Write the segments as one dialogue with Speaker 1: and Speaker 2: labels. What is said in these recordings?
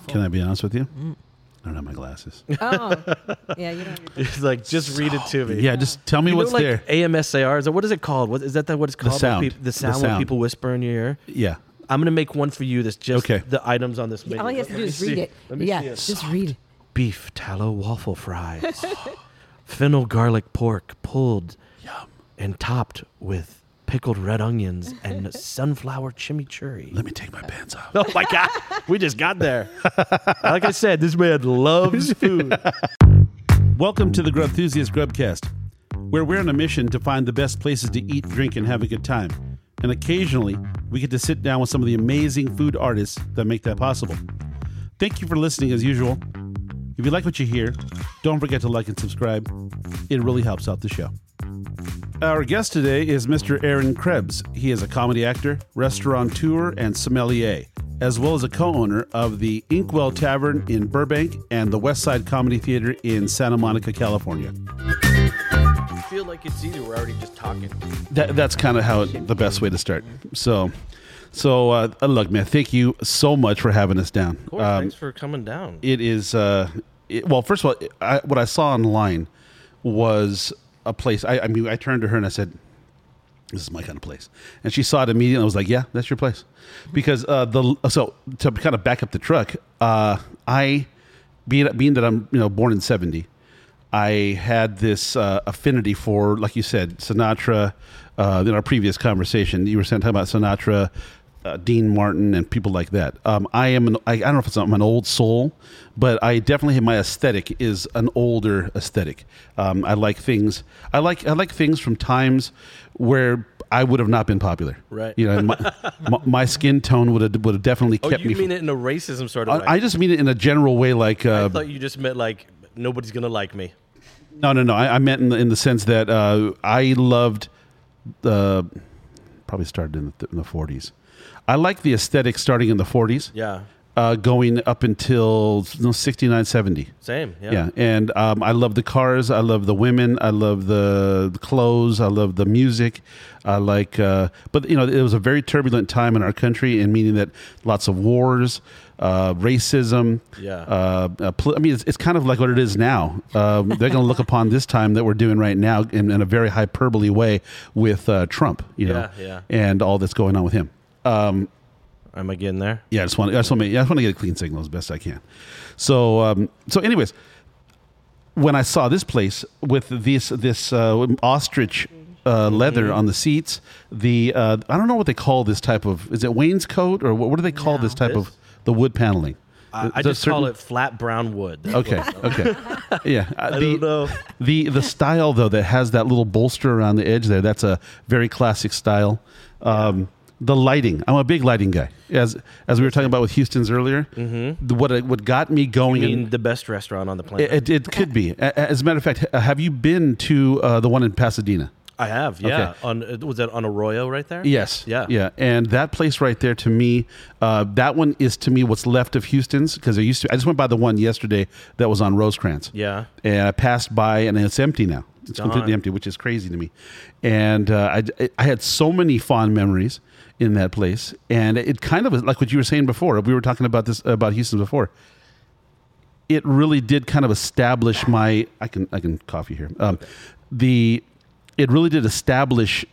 Speaker 1: people.
Speaker 2: Can I be honest with you? I don't have my glasses.
Speaker 1: Oh, yeah, you don't. have your-
Speaker 3: It's like just read it to me.
Speaker 2: yeah, just tell me
Speaker 3: You know,
Speaker 2: what's
Speaker 3: like
Speaker 2: there.
Speaker 3: AMSAR is what is it called? What is that? That what it's called? when
Speaker 2: sound.
Speaker 3: peop-
Speaker 2: The
Speaker 3: the sound. when
Speaker 2: sound.
Speaker 3: people whisper in your ear.
Speaker 2: Yeah.
Speaker 3: I'm gonna make one for you. That's just
Speaker 2: Okay.
Speaker 3: the items on this menu.
Speaker 1: All you have to
Speaker 3: Let
Speaker 1: do
Speaker 3: me
Speaker 1: is read
Speaker 3: see.
Speaker 1: it.
Speaker 3: Let me
Speaker 1: Yeah,
Speaker 3: see it.
Speaker 1: just read it.
Speaker 3: beef tallow waffle fries, fennel garlic pork pulled and topped with pickled red onions and sunflower chimichurri.
Speaker 2: Let me take my pants off.
Speaker 3: Oh my God, we just got there. Like I said, this man loves food.
Speaker 2: Welcome to the Grubthusiast Grubcast, where we're on a mission to find the best places to eat, drink, and have a good time. And occasionally, we get to sit down with some of the amazing food artists that make that possible. Thank you for listening as usual. If you like what you hear, don't forget to like and subscribe. It really helps out the show. Our guest today is Mr. Aaron Krebs. He is a comedy actor, restaurateur, and sommelier, as well as a co owner of the Inkwell Tavern in Burbank and the West Side Comedy Theater in Santa Monica, California.
Speaker 3: I feel like it's easy. We're already just talking.
Speaker 2: That, that's kind of how it, the best way to start. So, so uh, look, man, thank you so much for having us down. Um,
Speaker 3: Of course, thanks for coming down.
Speaker 2: it is uh it, well first of all I, what i saw online was a place I, I mean i turned to her and i said this is my kind of place and she saw it immediately and i was like yeah that's your place because uh the so to kind of back up the truck uh i being being that i'm you know born in 70 I had this uh, affinity for, like you said, Sinatra. Uh, in our previous conversation, you were saying talking about Sinatra, uh, Dean Martin, and people like that. Um, I am, an, I, I don't know if it's I'm an old soul, but I definitely my aesthetic is an older aesthetic. Um, I like things, I like I like things from times where I would have not been popular.
Speaker 3: Right.
Speaker 2: You know, my, my, my skin tone would have would have definitely
Speaker 3: oh,
Speaker 2: kept
Speaker 3: you
Speaker 2: me.
Speaker 3: mean
Speaker 2: from,
Speaker 3: it in a racism sort of way?
Speaker 2: I, I just mean it in a general way, like uh,
Speaker 3: I thought you just meant like nobody's gonna like me.
Speaker 2: No, no, no. I, I meant in the, in the sense that uh, I loved the probably started in the, th- in the 40s. I like the aesthetic starting in the 40s,
Speaker 3: Yeah,
Speaker 2: uh, going up until no, 69, 70.
Speaker 3: same. Yeah.
Speaker 2: Yeah, and um, I love the cars. I love the women. I love the clothes. I love the music. I like, uh, but you know, it was a very turbulent time in our country, and meaning that lots of wars, uh, racism.
Speaker 3: Yeah.
Speaker 2: Uh, uh, pol- I mean, it's, it's kind of like what it is now. Um, they're going to look upon this time that we're doing right now in, in a very hyperbole way with uh, Trump. You know,
Speaker 3: Yeah, yeah.
Speaker 2: and all that's going on with him.
Speaker 3: Am I getting there?
Speaker 2: Yeah, I just want to, I just want to, I just want to get a clean signal as best I can. So, um, so anyways, when I saw this place with this this uh, ostrich uh, leather on the seats, the uh, I don't know what they call this type of is it wainscot or what, what do they call this type of
Speaker 3: This?
Speaker 2: the wood paneling?
Speaker 3: I, I
Speaker 2: Is there
Speaker 3: just
Speaker 2: certain-
Speaker 3: call it flat brown wood. That's
Speaker 2: Okay,
Speaker 3: what I-
Speaker 2: okay, yeah. uh,
Speaker 3: I
Speaker 2: the,
Speaker 3: don't know.
Speaker 2: the the style though that has that little bolster around the edge there that's a very classic style um, the lighting i'm a big lighting guy as as we were talking about with houston's earlier mm-hmm. what I- what got me going
Speaker 3: I
Speaker 2: in-
Speaker 3: mean, the best restaurant on the planet.
Speaker 2: it, it, it could be A- a- as a matter of fact ha- have you been to uh, the one in pasadena
Speaker 3: I have, yeah. On uh, was that on Arroyo right there?
Speaker 2: Yes.
Speaker 3: Yeah.
Speaker 2: Yeah. And that place right there, to me, uh, that one is to me what's left of Houston's because I used to. I just went by the one yesterday that was on Rosecrans.
Speaker 3: Yeah.
Speaker 2: And Uh, I passed by, and it's empty now. It's completely
Speaker 3: gone.
Speaker 2: empty, which is crazy to me. And uh, I, I had so many fond memories in that place, and it kind of was like what you were saying before. We were talking about this about Houston before. It really did kind of establish my. I can I can coffee here. Um, the it really did establish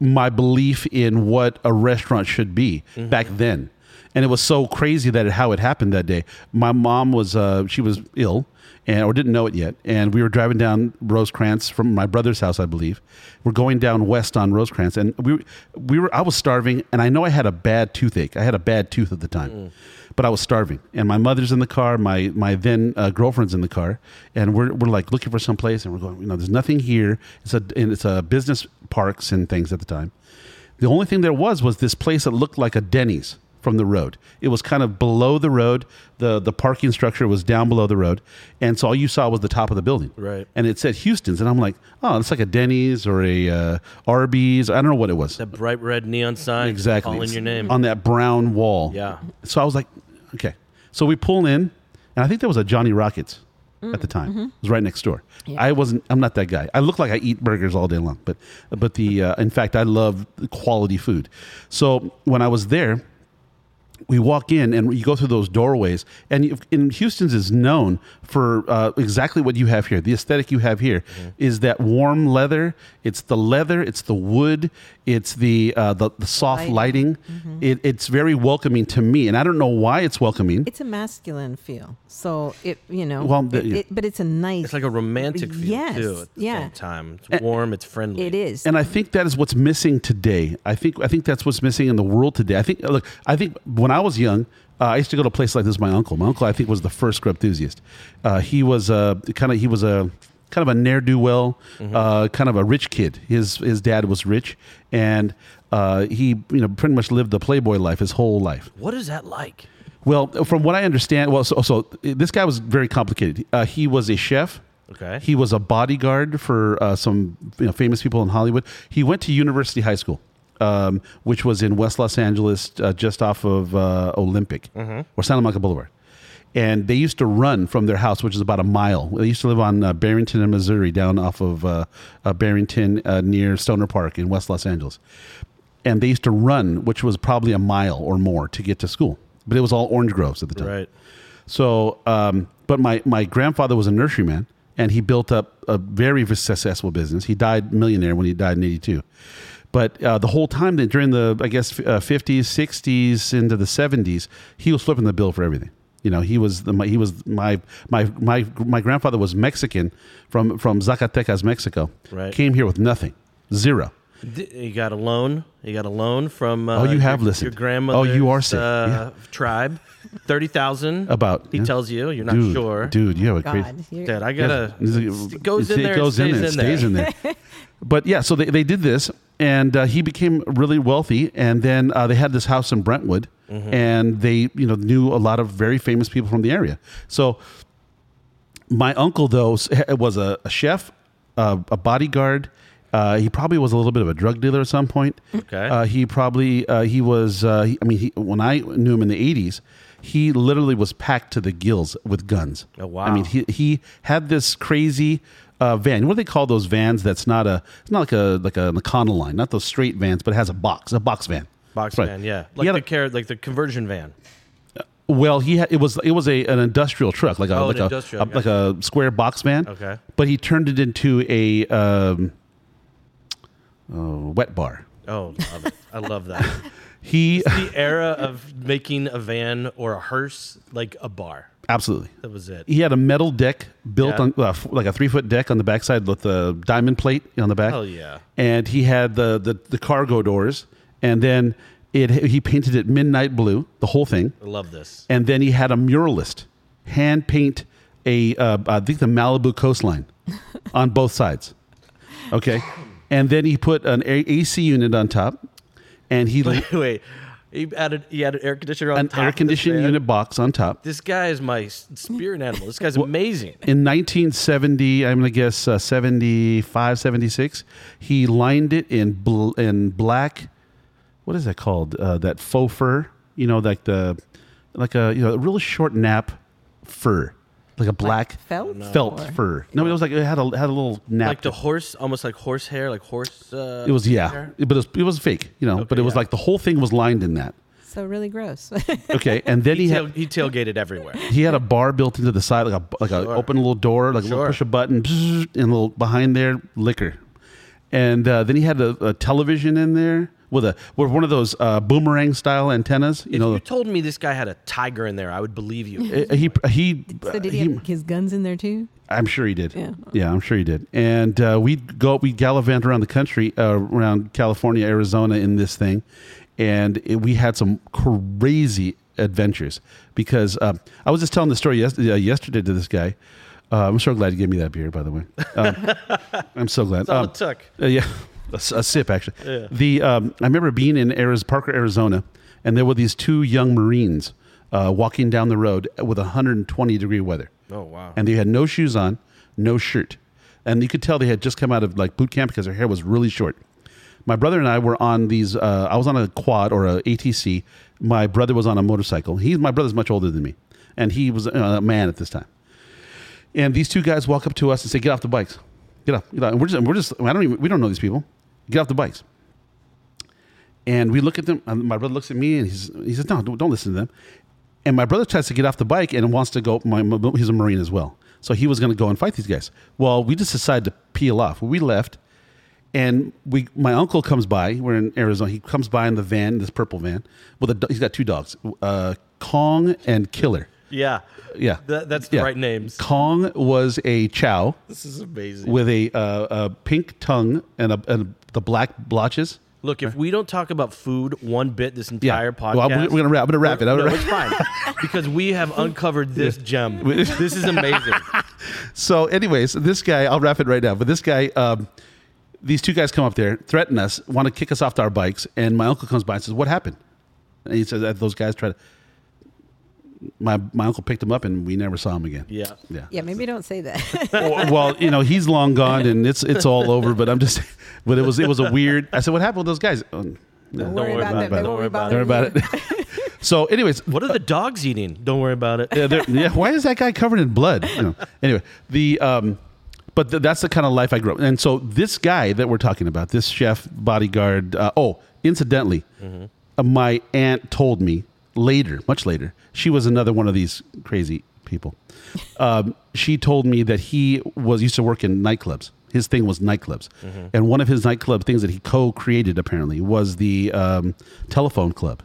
Speaker 2: my belief in what a restaurant should be back then. And it was so crazy that it, how it happened that day. My mom was uh, she was ill and or didn't know it yet, and we were driving down Rosecrans from my brother's house, I believe. We're going down west on Rosecrans, and we we were I was starving, and I know I had a bad toothache. I had a bad tooth at the time, but I was starving, and my mother's in the car, my my then uh, girlfriend's in the car, and we're we're like looking for some place, and we're going, you know, there's nothing here. It's a and it's a business parks and things at the time. The only thing there was was this place that looked like a Denny's from the road. It was kind of below the road. The the parking structure was down below the road. And so all you saw was the top of the building.
Speaker 3: Right.
Speaker 2: And it said Houston's. And I'm like, oh, it's like a Denny's or a uh, Arby's. I don't know what it was.
Speaker 3: That bright red neon sign.
Speaker 2: exactly.
Speaker 3: All in your name.
Speaker 2: On that brown wall.
Speaker 3: Yeah.
Speaker 2: So I was like, okay. So we pull in, and I think there was a Johnny Rockets at the time. It was right next door. I wasn't. I'm not that guy. I look like I eat burgers all day long, but but the uh, in fact I love quality food. So when I was there, we walk in and you go through those doorways and you, in houston's is known for uh, exactly what you have here the aesthetic you have here is that warm leather it's the leather it's the wood it's the uh, the, the soft lighting, It, it's very welcoming to me and i don't know why it's welcoming
Speaker 1: It's a masculine feel. So it, you know,
Speaker 2: Well, the-
Speaker 1: it- it- but it's a nice.
Speaker 3: It's like a romantic feel
Speaker 1: Yes,
Speaker 3: too. At the
Speaker 1: yeah.
Speaker 3: same time,
Speaker 2: Eh,
Speaker 3: it's warm. It's friendly.
Speaker 1: it is.
Speaker 2: and I think that is what's missing today. I think I think that's what's missing in the world today. I think look, I think when I was young, uh, I used to go to a place like this. with My uncle, my uncle, I think was the first Scrubthusiast. Uh, he was a kind of he was a kind of a ne'er do well, uh, kind of a rich kid. His his dad was rich, and uh, he you know pretty much lived the playboy life his whole life.
Speaker 3: What is that like?
Speaker 2: Well, from what I understand, well, so, so uh, this guy was very complicated. Uh, he was a chef.
Speaker 3: Okay.
Speaker 2: He was a bodyguard for uh, some you know, famous people in Hollywood. He went to University High School, um, which was in West Los Angeles, uh, just off of uh, Olympic or Santa Monica Boulevard. And they used to run from their house, which is about a mile. They used to live on uh, Barrington in Missouri, down off of uh, uh, Barrington uh, near Stoner Park in West Los Angeles and they used to run, which was probably a mile or more to get to school. But it was all orange groves at the time.
Speaker 3: Right.
Speaker 2: So, um, but my my grandfather was a nurseryman, and he built up a very successful business. He died millionaire when he died in eighty two. But uh, the whole time that during the I guess uh, fifties, sixties, into the seventies, he was flipping the bill for everything. You know, he was the my, he was my my my my grandfather was Mexican from from Zacatecas, Mexico.
Speaker 3: Right.
Speaker 2: Came here with nothing, zero.
Speaker 3: D- You got a loan. You got a loan from. Uh,
Speaker 2: Oh, you have
Speaker 3: your,
Speaker 2: listened.
Speaker 3: Your
Speaker 2: Oh,
Speaker 3: grandmother's
Speaker 2: you are sick.
Speaker 3: Uh, Tribe, thirty thousand.
Speaker 2: About,
Speaker 3: He
Speaker 2: yeah.
Speaker 3: tells you. You're not
Speaker 2: dude,
Speaker 3: sure.
Speaker 2: dude, you have a crazy.
Speaker 1: Oh, God, you're-
Speaker 3: Dad, I gotta.
Speaker 2: Yes.
Speaker 3: It goes in
Speaker 2: It
Speaker 3: there.
Speaker 2: goes in,
Speaker 3: stays in,
Speaker 2: it stays
Speaker 3: there.
Speaker 2: in there. but yeah, so they, they did this, and uh, he became really wealthy. And then uh, they had this house in Brentwood,
Speaker 3: Mm-hmm.
Speaker 2: and they you know knew a lot of very famous people from the area. So my uncle though s- was a, a chef, uh, a bodyguard. Uh, he probably was a little bit of a drug dealer at some point.
Speaker 3: Okay.
Speaker 2: Uh, he probably uh, he was. Uh, he- I mean, he, when I knew him in the '80s, he literally was packed to the gills with guns.
Speaker 3: Oh, wow.
Speaker 2: I mean, he he had this crazy uh, van. What do they call those vans? That's not a. It's not like a like a McConnell line. Not those straight vans, but it has a box. A box van.
Speaker 3: Box
Speaker 2: Right.
Speaker 3: van. Yeah.
Speaker 2: He
Speaker 3: Like
Speaker 2: had
Speaker 3: the
Speaker 2: a-
Speaker 3: car- like the conversion van.
Speaker 2: well, he had, it was it was a an industrial truck, like a
Speaker 3: Oh, an
Speaker 2: like a,
Speaker 3: industrial,
Speaker 2: a-
Speaker 3: yeah.
Speaker 2: like a square box van.
Speaker 3: Okay.
Speaker 2: but he turned it into a um, uh, wet bar.
Speaker 3: Oh, love it. I love that.
Speaker 2: He
Speaker 3: the era of making a van or a hearse like a bar.
Speaker 2: absolutely.
Speaker 3: That was it.
Speaker 2: He had a metal deck built
Speaker 3: Yeah.
Speaker 2: on uh, f- like a three foot deck on the backside with a diamond plate on the back.
Speaker 3: Hell yeah.
Speaker 2: And he had the, the the cargo doors, and then it he painted it midnight blue, the whole thing.
Speaker 3: I love this.
Speaker 2: and then he had a muralist hand paint a uh, I think the Malibu coastline on both sides. Okay, and then he put an a- AC unit on top, and he
Speaker 3: Wait, wait. He added he had an air conditioner on
Speaker 2: an
Speaker 3: top of
Speaker 2: air
Speaker 3: this
Speaker 2: conditioning
Speaker 3: van.
Speaker 2: unit box on top.
Speaker 3: This guy is my s- spirit animal. This guy's amazing.
Speaker 2: In 1970, I'm going to guess uh, 75, 76, he lined it in bl- in black. What is that called? Uh, that faux fur, you know, like the like a you know a real short nap fur, like a black
Speaker 1: felt
Speaker 2: felt
Speaker 1: or-
Speaker 2: fur. No, it was like it had a had a little nap.
Speaker 3: Like the horse, almost like horse hair, like horse. Uh,
Speaker 2: it was yeah,
Speaker 3: hair.
Speaker 2: but it was, it was fake, you know. but it was
Speaker 3: yeah.
Speaker 2: like the whole thing was lined in that.
Speaker 1: So really
Speaker 3: Uh,
Speaker 1: gross.
Speaker 2: Okay, and then he
Speaker 3: He,
Speaker 2: had
Speaker 3: tail, he tailgated everywhere.
Speaker 2: he had a bar built into the side, like a like an
Speaker 3: Sure.
Speaker 2: open little door, like a
Speaker 3: Sure.
Speaker 2: little push a button, bzzz, and a little behind there liquor, and uh, then he had a, a television in there with a with one of those uh, boomerang style antennas. You
Speaker 3: If
Speaker 2: know,
Speaker 3: you told me this guy had a tiger in there, I would believe you.
Speaker 2: Uh, he he.
Speaker 1: so did he,
Speaker 2: he-
Speaker 1: have his guns in there too?
Speaker 2: I'm sure he did.
Speaker 1: Yeah.
Speaker 2: I'm sure he did. And uh, we'd go, we'd gallivant around the country, uh, around California, Arizona in this thing. And it, we had some crazy adventures because um, I was just telling the story yes, uh, yesterday to this guy. Uh, I'm so glad you gave me that beer, by the way. Um, I'm so glad.
Speaker 3: all
Speaker 2: Um,
Speaker 3: it took.
Speaker 2: uh, yeah, a, s- a sip actually. The um, I remember being in Arizona, Parker, Arizona, and there were these two young Marines uh, walking down the road with 120 degree weather
Speaker 3: Oh wow.
Speaker 2: and they had no shoes on, no shirt, and you could tell they had just come out of like boot camp because their hair was really short. My brother and I were on these. Uh, I was on a quad or a ATC. My brother was on a motorcycle. He's my brother's much older than me, and he was uh, a man at this time. And these two guys walk up to us and say, "Get off the bikes, get off." Get off. And we're just, we're just. I don't even. We don't know these people. Get off the bikes. And we look at them. And my brother looks at me and he's, he says, No, don't, don't listen to them. And my brother tries to get off the bike and wants to go. My, my- he's a Marine as well. So he was going to go and fight these guys. Well, we just decided to peel off. We left and we my uncle comes by we're in arizona he comes by in the van this purple van with a do- he's got two dogs uh, kong and killer
Speaker 3: Yeah.
Speaker 2: yeah
Speaker 3: That- that's the
Speaker 2: Yeah.
Speaker 3: right names.
Speaker 2: kong was a chow
Speaker 3: This is amazing.
Speaker 2: with a, uh, a pink tongue and, a, and the black blotches
Speaker 3: Look, if we don't talk about food one bit this
Speaker 2: yeah
Speaker 3: entire podcast,
Speaker 2: well, we're, we're gonna wrap i'm gonna wrap it I'm
Speaker 3: no,
Speaker 2: gonna
Speaker 3: it's fine because we have uncovered this gem. This is amazing.
Speaker 2: So, anyways, this guy, I'll wrap it right now. But this guy, um, these two guys come up there, threaten us, want to kick us off to our bikes, and my uncle comes by and says, "What happened?" And he says that those guys tried to. My my uncle picked him up, and we never saw him again.
Speaker 3: Yeah.
Speaker 2: yeah.
Speaker 1: Yeah, maybe don't say that.
Speaker 2: well, well, you know, he's long gone, and it's it's all over. But I'm just, but it was it was a weird. I said, "What happened with those guys?" Oh,
Speaker 1: Don't
Speaker 2: no,
Speaker 1: worry about them. They
Speaker 2: Don't
Speaker 1: won't
Speaker 3: worry
Speaker 1: be
Speaker 3: about
Speaker 2: don't worry
Speaker 1: bothering
Speaker 2: about it. so, anyways,
Speaker 3: What are the dogs eating? Don't worry about it.
Speaker 2: yeah, they're- yeah, why is that guy covered in blood? You know. Anyway, the um, but th- that's the kind of life I grew up. And so this guy that we're talking about, this chef bodyguard. Uh, oh, incidentally, uh, my aunt told me later, much later, she was another one of these crazy people. Um, she told me that he was used to work in nightclubs. His thing was nightclubs, and one of his nightclub things that he co-created apparently was the um, telephone club.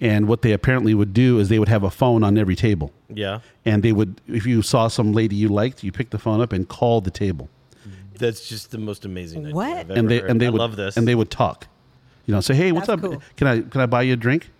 Speaker 2: And what they apparently would do is they would have a phone on every table
Speaker 3: Yeah.
Speaker 2: and they would if you saw some lady you liked you picked the phone up and called the table
Speaker 3: That's just the most amazing. idea
Speaker 1: What?
Speaker 3: I've
Speaker 2: and
Speaker 3: ever
Speaker 2: they
Speaker 3: heard.
Speaker 2: and they
Speaker 3: I
Speaker 2: would
Speaker 3: love this.
Speaker 2: and they would talk you know say hey what's
Speaker 1: That's
Speaker 2: up
Speaker 1: cool.
Speaker 2: can i can i buy you a drink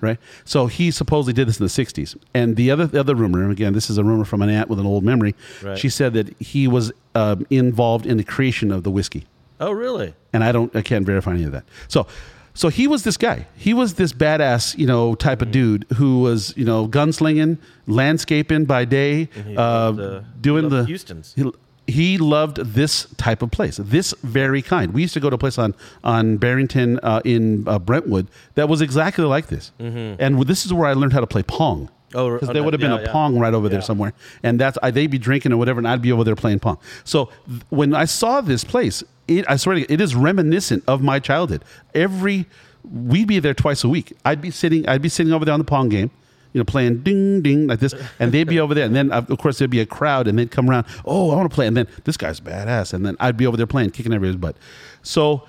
Speaker 2: right so he supposedly did this in the 60s and the other the other rumor and again this is a rumor from an aunt with an old memory
Speaker 3: Right.
Speaker 2: she said that he was um, involved in the creation of the whiskey
Speaker 3: oh, really?
Speaker 2: and I don't I can't verify any of that. So so he was this guy. He was this badass, you know, type of dude
Speaker 3: Mm-hmm.
Speaker 2: who was, you know, gunslinging, landscaping by day,
Speaker 3: he
Speaker 2: uh,
Speaker 3: loved, uh,
Speaker 2: doing
Speaker 3: loved
Speaker 2: the
Speaker 3: Houston's.
Speaker 2: He, he loved this type of place, this very kind. We used to go to a place on on Barrington uh, in uh, Brentwood that was exactly like this,
Speaker 3: Mm-hmm.
Speaker 2: and this is where I learned how to play pong.
Speaker 3: Oh,
Speaker 2: because
Speaker 3: oh,
Speaker 2: there
Speaker 3: no,
Speaker 2: would have been
Speaker 3: yeah,
Speaker 2: a
Speaker 3: yeah.
Speaker 2: pong right over there
Speaker 3: Yeah.
Speaker 2: somewhere, and that's I, they'd be drinking or whatever, and I'd be over there playing pong. So th- when I saw this place, it, I swear to God, it is reminiscent of my childhood. Every we'd be there twice a week. I'd be sitting, I'd be sitting over there on the pong game, you know, playing ding ding like this, and they'd be over there, and then of of course there'd be a crowd, and they'd come around. Oh, I want to play, and then this guy's badass, and then I'd be over there playing, kicking everybody's butt. So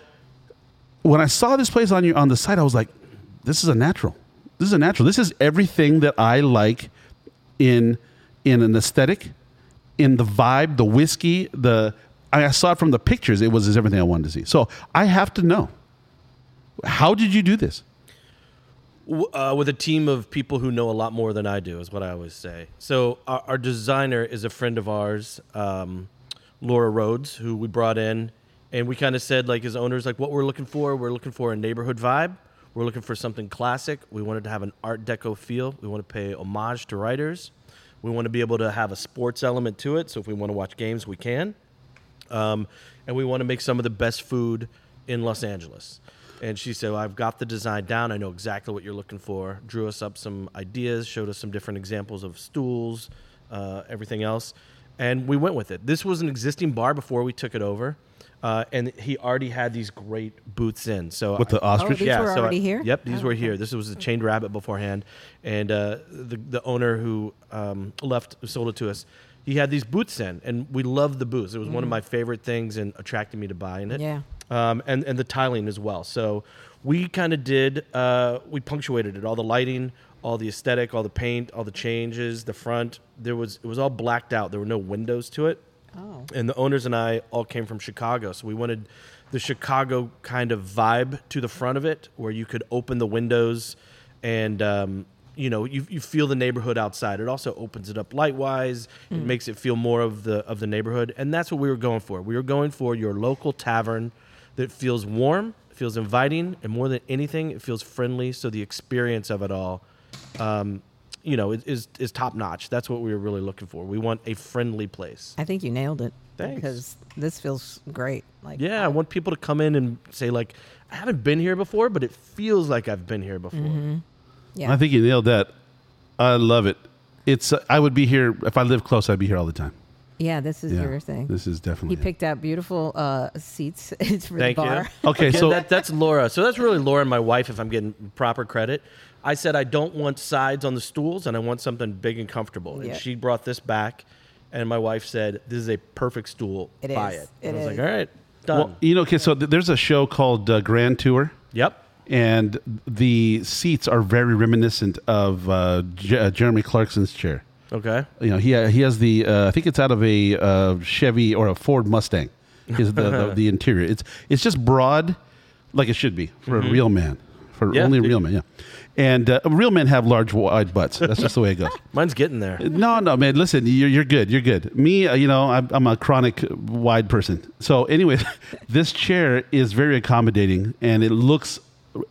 Speaker 2: when I saw this place on your on the site, I was like, "This is a natural. This is a natural. This is everything that I like in in an aesthetic, in the vibe, the whiskey, the." I I saw it from the pictures. It was just everything I wanted to see. So I have to know. How did you do this?
Speaker 3: W- uh, with a team of people who know a lot more than I do, is what I always say. So our, our designer is a friend of ours, um, Laura Rhodes, who we brought in, and we kind of said like as owners, like what we're looking for. We're looking for a neighborhood vibe. We're looking for something classic. We wanted to have an Art Deco feel. We want to pay homage to writers. We want to be able to have a sports element to it. So if we want to watch games, we can um, and we want to make some of the best food in Los Angeles. And she said, well, I've got the design down. I know exactly what you're looking for. Drew us up some ideas, showed us some different examples of stools, uh, everything else. And we went with it. This was an existing bar before we took it over. Uh, and he already had these great booths in. So
Speaker 2: With the
Speaker 3: I-
Speaker 2: ostrich?
Speaker 1: these were already here? Oh,
Speaker 3: Yep, these were here. This was a chained rabbit beforehand, and uh, the the owner who um, left who sold it to us. He had these boots in, and we loved the boots. It was one of my favorite things and attracted me to buying it.
Speaker 1: Mm-hmm. Yeah.
Speaker 3: Um, and and the tiling as well. So we kind of did uh, we punctuated it all the lighting, all the aesthetic, all the paint, all the changes, the front. There was it was all blacked out. There were no windows to it
Speaker 1: Oh.
Speaker 3: and the owners and I all came from Chicago, so we wanted the Chicago kind of vibe to the front of it, where you could open the windows and um, you know you, you feel the neighborhood outside. It also opens it up light wise. It makes it feel more of the of the neighborhood, and that's what we were going for. We were going for your local tavern that feels warm, feels inviting, and more than anything, it feels friendly. So the experience of it all um, you know, is is, is top notch. That's what we were really looking for. We want a friendly place.
Speaker 1: I think you nailed it.
Speaker 3: Thanks.
Speaker 1: Because this feels great. Like
Speaker 3: Yeah, I want people to come in and say like, I haven't been here before, but it feels like I've been here before.
Speaker 1: yeah.
Speaker 2: I think you nailed that. I love it. It's. I would be here if I lived close. I'd be here all the time.
Speaker 1: Yeah, this is
Speaker 2: Yeah,
Speaker 1: your thing.
Speaker 2: This is definitely
Speaker 1: he
Speaker 2: it.
Speaker 1: picked out beautiful uh, seats for the
Speaker 3: Thank
Speaker 1: bar.
Speaker 3: you.
Speaker 2: Okay,
Speaker 3: Again,
Speaker 2: so-
Speaker 3: that, that's Laura. So that's really Laura and my wife, if I'm getting proper credit. I said I don't want sides on the stools, and I want something big and comfortable.
Speaker 1: Yeah.
Speaker 3: And she brought this back, and my wife said, "This is a perfect stool.
Speaker 1: It
Speaker 3: Buy
Speaker 1: is.
Speaker 3: it."
Speaker 1: It
Speaker 3: And I was
Speaker 1: is.
Speaker 3: like, "All right, done."
Speaker 2: Well, you know, okay, so th- there's a show called uh, Grand Tour,
Speaker 3: yep.
Speaker 2: and the seats are very reminiscent of uh, J- uh, Jeremy Clarkson's chair.
Speaker 3: Okay.
Speaker 2: You know, he he has the uh, I think it's out of a uh, Chevy or a Ford Mustang. Is the, the the interior? It's it's just broad, like it should be for a real man, for
Speaker 3: Yeah.
Speaker 2: only a real man. Yeah, and uh, real men have large wide butts. That's just the way it goes.
Speaker 3: Mine's getting there.
Speaker 2: No, no, man. Listen, you're, you're good. You're good. Me, uh, you know, I'm, I'm a chronic wide person. So, anyway, this chair is very accommodating, and it looks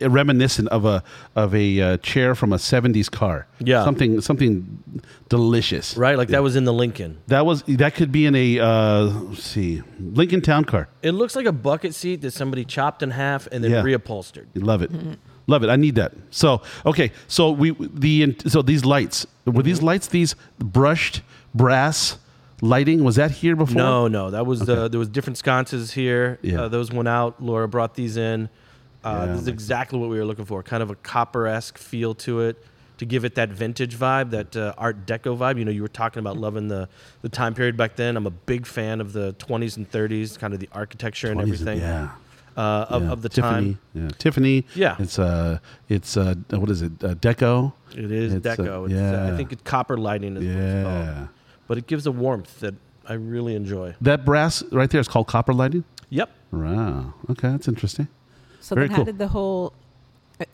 Speaker 2: reminiscent of a of a uh, chair from a '70s car.
Speaker 3: Yeah.
Speaker 2: something something delicious.
Speaker 3: Right? Like that was in the Lincoln.
Speaker 2: That was that could be in a uh, let's see Lincoln Town Car.
Speaker 3: It looks like a bucket seat that somebody chopped in half and then
Speaker 2: Yeah.
Speaker 3: reupholstered.
Speaker 2: You love it. Love it. I need that. So okay. So we the so these lights were
Speaker 3: Mm-hmm.
Speaker 2: these lights these brushed brass lighting was that here before?
Speaker 3: No, no, that was the there was different sconces here.
Speaker 2: Yeah.
Speaker 3: Uh, those went out. Laura brought these in. Uh,
Speaker 2: Yeah,
Speaker 3: this is
Speaker 2: like-
Speaker 3: exactly what we were looking for. Kind of a copper esque feel to it, to give it that vintage vibe, that uh, Art Deco vibe. You know, you were talking about loving the the time period back then. I'm a big fan of the 20s and 30s, kind of the architecture and
Speaker 2: 20s,
Speaker 3: everything.
Speaker 2: yeah.
Speaker 3: Uh, of,
Speaker 2: Yeah,
Speaker 3: of the
Speaker 2: Tiffany,
Speaker 3: time,
Speaker 2: Yeah, Tiffany.
Speaker 3: Yeah.
Speaker 2: it's uh, it's uh, what is it? Uh, Deco.
Speaker 3: it is
Speaker 2: It's, uh,
Speaker 3: deco. it's, uh,
Speaker 2: yeah.
Speaker 3: I think it's copper lighting is what it's called.
Speaker 2: Yeah,
Speaker 3: but it gives a warmth that I really enjoy.
Speaker 2: that brass right there is called copper lighting.
Speaker 3: Yep.
Speaker 2: Wow. Okay, that's interesting.
Speaker 1: So
Speaker 2: Very
Speaker 1: then,
Speaker 2: cool.
Speaker 1: how did the whole? I-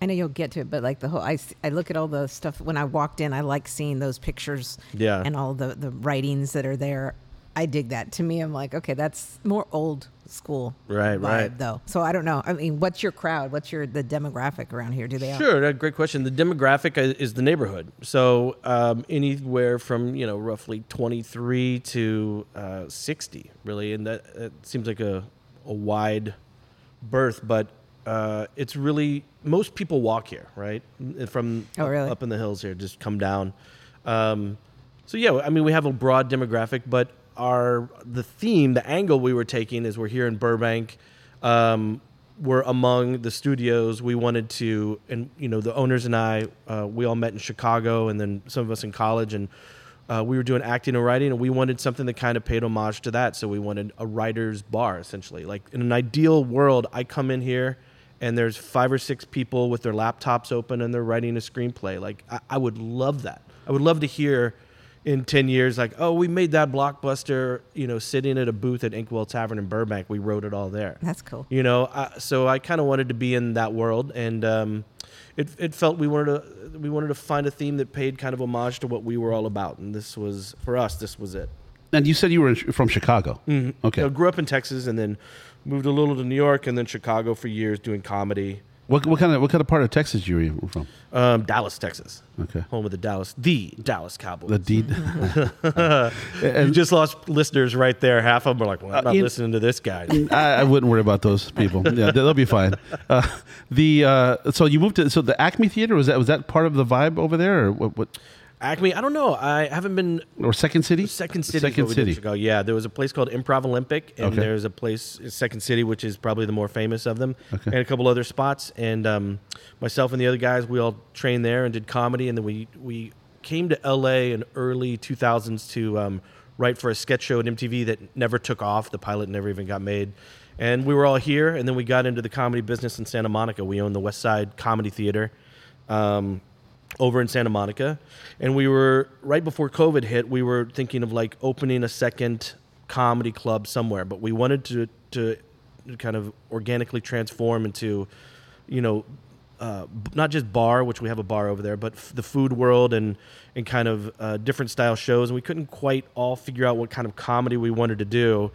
Speaker 1: I know you'll get to it, but like the whole, I, s- I look at all the stuff when I walked in. I like seeing those pictures,
Speaker 3: Yeah.
Speaker 1: and all the the writings that are there. I dig that. To me, I'm like, okay, that's more old school,
Speaker 3: Right,
Speaker 1: vibe,
Speaker 3: right.
Speaker 1: Though, so I don't know. I mean, what's your crowd? What's your the demographic around here? Do they all,
Speaker 3: Sure, uh, great question. The demographic i- is the neighborhood, so um, anywhere from you know roughly twenty three to uh, sixty, really, and that, that seems like a, a wide berth, but uh, it's really most people walk here, right? N- From
Speaker 1: Oh,
Speaker 3: up-
Speaker 1: really?
Speaker 3: up in the hills here, just come down. Um, so yeah, I mean we have a broad demographic, but our the theme, the angle we were taking is we're here in Burbank. Um, we're among the studios. We wanted to, and you know, the owners and I, uh, we all met in Chicago, and then some of us in college, and uh, we were doing acting and writing, and we wanted something that kind of paid homage to that. So we wanted a writer's bar, essentially. Like in an ideal world, I come in here and there's five or six people with their laptops open and they're writing a screenplay. Like I, I would love that. I would love to hear in 10 years, like, oh, we made that blockbuster, you know, sitting at a booth at Inkwell Tavern in Burbank. We wrote it all there.
Speaker 1: That's cool.
Speaker 3: You know, I, so I kind of wanted to be in that world, and um, it it felt we wanted to we wanted to find a theme that paid kind of homage to what we were all about, and this was for us. This was it.
Speaker 2: And you said you were in, from Chicago. Mm-hmm. Okay.
Speaker 3: I grew up in Texas, and then moved a little to New York, and then Chicago for years doing comedy.
Speaker 2: What, what kind of what kind of part of Texas you were from?
Speaker 3: Um, Dallas, Texas,
Speaker 2: Okay.
Speaker 3: home of the Dallas, the Dallas Cowboys.
Speaker 2: The D.
Speaker 3: you just lost listeners right there. Half of them are like, "Well, I'm not
Speaker 2: you-
Speaker 3: listening to this guy."
Speaker 2: I, I wouldn't worry about those people. Yeah, they'll be fine. Uh, the uh, so you moved to so the Acme Theater was that was that part of the vibe over there or what, what
Speaker 3: Acme, I don't know. I haven't been
Speaker 2: or Second City?
Speaker 3: Second City.
Speaker 2: Second City.
Speaker 3: Ago. Yeah, there was a place called Improv Olympic, and
Speaker 2: Okay.
Speaker 3: there's a place Second City, which is probably the more famous of them,
Speaker 2: Okay.
Speaker 3: and a couple other spots. And um, myself and the other guys, we all trained there and did comedy, and then we we came to L.A. in early 2000s to um, write for a sketch show at MTV that never took off. The pilot never even got made. And we were all here, and then we got into the comedy business in Santa Monica. We owned the West Side Comedy Theater. Um, over in Santa Monica, and we were right before COVID hit. We were thinking of like opening a second comedy club somewhere, but we wanted to to kind of organically transform into, you know, uh, b- not just bar, which we have a bar over there, but f- the food world and and kind of uh, different style shows. And we couldn't quite all figure out what kind of comedy we wanted to do.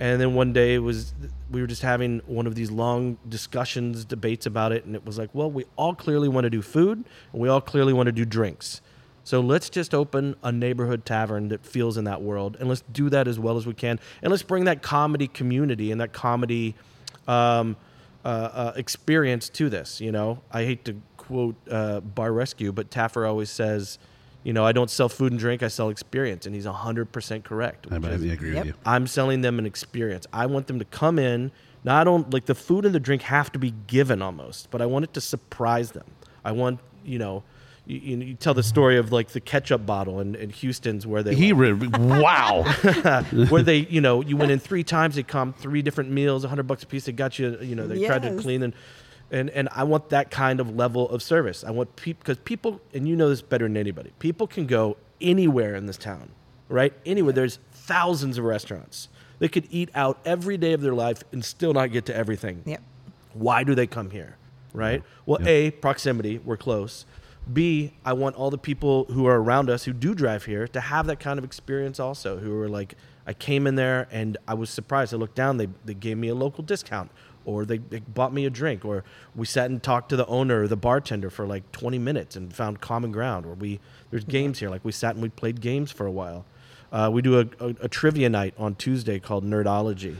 Speaker 3: And then one day it was we were just having one of these long discussions, debates about it, and it was like, well, we all clearly want to do food, and we all clearly want to do drinks. So let's just open a neighborhood tavern that feels in that world, and let's do that as well as we can, and let's bring that comedy community and that comedy um, uh, uh, experience to this. You know, I hate to quote uh, Bar Rescue, but Taffer always says, You know, I don't sell food and drink; I sell experience, and he's hundred percent correct.
Speaker 2: I,
Speaker 3: which
Speaker 2: I
Speaker 3: is-
Speaker 2: agree
Speaker 1: Yep.
Speaker 2: with you.
Speaker 3: I'm selling them an experience. I want them to come in. Now I don't like the food and the drink have to be given almost, but I want it to surprise them. I want you know, you, you, you tell the story of like the ketchup bottle in, in Houston's where they
Speaker 2: He
Speaker 3: went-
Speaker 2: re- wow.
Speaker 3: where they you know you went in three times they come three different meals, hundred bucks a piece. They got you you know they tried to
Speaker 1: Yes.
Speaker 3: clean and and and I want that kind of level of service. I want people because people and you know this better than anybody. People can go anywhere in this town, right? Anywhere there's thousands of restaurants. They could eat out every day of their life and still not get to everything
Speaker 1: Yep.
Speaker 3: why do they come here right well a proximity we're close b i want all the people who are around us who do drive here to have that kind of experience also who are like i came in there and i was surprised i looked down they, they gave me a local discount or they, they bought me a drink or we sat and talked to the owner or the bartender for like 20 minutes and found common ground or we there's games here like we sat and we played games for a while uh, we do a, a, a trivia night on tuesday called nerdology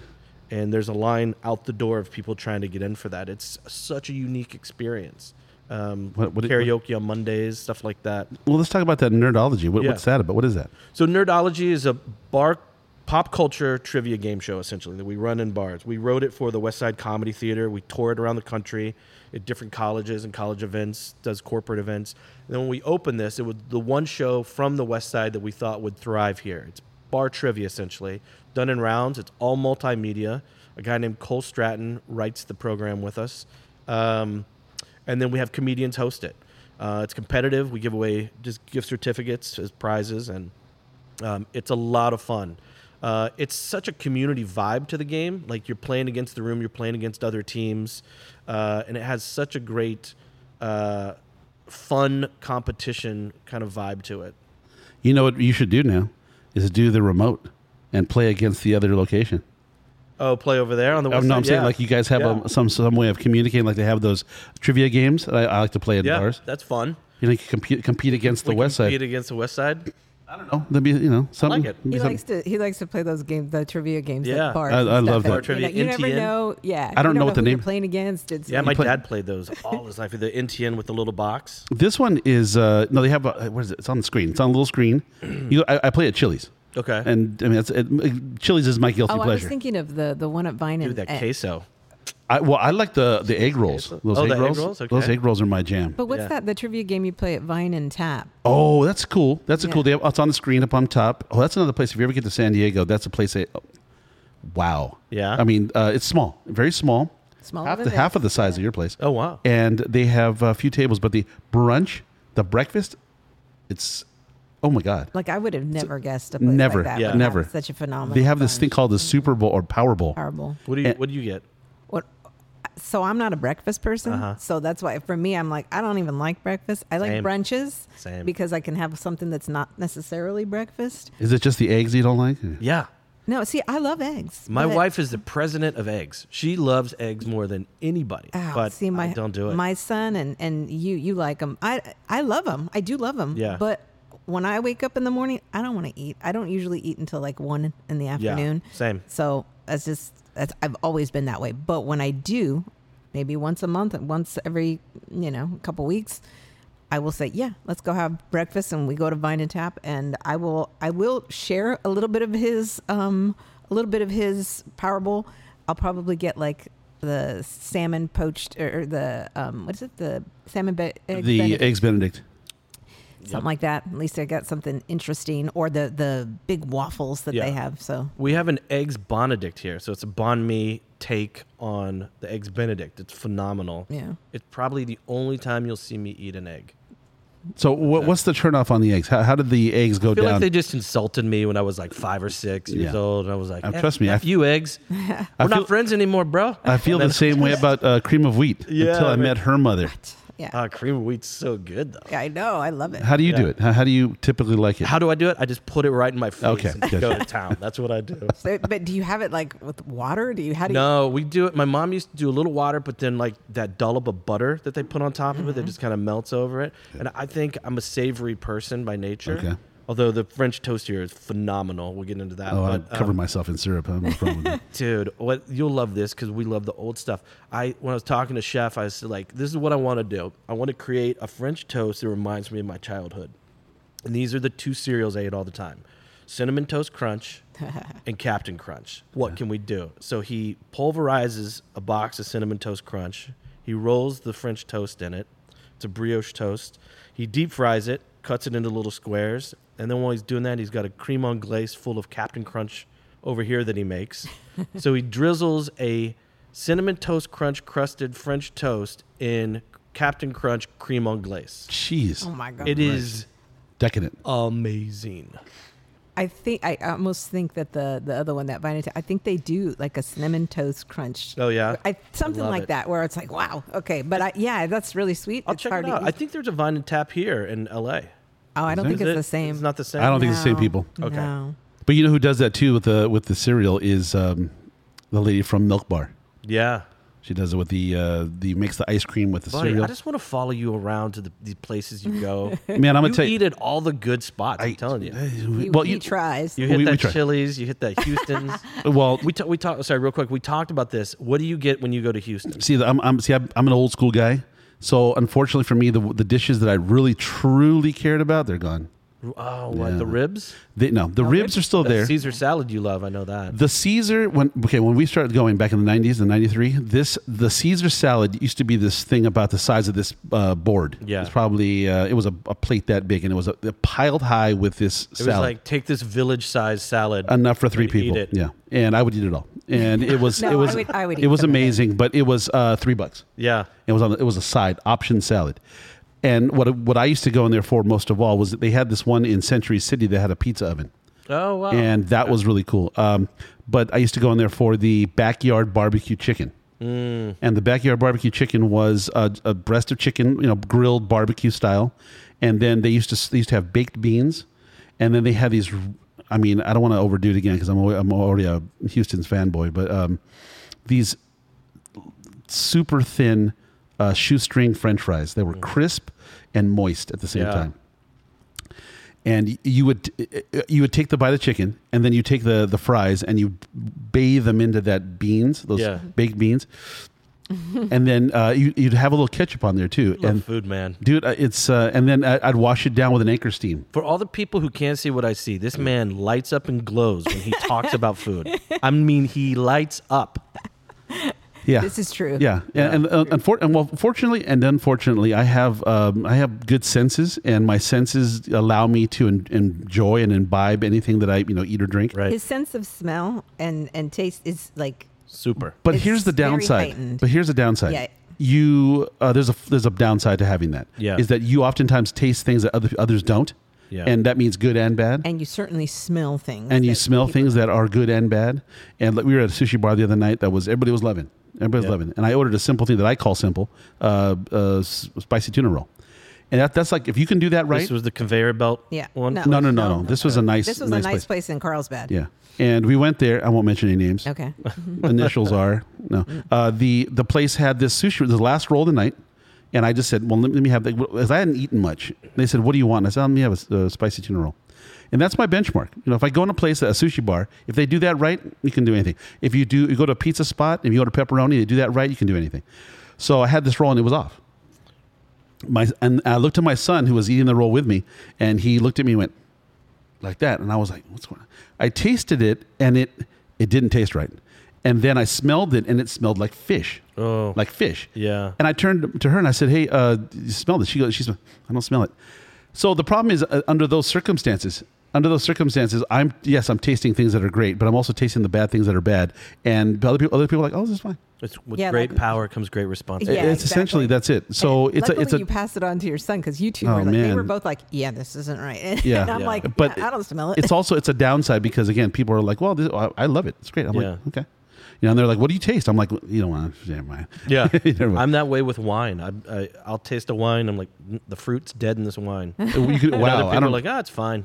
Speaker 3: and there's a line out the door of people trying to get in for that. It's such a unique experience. Um,
Speaker 2: What- what-
Speaker 3: karaoke on Mondays, stuff like that.
Speaker 2: Well, let's talk about that nerdology. What,
Speaker 3: Yeah.
Speaker 2: What's that about? What is that?
Speaker 3: So Nerdology is a bar pop culture trivia game show essentially that we run in bars. We wrote it for the West Side Comedy Theater. We tour it around the country at different colleges and college events, does corporate events. And then when we opened this, it was the one show from the West Side that we thought would thrive here. It's bar trivia essentially, done in rounds. It's all multimedia. A guy named Cole Stratton writes the program with us. Um, and then we have comedians host it. Uh, it's competitive. We give away just gift certificates as prizes, and um, it's a lot of fun. Uh, it's such a community vibe to the game. Like you're playing against the room, you're playing against other teams, uh, and it has such a great, uh, fun competition kind of vibe to it.
Speaker 2: You know what you should do now is do the remote and play against the other location.
Speaker 3: Oh, play over there on the.
Speaker 2: Oh,
Speaker 3: west
Speaker 2: no, I'm
Speaker 3: side?
Speaker 2: saying
Speaker 3: Yeah.
Speaker 2: like you guys have
Speaker 3: Yeah.
Speaker 2: um some some way of communicating. Like they have those trivia games. that I, I like to play in
Speaker 3: yeah,
Speaker 2: bars.
Speaker 3: that's fun.
Speaker 2: You know, you can compete compete against the West
Speaker 3: Beat
Speaker 2: Side.
Speaker 3: against the west side.
Speaker 2: I don't know. There'd be you know something.
Speaker 3: it.
Speaker 2: be
Speaker 1: He
Speaker 2: something-
Speaker 1: likes to he likes to play those games, the trivia games.
Speaker 3: Yeah.
Speaker 1: at bars
Speaker 2: I-
Speaker 1: and
Speaker 2: I
Speaker 1: stuff.
Speaker 2: love that. Bar
Speaker 1: And, you know,
Speaker 3: trivia,
Speaker 1: You never
Speaker 3: NTN.
Speaker 1: know. Yeah,
Speaker 2: I don't
Speaker 1: you
Speaker 2: know what the
Speaker 1: who you're
Speaker 2: name-
Speaker 1: Playing against. It's
Speaker 3: Yeah, my
Speaker 2: play-
Speaker 3: dad played those all his life. The NTN with the little box.
Speaker 2: This one is uh, no. They have a, what is it? It's on the screen. It's on a little screen. you, I, I play at Chili's,
Speaker 3: Okay.
Speaker 2: and I mean, it's, it, Chili's is my guilty
Speaker 1: Oh, I was
Speaker 2: pleasure.
Speaker 1: thinking of the the one at Vine
Speaker 3: Dude,
Speaker 1: and
Speaker 3: that
Speaker 1: and-
Speaker 3: queso.
Speaker 2: I, well, I like the the egg rolls.
Speaker 3: so-
Speaker 2: Those
Speaker 3: Oh,
Speaker 2: egg,
Speaker 3: the egg
Speaker 2: rolls,
Speaker 3: rolls?
Speaker 2: Those
Speaker 3: Okay.
Speaker 2: egg rolls are my jam.
Speaker 1: But what's
Speaker 3: Yeah.
Speaker 1: that? The trivia game you play at Vine and Tap.
Speaker 2: Oh, that's cool. That's a
Speaker 1: Yeah.
Speaker 2: cool. They have, it's on the screen up on top. Oh, that's another place. If you ever get to San Diego, that's a place. That, oh, wow.
Speaker 3: Yeah.
Speaker 2: I mean, uh, it's small, very small.
Speaker 1: Smaller
Speaker 2: half
Speaker 1: than
Speaker 2: the
Speaker 1: this.
Speaker 2: half of the size of your place.
Speaker 3: Oh wow.
Speaker 2: And they have a few tables, but the brunch, the breakfast, it's oh my god.
Speaker 1: Like I would have never guessed a place
Speaker 2: never,
Speaker 1: like that.
Speaker 3: yeah.
Speaker 1: but that
Speaker 2: never.
Speaker 1: was Such a phenomenon.
Speaker 2: They have this thing called the Super Bowl or Power Bowl.
Speaker 1: Horrible.
Speaker 3: What do
Speaker 2: Eh.
Speaker 3: you What do you get?
Speaker 1: What? So I'm not a breakfast person. So that's why for me, I'm like I don't even like breakfast. I like
Speaker 3: Uh-huh. Same.
Speaker 1: brunches
Speaker 3: Same.
Speaker 1: because I can have something that's not necessarily breakfast.
Speaker 2: Is it just the eggs you don't like?
Speaker 3: Yeah.
Speaker 1: No, see, I love eggs.
Speaker 3: My
Speaker 1: but-
Speaker 3: wife is the president of eggs. She loves eggs more than anybody.
Speaker 1: Oh,
Speaker 3: but
Speaker 1: see, my
Speaker 3: I don't do it.
Speaker 1: My son and and you you like them. I I love them. I do love them.
Speaker 3: Yeah.
Speaker 1: But when I wake up in the morning, I don't want to eat. I don't usually eat until like one in the afternoon.
Speaker 3: same.
Speaker 1: So that's just that's I've always been that way. But when I do, maybe once a month, once every you know couple weeks. I will say, yeah, let's go have breakfast, and we go to Vine and Tap, and I will, I will share a little bit of his, um, a little bit of his Powerball. I'll probably get like the salmon poached or the um, what is it, the salmon be- egg
Speaker 2: the
Speaker 1: Benedict,
Speaker 2: eggs Benedict.
Speaker 1: something like that. At least I got something interesting, or the the big waffles that
Speaker 3: Yeah.
Speaker 1: they have. So
Speaker 3: we have an eggs Benedict here, so it's a bon me take on the eggs Benedict. It's phenomenal.
Speaker 1: Yeah.
Speaker 3: It's probably the only time you'll see me eat an egg.
Speaker 2: So what, what's the turnoff on the eggs? How, how did the eggs go
Speaker 3: I feel
Speaker 2: down?
Speaker 3: like they just insulted me when I was like five or six years
Speaker 2: Yeah.
Speaker 3: old, and I was like,
Speaker 2: Uh,
Speaker 3: "F-
Speaker 2: trust me, I
Speaker 3: F
Speaker 2: f-
Speaker 3: you eggs. We're
Speaker 2: feel-
Speaker 3: not friends anymore, bro."
Speaker 2: I feel the same way about uh, cream of wheat
Speaker 3: Yeah,
Speaker 2: until I
Speaker 3: man.
Speaker 2: met her mother.
Speaker 1: yeah,
Speaker 3: Ah, cream of wheat's so good though.
Speaker 1: I know, I love it.
Speaker 2: How do you do
Speaker 3: Yeah.
Speaker 2: it? How, how do you typically like it?
Speaker 3: How do I do it? I just put it right in my face
Speaker 2: Okay,
Speaker 3: and
Speaker 2: good.
Speaker 3: go to town. That's what I do.
Speaker 1: So, but do you have it like with water? Do you how do
Speaker 3: No, we do it. My mom used to do a little water, but then like that dollop of butter that they put on top of it that just kind of melts over it. And I think I'm a savory person by nature.
Speaker 2: Okay.
Speaker 3: Although the French toast here is phenomenal. We'll get into that.
Speaker 2: oh, I
Speaker 3: but, um,
Speaker 2: covered myself in syrup. I have no problem with that.
Speaker 3: dude what you'll love this because we love the old stuff i when i was talking to chef i was like this is what i want to do i want to create a french toast that reminds me of my childhood And these are the two cereals I ate all the time Cinnamon Toast Crunch and Captain Crunch. What can we do? So he pulverizes a box of Cinnamon Toast Crunch. He rolls the French toast in it. It's a brioche toast. He deep fries it, cuts it into little squares. And then while he's doing that, he's got a cream on glace full of Captain Crunch over here that he makes. so he drizzles a cinnamon toast crunch crusted French toast in Captain Crunch cream on glace.
Speaker 2: Jeez.
Speaker 1: Oh my god.
Speaker 3: It is
Speaker 2: Decadent.
Speaker 3: amazing.
Speaker 1: I think I almost think that the the other one that Vine I think they do like a cinnamon toast crunch.
Speaker 3: Oh, yeah?
Speaker 1: I, something
Speaker 3: Love
Speaker 1: like
Speaker 3: it.
Speaker 1: that where it's like wow okay, but I, yeah, that's really sweet.
Speaker 3: I'll
Speaker 1: it's
Speaker 3: check
Speaker 1: hard
Speaker 3: it out.
Speaker 1: to
Speaker 3: I
Speaker 1: eat.
Speaker 3: think there's a Vine and Tap here in LA.
Speaker 1: oh, I don't think
Speaker 3: Is
Speaker 1: it's
Speaker 3: it?
Speaker 1: the same.
Speaker 3: It's not the same.
Speaker 2: I don't think it's the same
Speaker 1: No.
Speaker 2: people.
Speaker 3: Okay.
Speaker 1: No.
Speaker 2: But you know who does that too with the with the cereal is um, the lady from Milk Bar.
Speaker 3: Yeah.
Speaker 2: She does it with the uh, the makes the ice cream with the
Speaker 3: Buddy,
Speaker 2: cereal.
Speaker 3: I just want to follow you around to the, the places you go.
Speaker 2: Man, I'm gonna
Speaker 3: you
Speaker 2: tell you-
Speaker 3: eat at all the good spots. I, am telling you.
Speaker 1: He,
Speaker 2: well,
Speaker 1: he
Speaker 2: you,
Speaker 1: tries.
Speaker 3: You hit
Speaker 2: we- we
Speaker 3: that
Speaker 2: try.
Speaker 3: Chili's. You hit that Houston's.
Speaker 2: well,
Speaker 3: we ta- we talked. Sorry, real quick. We talked about this. What do you get when you go to Houston?
Speaker 2: see, I'm, I'm see, I'm, I'm an old school guy. So unfortunately for me, the the dishes that I really truly cared about, they're gone.
Speaker 3: Oh, what the ribs?
Speaker 2: They, no, the ribs are still there.
Speaker 3: Caesar salad you love. I know that.
Speaker 2: The Caesar when okay when we started going back in the nineties and ninety three this the Caesar salad used to be this thing about the size of this uh, board
Speaker 3: Yeah.
Speaker 2: it's probably uh, it was a, a plate that big and it was a, piled high with this
Speaker 3: It was
Speaker 2: salad
Speaker 3: like take this village-sized salad.
Speaker 2: enough for three
Speaker 3: and eat
Speaker 2: people
Speaker 3: it.
Speaker 2: yeah and I would eat it all and it was
Speaker 1: No,
Speaker 2: it was
Speaker 1: I would- I would
Speaker 2: it
Speaker 1: eat
Speaker 2: was
Speaker 1: some of it.
Speaker 2: amazing but it was uh, three bucks
Speaker 3: Yeah.
Speaker 2: it was on. the- It was a side option salad, and what what I used to go in there for most of all was that they had this one in Century City that had a pizza oven,
Speaker 3: Oh wow.
Speaker 2: and that was really cool. Um, but I used to go in there for the backyard barbecue chicken,
Speaker 3: Mm.
Speaker 2: and the backyard barbecue chicken was a, a breast of chicken, you know, grilled barbecue style, and then they used to they used to have baked beans, and then they had these. I mean, I don't want to overdo it again because I'm al- I'm already a Houston's fanboy, but um, these super thin uh, shoestring french fries. They were crisp and moist at the same
Speaker 3: Mm. Yeah.
Speaker 2: time. And y- you would uh, you would take the bite of chicken, and then you take the the fries, and you bathe them into that beans, those
Speaker 3: Yeah.
Speaker 2: baked beans, and then uh, you, you'd have a little ketchup on there too.
Speaker 3: Love
Speaker 2: And
Speaker 3: food, man.
Speaker 2: dude, uh, it's uh, and then I, I'd wash it down with an anchor steam.
Speaker 3: For all the people who can't see what I see, this man lights up and glows when he talks about food. I mean, he lights up.
Speaker 2: Yeah,
Speaker 1: This is true.
Speaker 2: Yeah, and, and, uh, unfor- and well, fortunately and unfortunately, I have um, I have good senses, and my senses allow me to en- enjoy and imbibe anything that I you know eat or drink.
Speaker 3: Right.
Speaker 1: His sense of smell and and taste is like
Speaker 3: Super.
Speaker 2: But
Speaker 1: It's
Speaker 2: here's the
Speaker 1: very
Speaker 2: downside.
Speaker 1: heightened.
Speaker 2: But here's the downside.
Speaker 1: Yeah.
Speaker 2: You uh, there's a there's a downside to having that.
Speaker 3: Yeah.
Speaker 2: Is that you oftentimes taste things that other others don't.
Speaker 3: Yeah.
Speaker 2: And that means good and bad.
Speaker 1: and you certainly smell things.
Speaker 2: and you
Speaker 1: that
Speaker 2: smell
Speaker 1: people-
Speaker 2: things that are good and bad. And like, we were at a sushi bar the other night that was everybody was loving. Everybody was
Speaker 3: Yeah.
Speaker 2: loving. And I ordered a simple thing that I call simple, uh, uh, s- spicy tuna roll. And that, that's like if you can do that right.
Speaker 3: This was the conveyor belt
Speaker 1: Yeah.
Speaker 3: one.
Speaker 2: no, no, no, no, This was a nice,
Speaker 1: This was
Speaker 2: nice,
Speaker 1: a nice place. in Carlsbad.
Speaker 2: Yeah. And we went there. I won't mention any names.
Speaker 1: Okay.
Speaker 2: Initials are no. Uh, the the place had this sushi. The last roll of the night. And I just said, well, let me have that. Because I hadn't eaten much. They said, what do you want? I said, let me have a s- a, spicy tuna roll. And that's my benchmark. You know, if I go in a place, a sushi bar, if they do that right, you can do anything. If you do, you go to a pizza spot, if you go to pepperoni, they do that right, you can do anything. So I had this roll and it was off. My and I looked at my son who was eating the roll with me, and he looked at me and went like that, and I was like, "What's going on?" I tasted it, and it it didn't taste right. And then I smelled it, and it smelled like fish,
Speaker 3: Oh.
Speaker 2: like fish.
Speaker 3: Yeah.
Speaker 2: And I turned to her and I said, "Hey, uh, do you smell this?" She goes, "She's, I don't smell it." So the problem is, uh, under those circumstances, under those circumstances, I'm yes, I'm tasting things that are great, but I'm also tasting the bad things that are bad. And other people, other people are like, "Oh, this is fine."
Speaker 3: It's, with
Speaker 1: Yeah,
Speaker 3: great
Speaker 1: like-
Speaker 3: power comes great responsibility.
Speaker 1: Yeah,
Speaker 2: it's essentially
Speaker 1: exactly.
Speaker 2: that's it. So
Speaker 1: And
Speaker 2: it's a,
Speaker 1: luckily
Speaker 2: it's a
Speaker 1: you pass it on to your son because you two
Speaker 2: Oh,
Speaker 1: were like they were
Speaker 2: man.
Speaker 1: both like, yeah, this isn't right. And,
Speaker 2: Yeah.
Speaker 1: I'm
Speaker 2: Yeah.
Speaker 1: like,
Speaker 2: But
Speaker 1: but I don't smell it.
Speaker 2: it's also it's a downside because again people are like well this, I, I love it it's great i'm
Speaker 3: Yeah.
Speaker 2: like okay you know and they're like what do you taste i'm like well, you don't want to never mind
Speaker 3: Yeah,
Speaker 2: Never mind.
Speaker 3: I'm that way with wine. I, I I'll taste a wine. I'm like, "Mm, the fruit's dead in this wine. And
Speaker 2: You could-
Speaker 3: other
Speaker 2: wow
Speaker 3: people
Speaker 2: i
Speaker 3: are
Speaker 2: don't
Speaker 3: like,
Speaker 2: like
Speaker 3: ah, it's fine.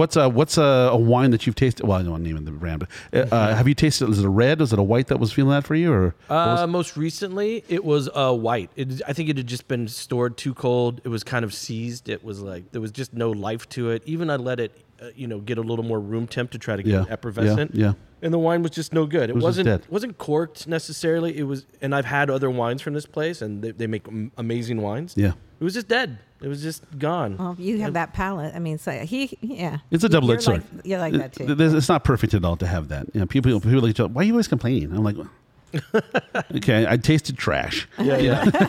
Speaker 2: what's a what's a, a wine that you've tasted well i don't want to name the brand but uh, uh, have you tasted is it a red is it a white that was feeling that for you or
Speaker 3: Uh, most recently, it was uh, white. It, I think it had just been stored too cold. It was kind of seized. It was like there was just no life to it. Even I let it uh, you know, get a little more room temp to try to get
Speaker 2: Yeah.
Speaker 3: it effervescent.
Speaker 2: Yeah. yeah.
Speaker 3: And the wine was just no good. It,
Speaker 2: was just
Speaker 3: was not
Speaker 2: dead.
Speaker 3: wasn't corked necessarily. It was, and I've had other wines from this place, and they, they make am- amazing wines.
Speaker 2: Yeah.
Speaker 3: It was just dead. It was just gone.
Speaker 1: Well, you have that palate. I mean, so he, yeah.
Speaker 2: It's a double edged
Speaker 1: You're
Speaker 2: sword.
Speaker 1: like- You're like that
Speaker 2: It-
Speaker 1: too.
Speaker 2: there's- Uh, it's not perfect at all to have that. You know, people people like, why are you always complaining? I'm like, okay, I tasted trash.
Speaker 3: yeah, yeah.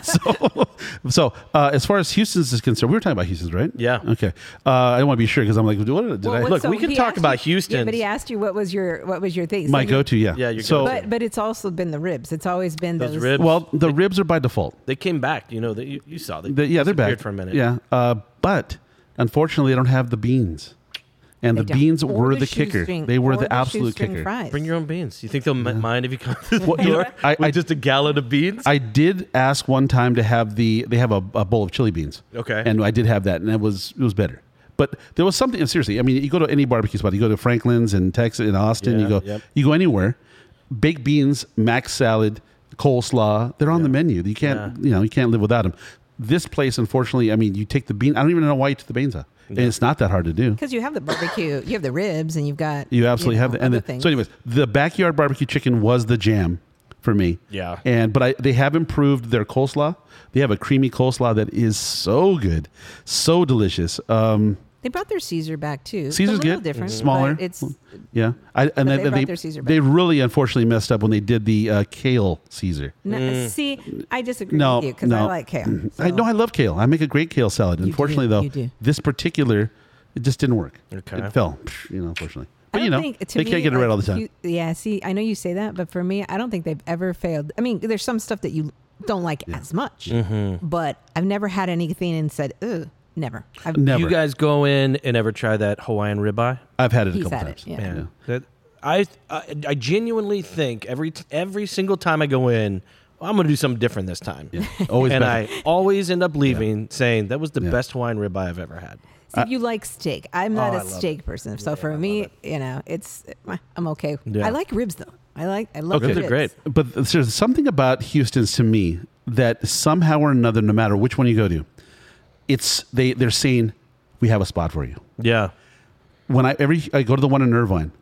Speaker 2: so, so uh, as far as Houston's is concerned, we were talking about Houston's, right?
Speaker 3: Yeah.
Speaker 2: Okay. Uh, I want to be sure because I'm like, what did, did
Speaker 1: Well,
Speaker 2: I
Speaker 1: what-
Speaker 3: Look,
Speaker 1: so
Speaker 3: we can
Speaker 1: he
Speaker 3: talk
Speaker 1: asked
Speaker 3: about
Speaker 1: you-
Speaker 3: Houston.
Speaker 1: Yeah, but he asked you what was your what was your thing. So
Speaker 2: my
Speaker 1: you-
Speaker 2: go-to? Yeah.
Speaker 3: Yeah, your
Speaker 2: so
Speaker 3: go-to.
Speaker 1: But but it's also been the ribs. It's always been those,
Speaker 3: Those ribs.
Speaker 2: well, the ribs are by default.
Speaker 3: they came back. You know, they, you, you saw. They,
Speaker 2: The- yeah, they're
Speaker 3: disappeared
Speaker 2: back
Speaker 3: for a minute.
Speaker 2: Yeah, uh, but unfortunately, I don't have the beans, and
Speaker 1: They
Speaker 2: the
Speaker 1: don't.
Speaker 2: beans
Speaker 1: Or
Speaker 2: were
Speaker 1: the
Speaker 2: the, kicker.
Speaker 1: shoestring-
Speaker 2: They were
Speaker 1: or
Speaker 2: the, absolute
Speaker 1: shoestring
Speaker 2: kicker.
Speaker 1: Fries.
Speaker 3: Bring your own beans. You think they'll mi- mind if you come through the
Speaker 2: Well, you know,
Speaker 3: door
Speaker 2: I-
Speaker 3: with
Speaker 2: I-
Speaker 3: just a gallon of beans?
Speaker 2: I did ask one time to have the they have a, a bowl of chili beans.
Speaker 3: Okay.
Speaker 2: And I did have that and that was it was better. But there was something seriously, I mean you go to any barbecue spot, you go to Franklin's in Texas in Austin, you
Speaker 3: Yeah,
Speaker 2: go
Speaker 3: yep.
Speaker 2: you go anywhere, baked beans, mac salad, coleslaw, they're on the menu. You can't you know, you can't live without them. This place unfortunately, I mean, you take the bean, I don't even know why you took the beans out. And it's not that hard to do.
Speaker 1: because you have the barbecue, you have the ribs, and you've got
Speaker 2: You absolutely have
Speaker 1: know,
Speaker 2: that. And
Speaker 1: other
Speaker 2: then,
Speaker 1: things.
Speaker 2: so, anyways, the backyard barbecue chicken was the jam for me.
Speaker 3: Yeah.
Speaker 2: And but I they have improved their coleslaw. They have a creamy coleslaw that is so good, so delicious. Um,
Speaker 1: they brought their Caesar back too. It's
Speaker 2: Caesar's
Speaker 1: a little
Speaker 2: good, Mm-hmm.
Speaker 1: different,
Speaker 2: smaller.
Speaker 1: but It's
Speaker 2: yeah. I and
Speaker 1: they
Speaker 2: then
Speaker 1: brought
Speaker 2: they
Speaker 1: their Caesar back.
Speaker 2: they really unfortunately messed up when they did the uh, kale Caesar.
Speaker 1: no,
Speaker 3: Mm.
Speaker 1: see, I disagree
Speaker 2: No,
Speaker 1: with you because I
Speaker 2: no. Mm-hmm.
Speaker 1: like kale.
Speaker 2: I
Speaker 1: so-
Speaker 2: know I love kale. I make a great kale salad. unfortunately,
Speaker 1: do,
Speaker 2: though,
Speaker 1: you do.
Speaker 2: this particular it just didn't work.
Speaker 3: Okay.
Speaker 2: It fell. Psh, You know, unfortunately.
Speaker 1: I
Speaker 2: But you know,
Speaker 1: don't think- to
Speaker 2: they
Speaker 1: me,
Speaker 2: can't get it right
Speaker 1: like,
Speaker 2: all the time.
Speaker 1: you- yeah, see, I know you say that, but for me, I don't think they've ever failed. I mean, there's some stuff that you don't like as much,
Speaker 3: Mm-hmm.
Speaker 1: but I've never had anything and said, "Ugh, never." I've,
Speaker 2: Never.
Speaker 3: You guys go in and ever try that Hawaiian ribeye?
Speaker 2: I've had it a
Speaker 1: He's
Speaker 2: couple
Speaker 1: had
Speaker 2: times.
Speaker 1: it, yeah.
Speaker 3: Man, that I, I I genuinely think every every single time I go in, "Well, I'm going to do something different this time.
Speaker 2: Always
Speaker 3: and
Speaker 2: better.
Speaker 3: I always end up leaving saying that was the
Speaker 2: Yeah.
Speaker 3: best Hawaiian ribeye I've ever had.
Speaker 1: see, you like steak. I'm not
Speaker 3: Oh, I
Speaker 1: a
Speaker 3: love
Speaker 1: steak person, so for me, you know, it's eh, I'm okay.
Speaker 3: Yeah.
Speaker 1: I like ribs though. I like I love
Speaker 2: Okay.
Speaker 1: ribs.
Speaker 2: Ribs
Speaker 3: are great.
Speaker 2: But there's something about Houston's to me that somehow or another, no matter which one you go to, it's they they're saying we have a spot for you.
Speaker 3: Yeah.
Speaker 2: When I every I go to the one in Irvine,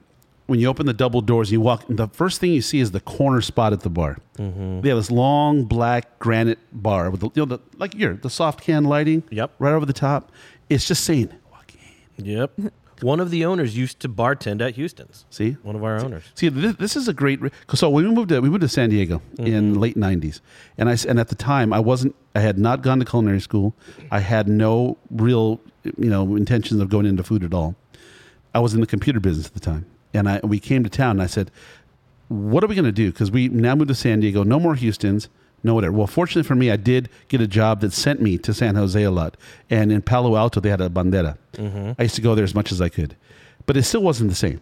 Speaker 2: when you open the double doors, you walk. The first thing you see is the corner spot at the bar. They have this long black granite bar with the, you know the like your the soft can lighting.
Speaker 3: Yep.
Speaker 2: Right over the top. It's just saying. walk in.
Speaker 3: Yep. One of the owners used to bartend at Houston's.
Speaker 2: See,
Speaker 3: One of our owners.
Speaker 2: See, this, this is a great. Re- 'cause so when we moved to we moved to San Diego in late '90s, and I s- and at the time I wasn't I had not gone to culinary school. I had no real you know intentions of going into food at all. I was in the computer business at the time, and I we came to town. and I said, "What are we going to do?" Because we now moved to San Diego. No more Houston's. No whatever. Well, fortunately for me, I did get a job that sent me to San Jose a lot, and in Palo Alto they had a bandera. I used to go there as much as I could, but it still wasn't the same.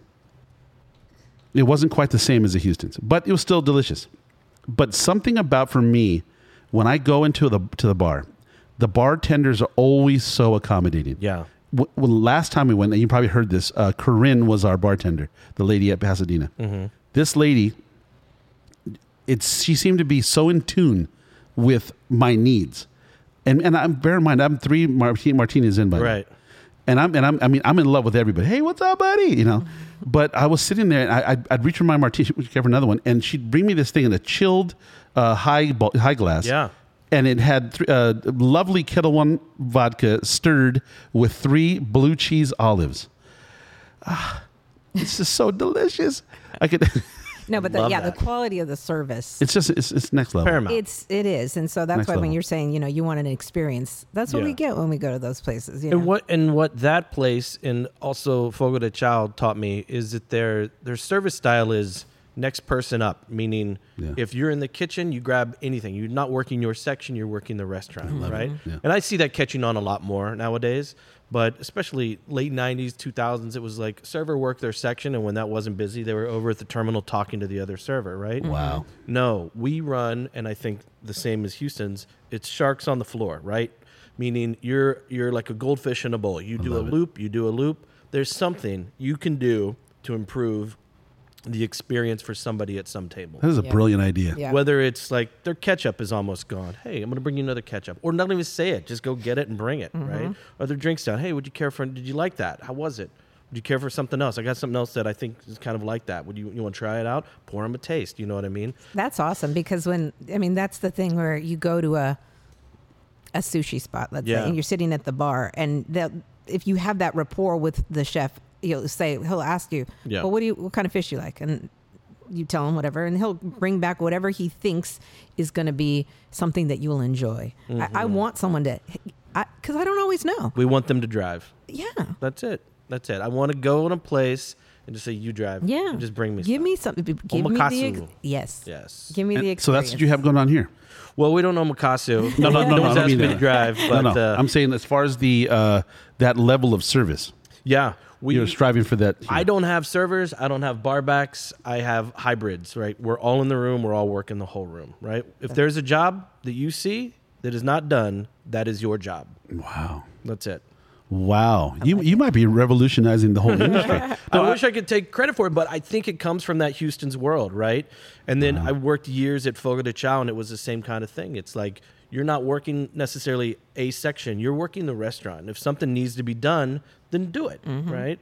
Speaker 2: It wasn't quite the same as a Houston's, but it was still delicious. But something about for me, when I go into the to the bar, the bartenders are always so accommodating.
Speaker 3: Yeah.
Speaker 2: W- when last time we went, and you probably heard this, uh, Corinne was our bartender, the lady at Pasadena. This lady, it's she seemed to be so in tune with my needs, and and I'm bear in mind I'm three marti- martinis in by now.
Speaker 3: Right.
Speaker 2: And I'm and I'm I mean I'm in love with everybody. Hey, what's up, buddy? You know, but I was sitting there and I I'd, I'd reach for my martini, she would give her another one, and she'd bring me this thing in a chilled uh, high bo- high glass.
Speaker 3: Yeah.
Speaker 2: And it had th- uh, lovely Kettle One vodka stirred with three blue cheese olives. Ah, it's just so delicious. I could.
Speaker 1: No, but the,
Speaker 3: Love
Speaker 1: yeah,
Speaker 3: that.
Speaker 1: the quality of the service.
Speaker 2: It's just it's, it's next level.
Speaker 3: Paramount.
Speaker 1: It's it is, and so that's
Speaker 2: Next
Speaker 1: why when
Speaker 2: level.
Speaker 1: you're saying you know you want an experience, that's what
Speaker 3: Yeah.
Speaker 1: we get when we go to those places. You know?
Speaker 3: And what and what that place and also Fogo de Chao taught me is that their their service style is next person up, meaning
Speaker 2: Yeah.
Speaker 3: if you're in the kitchen, you grab anything. You're not working your section, you're working the restaurant, right?
Speaker 2: Yeah.
Speaker 3: And I see that catching on a lot more nowadays, but especially late 90s, 2000s, it was like server worked their section and when that wasn't busy, they were over at the terminal talking to the other server, right? Mm-hmm.
Speaker 2: Wow.
Speaker 3: No, we run, and I think the same as Houston's. It's sharks on the floor, right? Meaning you're you're like a goldfish in a bowl. You do a loop, you do a loop. There's something you can do to improve the experience for somebody at some table.
Speaker 2: That is a
Speaker 1: Yeah.
Speaker 2: brilliant idea.
Speaker 1: Yeah.
Speaker 3: Whether it's like their ketchup is almost gone. Hey, I'm gonna bring you another ketchup, or not
Speaker 1: Mm-hmm.
Speaker 3: even say it. Just go get it and bring it, right? Or their drinks down. Hey, would you care for? Did you like that? How was it? Would you care for something else? I got something else that I think is kind of like that. Would you you want to try it out? Pour them a taste. You know what I mean?
Speaker 1: That's awesome because when I mean that's the thing where you go to a a sushi spot, let's
Speaker 3: Yeah.
Speaker 1: say, and you're sitting at the bar, and they'll- if you have that rapport with the chef, he'll say he'll ask you,
Speaker 3: Yeah.
Speaker 1: "Well, what do you what kind of fish you like?" and you tell him whatever, and he'll bring back whatever he thinks is going to be something that you'll enjoy. I, I
Speaker 3: Mm-hmm.
Speaker 1: want someone to, because I, don't always know.
Speaker 3: We want them to drive.
Speaker 1: Yeah,
Speaker 3: That's it. That's it. I want to go in a place and just say you drive.
Speaker 1: yeah.
Speaker 3: And just bring me.
Speaker 1: Give
Speaker 3: stuff.
Speaker 1: me something. Give me the
Speaker 3: Omakase.
Speaker 1: ex- yes.
Speaker 3: Yes.
Speaker 1: Give me the
Speaker 2: And so
Speaker 1: experience.
Speaker 2: that's what you have going on here.
Speaker 3: Well, we don't know Makasu.
Speaker 2: No, no, no, no,
Speaker 3: one's
Speaker 2: I don't
Speaker 3: asked
Speaker 2: mean
Speaker 3: me
Speaker 2: that.
Speaker 3: to drive, but
Speaker 2: no, no.
Speaker 3: uh,
Speaker 2: I'm saying as far as the uh, that level of service,
Speaker 3: yeah, we.
Speaker 2: you're striving for that.
Speaker 3: I don't have servers. I don't have barbacks. I have hybrids. Right, we're all in the room. We're all working the whole room. Right. If there's a job that you see that is not done, that is your job.
Speaker 2: Wow.
Speaker 3: That's it.
Speaker 2: Wow. you you might be revolutionizing the whole industry.
Speaker 3: I, wish I could take credit for it, but I think it comes from that Houston's world, right? And
Speaker 1: Uh-huh.
Speaker 3: then I worked years at Fogo de Chao, and it was the same kind of thing. It's like you're not working necessarily a section; you're working the restaurant. If something needs to be done, then do it, right?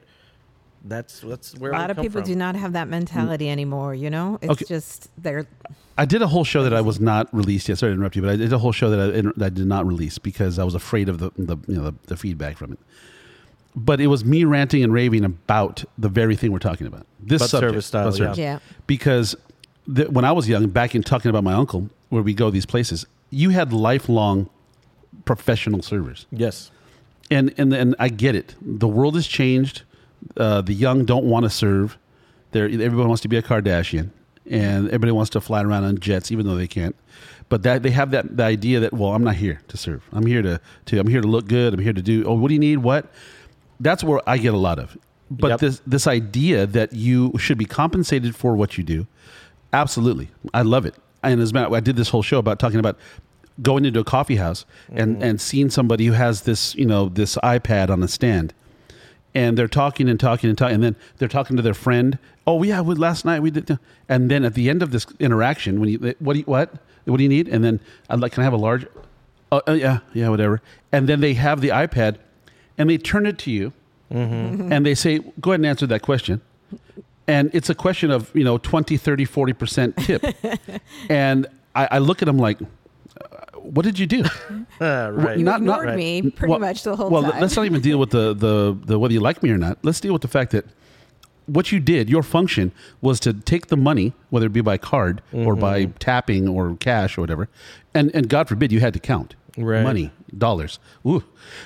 Speaker 3: That's that's where
Speaker 1: Mm-hmm. a lot of people do not have that mentality anymore. You know, it's
Speaker 2: Okay.
Speaker 1: just they're
Speaker 2: I did a whole show that I was not released yet. Sorry to interrupt you, but I did a whole show that I, that I did not release because I was afraid of the, the you know the, the feedback from it. But it was me ranting and raving about the very thing we're talking about. This
Speaker 3: About
Speaker 2: subject,
Speaker 3: service style,
Speaker 2: about
Speaker 3: yeah.
Speaker 1: Yeah.
Speaker 2: Because the, when I was young, back in talking about my uncle, where we go these places, you had lifelong professional servers
Speaker 3: Yes,
Speaker 2: and and and I get it. The world has changed. Uh, the young don't want to serve. They're, everyone wants to be a Kardashian, and everybody wants to fly around on jets, even though they can't. But that they have that the idea that well, I'm not here to serve. I'm here to to I'm here to look good. I'm here to do. Oh, what do you need? What? That's where I get a lot of. But
Speaker 3: Yep.
Speaker 2: this this idea that you should be compensated for what you do, absolutely, I love it. And as a matter, I did this whole show about talking about going into a coffee house and and seeing somebody who has this you know this iPad on a stand, and they're talking and talking and talking, and then they're talking to their friend. Oh yeah, we, last night we did, th-" and then at the end of this interaction, when you what do you, what what do you need? And then I'd like, can I have a large? Oh oh, yeah, yeah, whatever. And then they have the iPad, and they turn it to you, and they say, go ahead and answer that question. And it's a question of, you know, 20, 30, 40% tip. and I, I look at them like, what did you do?
Speaker 3: Uh, right.
Speaker 1: You
Speaker 2: Not- not-
Speaker 1: ignored me pretty much the whole
Speaker 2: well,
Speaker 1: time.
Speaker 2: let's not even deal with the, the, the whether you like me or not. Let's deal with the fact that what you did, your function was to take the money, whether it be by card or by
Speaker 3: Mm-hmm.
Speaker 2: tapping or cash or whatever, and, and God forbid you had to count
Speaker 3: Right.
Speaker 2: money, dollars. Ooh.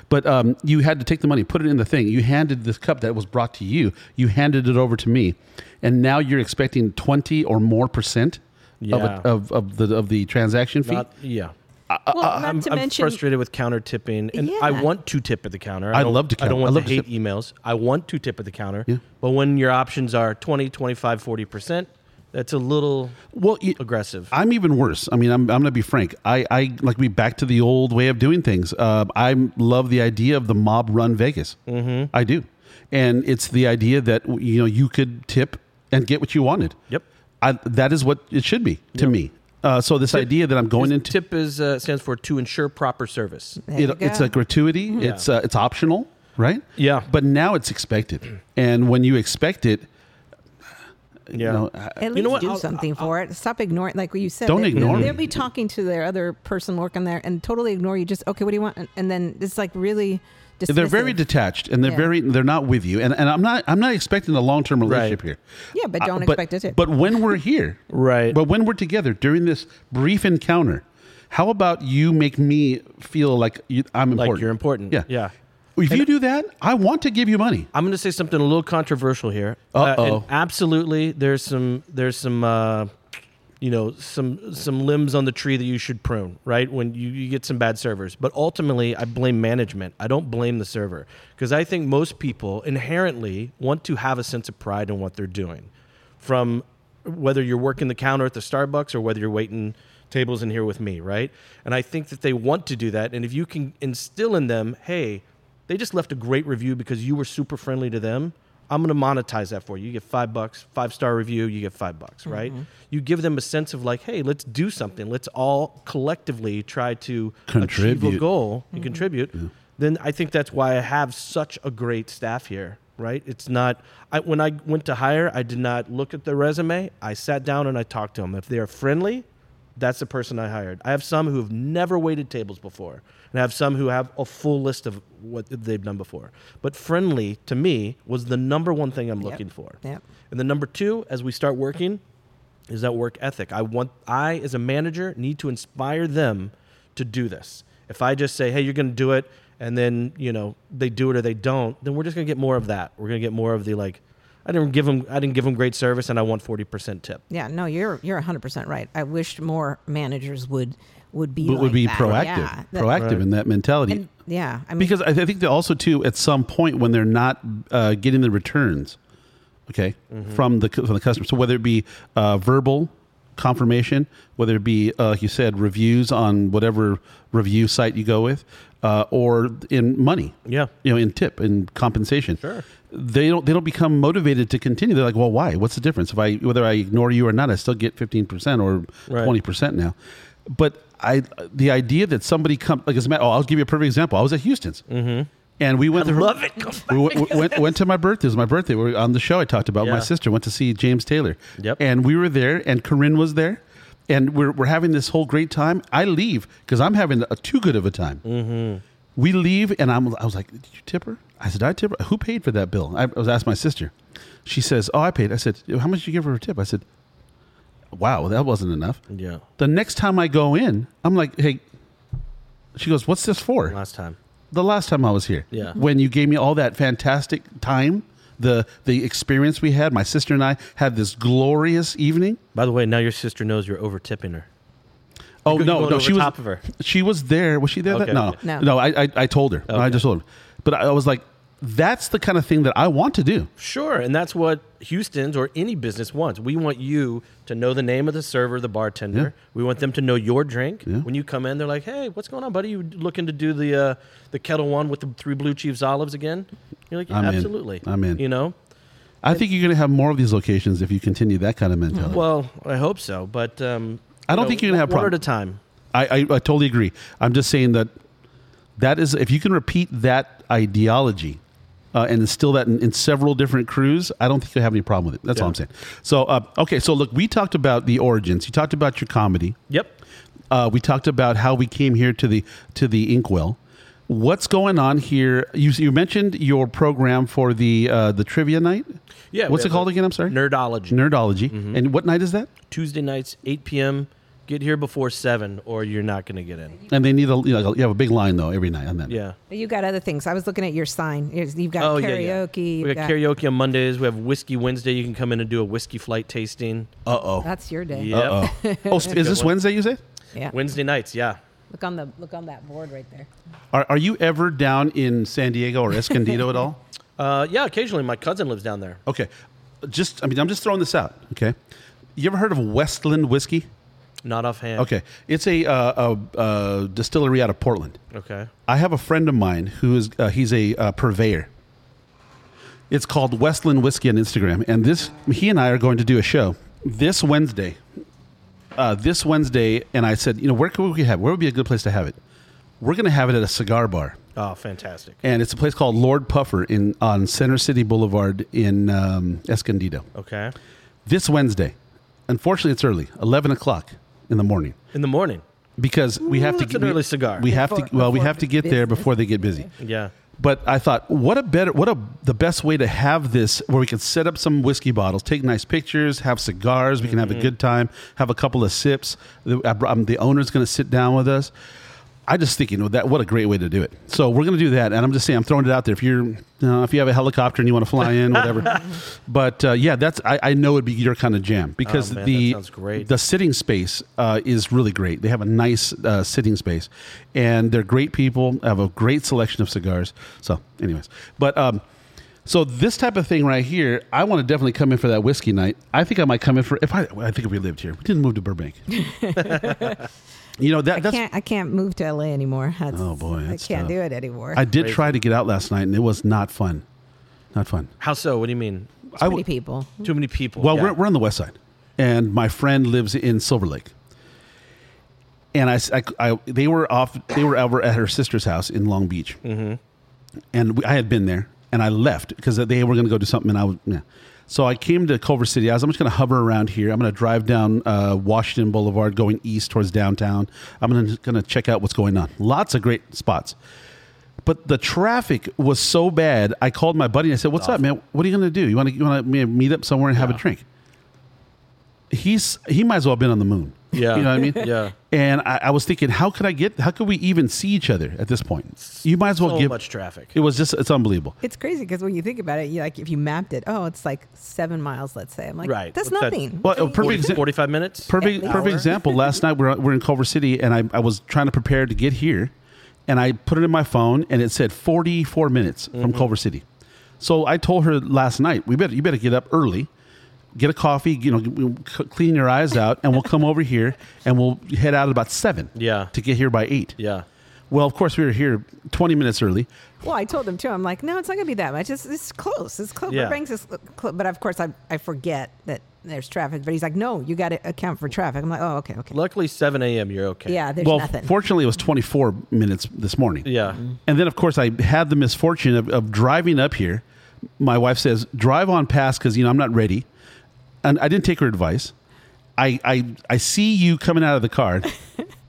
Speaker 2: But um, you had to take the money, put it in the thing. You handed this cup that was brought to you, you handed it over to me, and now you're expecting 20 or more percent of,
Speaker 3: Yeah.
Speaker 2: a, of, of, the, of the transaction fee.
Speaker 3: Not- yeah.
Speaker 1: well, not
Speaker 3: I'm,
Speaker 1: to
Speaker 3: I'm
Speaker 1: mention
Speaker 3: frustrated with counter tipping, and I
Speaker 1: Yeah.
Speaker 3: want to tip at the counter.
Speaker 2: I
Speaker 3: don't-
Speaker 2: love to count.
Speaker 3: I don't want
Speaker 2: I love
Speaker 3: the
Speaker 2: to
Speaker 3: hate emails. I want to tip at the counter.
Speaker 2: Yeah.
Speaker 3: But when your options are 20, 25, 40%, that's a little
Speaker 2: well, you,
Speaker 3: aggressive.
Speaker 2: I'm even worse. I mean, I'm, I'm going to be frank. I, I like we back to the old way of doing things. Uh, I love the idea of the mob run Vegas. Mm-hmm. I do, and it's the idea that you know you could tip and get what you wanted.
Speaker 3: Yep.
Speaker 2: I, that is what it should be to me. Uh, so this idea that I'm going
Speaker 3: Is-
Speaker 2: into
Speaker 3: tip is uh, stands for to ensure proper service.
Speaker 1: There you
Speaker 2: it, it's
Speaker 1: go.
Speaker 2: a gratuity. It's uh, it's optional, right?
Speaker 3: Yeah.
Speaker 2: But now it's expected, and when you expect it,
Speaker 3: Yeah.
Speaker 2: you know, I-
Speaker 1: At least
Speaker 3: know what?
Speaker 1: do
Speaker 3: I'll-
Speaker 1: something for it. Stop ignoring, like what you said.
Speaker 2: Don't
Speaker 1: they,
Speaker 2: ignore
Speaker 1: They'll,
Speaker 2: me.
Speaker 1: they'll be talking to their other person working there and totally ignore you. Just okay, what do you want? And, and then it's like really. Dismissive.
Speaker 2: they're very detached and they're
Speaker 1: Yeah.
Speaker 2: very they're not with you and, and i'm not i'm not expecting a long-term relationship
Speaker 3: Right.
Speaker 2: here
Speaker 1: Yeah, but
Speaker 2: Uh,
Speaker 1: don't expect it to.
Speaker 2: but when we're here
Speaker 3: Right.
Speaker 2: but when we're together during this brief encounter how about you make me feel like you, i'm
Speaker 3: Like
Speaker 2: important
Speaker 3: you're important.
Speaker 2: yeah
Speaker 3: Yeah.
Speaker 2: if you do that i want to give you money
Speaker 3: I'm going to say something a little controversial here. Uh, and
Speaker 2: Uh-oh.
Speaker 3: absolutely, there's some there's some uh, you know some some limbs on the tree that you should prune, right? When you, you get some bad servers, but ultimately, I blame management. I don't blame the server because I think most people inherently want to have a sense of pride in what they're doing, from whether you're working the counter at the Starbucks or whether you're waiting tables in here with me, right? And I think that they want to do that, and if you can instill in them, hey. They just left a great review because you were super friendly to them. I'm going to monetize that for you. You get five bucks, five star review, you get five bucks, right? You give them a sense of like, hey, let's do something. Let's all collectively try to achieve
Speaker 2: Contribute.
Speaker 1: Mm-hmm.
Speaker 3: a goal and contribute. Then I think that's why I have such a great staff here right? It's not. I, when I went to hire, I did not look at their resume. I sat down and I talked to them. If they are friendly, that's the person I hired. I have some who have never waited tables before, and I have some who have a full list of what they've done before. But friendly to me was the number one thing I'm looking for.
Speaker 1: Yep.
Speaker 3: And the number two, as we start working, is that work ethic. I want I as a manager need to inspire them to do this. If I just say, "Hey, you're going to do it," and then you know they do it or they don't, then we're just going to get more of that. We're going to get more of the like, I didn't give them I didn't give them great service, and I want forty percent tip.
Speaker 1: Yeah, no, you're you're 100% right. I wish more managers would would be
Speaker 2: But would
Speaker 1: like
Speaker 2: be
Speaker 1: that.
Speaker 2: proactive,
Speaker 1: Yeah, that-
Speaker 2: proactive in that mentality.
Speaker 1: and- yeah, I mean,
Speaker 2: because I, I think they also too at some point when they're not uh, getting the returns, okay,
Speaker 3: Mm-hmm.
Speaker 2: from the cu- from the customer. So whether it be uh, verbal confirmation, whether it be uh, like you said reviews on whatever review site you go with, uh, or in money,
Speaker 3: Yeah.
Speaker 2: you know, in tip in compensation,
Speaker 3: Sure.
Speaker 2: they don't they don't become motivated to continue. They're like, well, why? What's the difference if I whether I ignore you or not? I still get fifteen percent or
Speaker 3: Right.
Speaker 2: twenty percent now. But I the idea that somebody come like as a matter, oh, I'll give you a perfect example. I was at Houston's, mm-hmm. and we went. to
Speaker 3: love it.
Speaker 2: We w- w- went, went to my birthday. It was my birthday. We were on the show I talked about.
Speaker 3: Yeah.
Speaker 2: My sister went to see James Taylor.
Speaker 3: Yep.
Speaker 2: And we were there, and Corinne was there, and we're we're having this whole great time. I leave because I'm having a too good of a time.
Speaker 3: Mm-hmm.
Speaker 2: We leave, and I'm, I was like, Did you tip her? I said, I tip her. Who paid for that bill? I, I was asking my sister. She says, Oh, I paid. I said, How much did you give her a tip? I said, Wow, that wasn't enough.
Speaker 3: Yeah.
Speaker 2: The next time I go in, I'm like, Hey, she goes, What's this for?
Speaker 3: Last time.
Speaker 2: the last time I was here.
Speaker 3: Yeah.
Speaker 2: When you gave me all that fantastic time, the the experience we had, my sister and I had this glorious evening.
Speaker 3: By the way, now your sister knows you're over tipping her.
Speaker 2: Oh
Speaker 3: You're
Speaker 2: no,
Speaker 3: going
Speaker 2: no,
Speaker 3: over
Speaker 2: she was
Speaker 3: top of her.
Speaker 2: she was there. Was she there?
Speaker 3: Okay,
Speaker 2: that? No,
Speaker 3: okay.
Speaker 2: no,
Speaker 1: No.
Speaker 2: no. I, I I told her. No, I just told her. But I was like, that's the kind of thing that I want to do.
Speaker 3: Sure, and that's what Houston's or any business wants. We want you to know the name of the server, the bartender. We want them to know your drink. When you come in, they're like, "Hey, what's going on, buddy? You looking to do the uh, the kettle one with the three blue chiefs olives again?" You're like, yeah,
Speaker 2: I'm in.
Speaker 3: "Absolutely,
Speaker 2: I'm in.
Speaker 3: You know,
Speaker 2: I think you're going to have more of these locations if you continue that kind of mentality.
Speaker 3: well, I hope so, but um,
Speaker 2: I don't
Speaker 3: know,
Speaker 2: think you're gonna have
Speaker 3: one
Speaker 2: problem.
Speaker 3: at a time.
Speaker 2: I, I, I totally agree. I'm just saying that that is if you can repeat that ideology uh, and instill that in, in several different crews, I don't think you'll have any problem with it. That's all
Speaker 3: Yeah.
Speaker 2: I'm saying. So uh, okay, so look, we talked about the origins. You talked about your comedy.
Speaker 3: Yep.
Speaker 2: Uh, we talked about how we came here to the to the inkwell. What's going on here? You, you mentioned your program for the uh, the trivia night.
Speaker 3: Yeah. we
Speaker 2: What's it
Speaker 3: have
Speaker 2: called
Speaker 3: a Mm-hmm.
Speaker 2: again? I'm sorry.
Speaker 3: Nerdology.
Speaker 2: Nerdology. And what night is that?
Speaker 3: Tuesday nights, 8 p.m. Get here before seven, or you're not going to get in.
Speaker 2: And they need a you, know, you have a big line though every night on that.
Speaker 3: Yeah.
Speaker 1: you got other things. I was looking at your sign. You've you've got
Speaker 3: Oh, yeah,
Speaker 1: karaoke.
Speaker 3: yeah.
Speaker 1: you've
Speaker 3: We got karaoke on Mondays. We have Whiskey Wednesday. You can come in and do a whiskey flight tasting.
Speaker 2: Uh oh.
Speaker 1: That's your day.
Speaker 3: Yeah.
Speaker 2: Uh oh. Oh, is this Wednesday? You say?
Speaker 1: Yeah.
Speaker 3: Wednesday nights, yeah.
Speaker 1: Look on the look on that board right there.
Speaker 2: Are Are you ever down in San Diego or Escondido at all?
Speaker 3: Uh, yeah, occasionally. My cousin lives down there.
Speaker 2: Okay, just I mean I'm just throwing this out. Okay, you ever heard of Westland whiskey?
Speaker 3: Not offhand.
Speaker 2: Okay, it's a, uh, a, a distillery out of Portland.
Speaker 3: Okay.
Speaker 2: I have a friend of mine who is uh, he's a uh, purveyor. It's called Westland Whiskey on Instagram, and this he and I are going to do a show this Wednesday. Uh, this Wednesday, and I said, you know, where could we have? Where would be a good place to have it? We're going to have it at a cigar bar.
Speaker 3: Oh, fantastic.
Speaker 2: and it's a place called Lord Puffer in on Center City Boulevard in um, Escondido.
Speaker 3: Okay.
Speaker 2: This Wednesday, unfortunately, it's early, eleven o'clock in the morning,
Speaker 3: In the morning.
Speaker 2: because we have to
Speaker 3: Mm, that's an
Speaker 2: we-
Speaker 3: early cigar.
Speaker 2: We have to
Speaker 1: Before-
Speaker 2: well, we
Speaker 1: before
Speaker 2: have to get there
Speaker 1: business.
Speaker 2: before they get busy.
Speaker 3: Yeah.
Speaker 2: But I thought, what a better, what a the best way to have this, where we can set up some whiskey bottles, take nice pictures, have cigars, we can
Speaker 3: Mm-hmm.
Speaker 2: have a good time, have a couple of sips. The, I brought- um, the owner's going to sit down with us. I just think you know that what a great way to do it. So we're going to do that, and I'm just saying I'm throwing it out there. If you're you know, if you have a helicopter and you want to fly in, whatever. but uh, yeah, that's I, I know it'd be your kind of jam because
Speaker 3: Oh, man,
Speaker 2: the
Speaker 3: that sounds great.
Speaker 2: the sitting space uh, is really great. They have a nice uh, sitting space, and they're great people. Have a great selection of cigars. So, anyways, but um, so this type of thing right here, I want to definitely come in for that whiskey night. I think I might come in for if I. I think if we lived here, we didn't move to Burbank. you know that
Speaker 1: I
Speaker 2: that's.
Speaker 1: can't I can't move to LA anymore. That's,
Speaker 2: Oh, boy,
Speaker 1: I
Speaker 2: that's
Speaker 1: can't
Speaker 2: tough.
Speaker 1: do it anymore.
Speaker 2: I did try to get out last night, and it was not fun. Not fun.
Speaker 3: How so? What do you mean?
Speaker 2: I
Speaker 1: Too
Speaker 2: w-
Speaker 1: many people.
Speaker 3: Too many people.
Speaker 2: Well,
Speaker 3: Yeah.
Speaker 2: we're, we're on the west side, and my friend lives in Silver Lake. And I, s- I c- I- they were off. They were over at her sister's house in Long Beach, mm-hmm. and we, I had been there. and I left because they were going to go do something, and I was. Yeah. So I came to Culver City. I was, I'm just going to hover around here. I'm going to drive down uh, Washington Boulevard, going east towards downtown. I'm going to check out what's going on. Lots of great spots but the traffic was so bad. I called my buddy and I said, "What's up, man? What are you gonna do? You want to you want to meet up somewhere and have a drink?" He's he might as well have been on the moon.
Speaker 3: Yeah.
Speaker 2: you know what I mean.
Speaker 3: Yeah.
Speaker 2: And I, I was thinking, how could I get? How could we even see each other at this point? You might as well
Speaker 3: So
Speaker 2: give.
Speaker 3: much traffic.
Speaker 2: It was just it's unbelievable.
Speaker 1: It's crazy because when you think about it, you like if you mapped it, oh, it's like seven miles, let's say. I'm like,
Speaker 3: Right.
Speaker 1: that's
Speaker 3: Well, that's-
Speaker 1: nothing.
Speaker 2: Well, a perfect
Speaker 3: 40,
Speaker 2: exa-
Speaker 3: 45 minutes?
Speaker 2: Perfect,
Speaker 1: Yeah,
Speaker 2: perfect
Speaker 1: hour.
Speaker 2: example. Last night we're we're in Culver City, and I, I was trying to prepare to get here, and I put it in my phone, and it said 44 minutes from
Speaker 3: Mm-hmm.
Speaker 2: Culver City. So I told her last night, we better you better get up early, get a coffee, you know, g- c- clean your eyes out, and we'll come over here, and we'll head out at about seven.
Speaker 3: Yeah.
Speaker 2: to get here by eight.
Speaker 3: Yeah.
Speaker 2: Well, of course we were here 20 minutes early.
Speaker 1: Well, I told them too. I'm like, no, it's not gonna be that much. It's, it's close. It's close.
Speaker 3: Yeah.
Speaker 1: Burbank's is close. But of course, I, I forget that there's traffic. But he's like, no, you got to account for traffic. I'm like, oh, okay, okay.
Speaker 3: Luckily, 7 a.m., you're okay.
Speaker 1: yeah, there's
Speaker 2: well,
Speaker 1: nothing.
Speaker 2: fortunately it was 24 minutes this morning.
Speaker 3: Yeah.
Speaker 2: And then, of course, I had the misfortune of, of driving up here. My wife says, drive on past because, you know, I'm not ready. And I didn't take her advice. I, I, I see you coming out of the car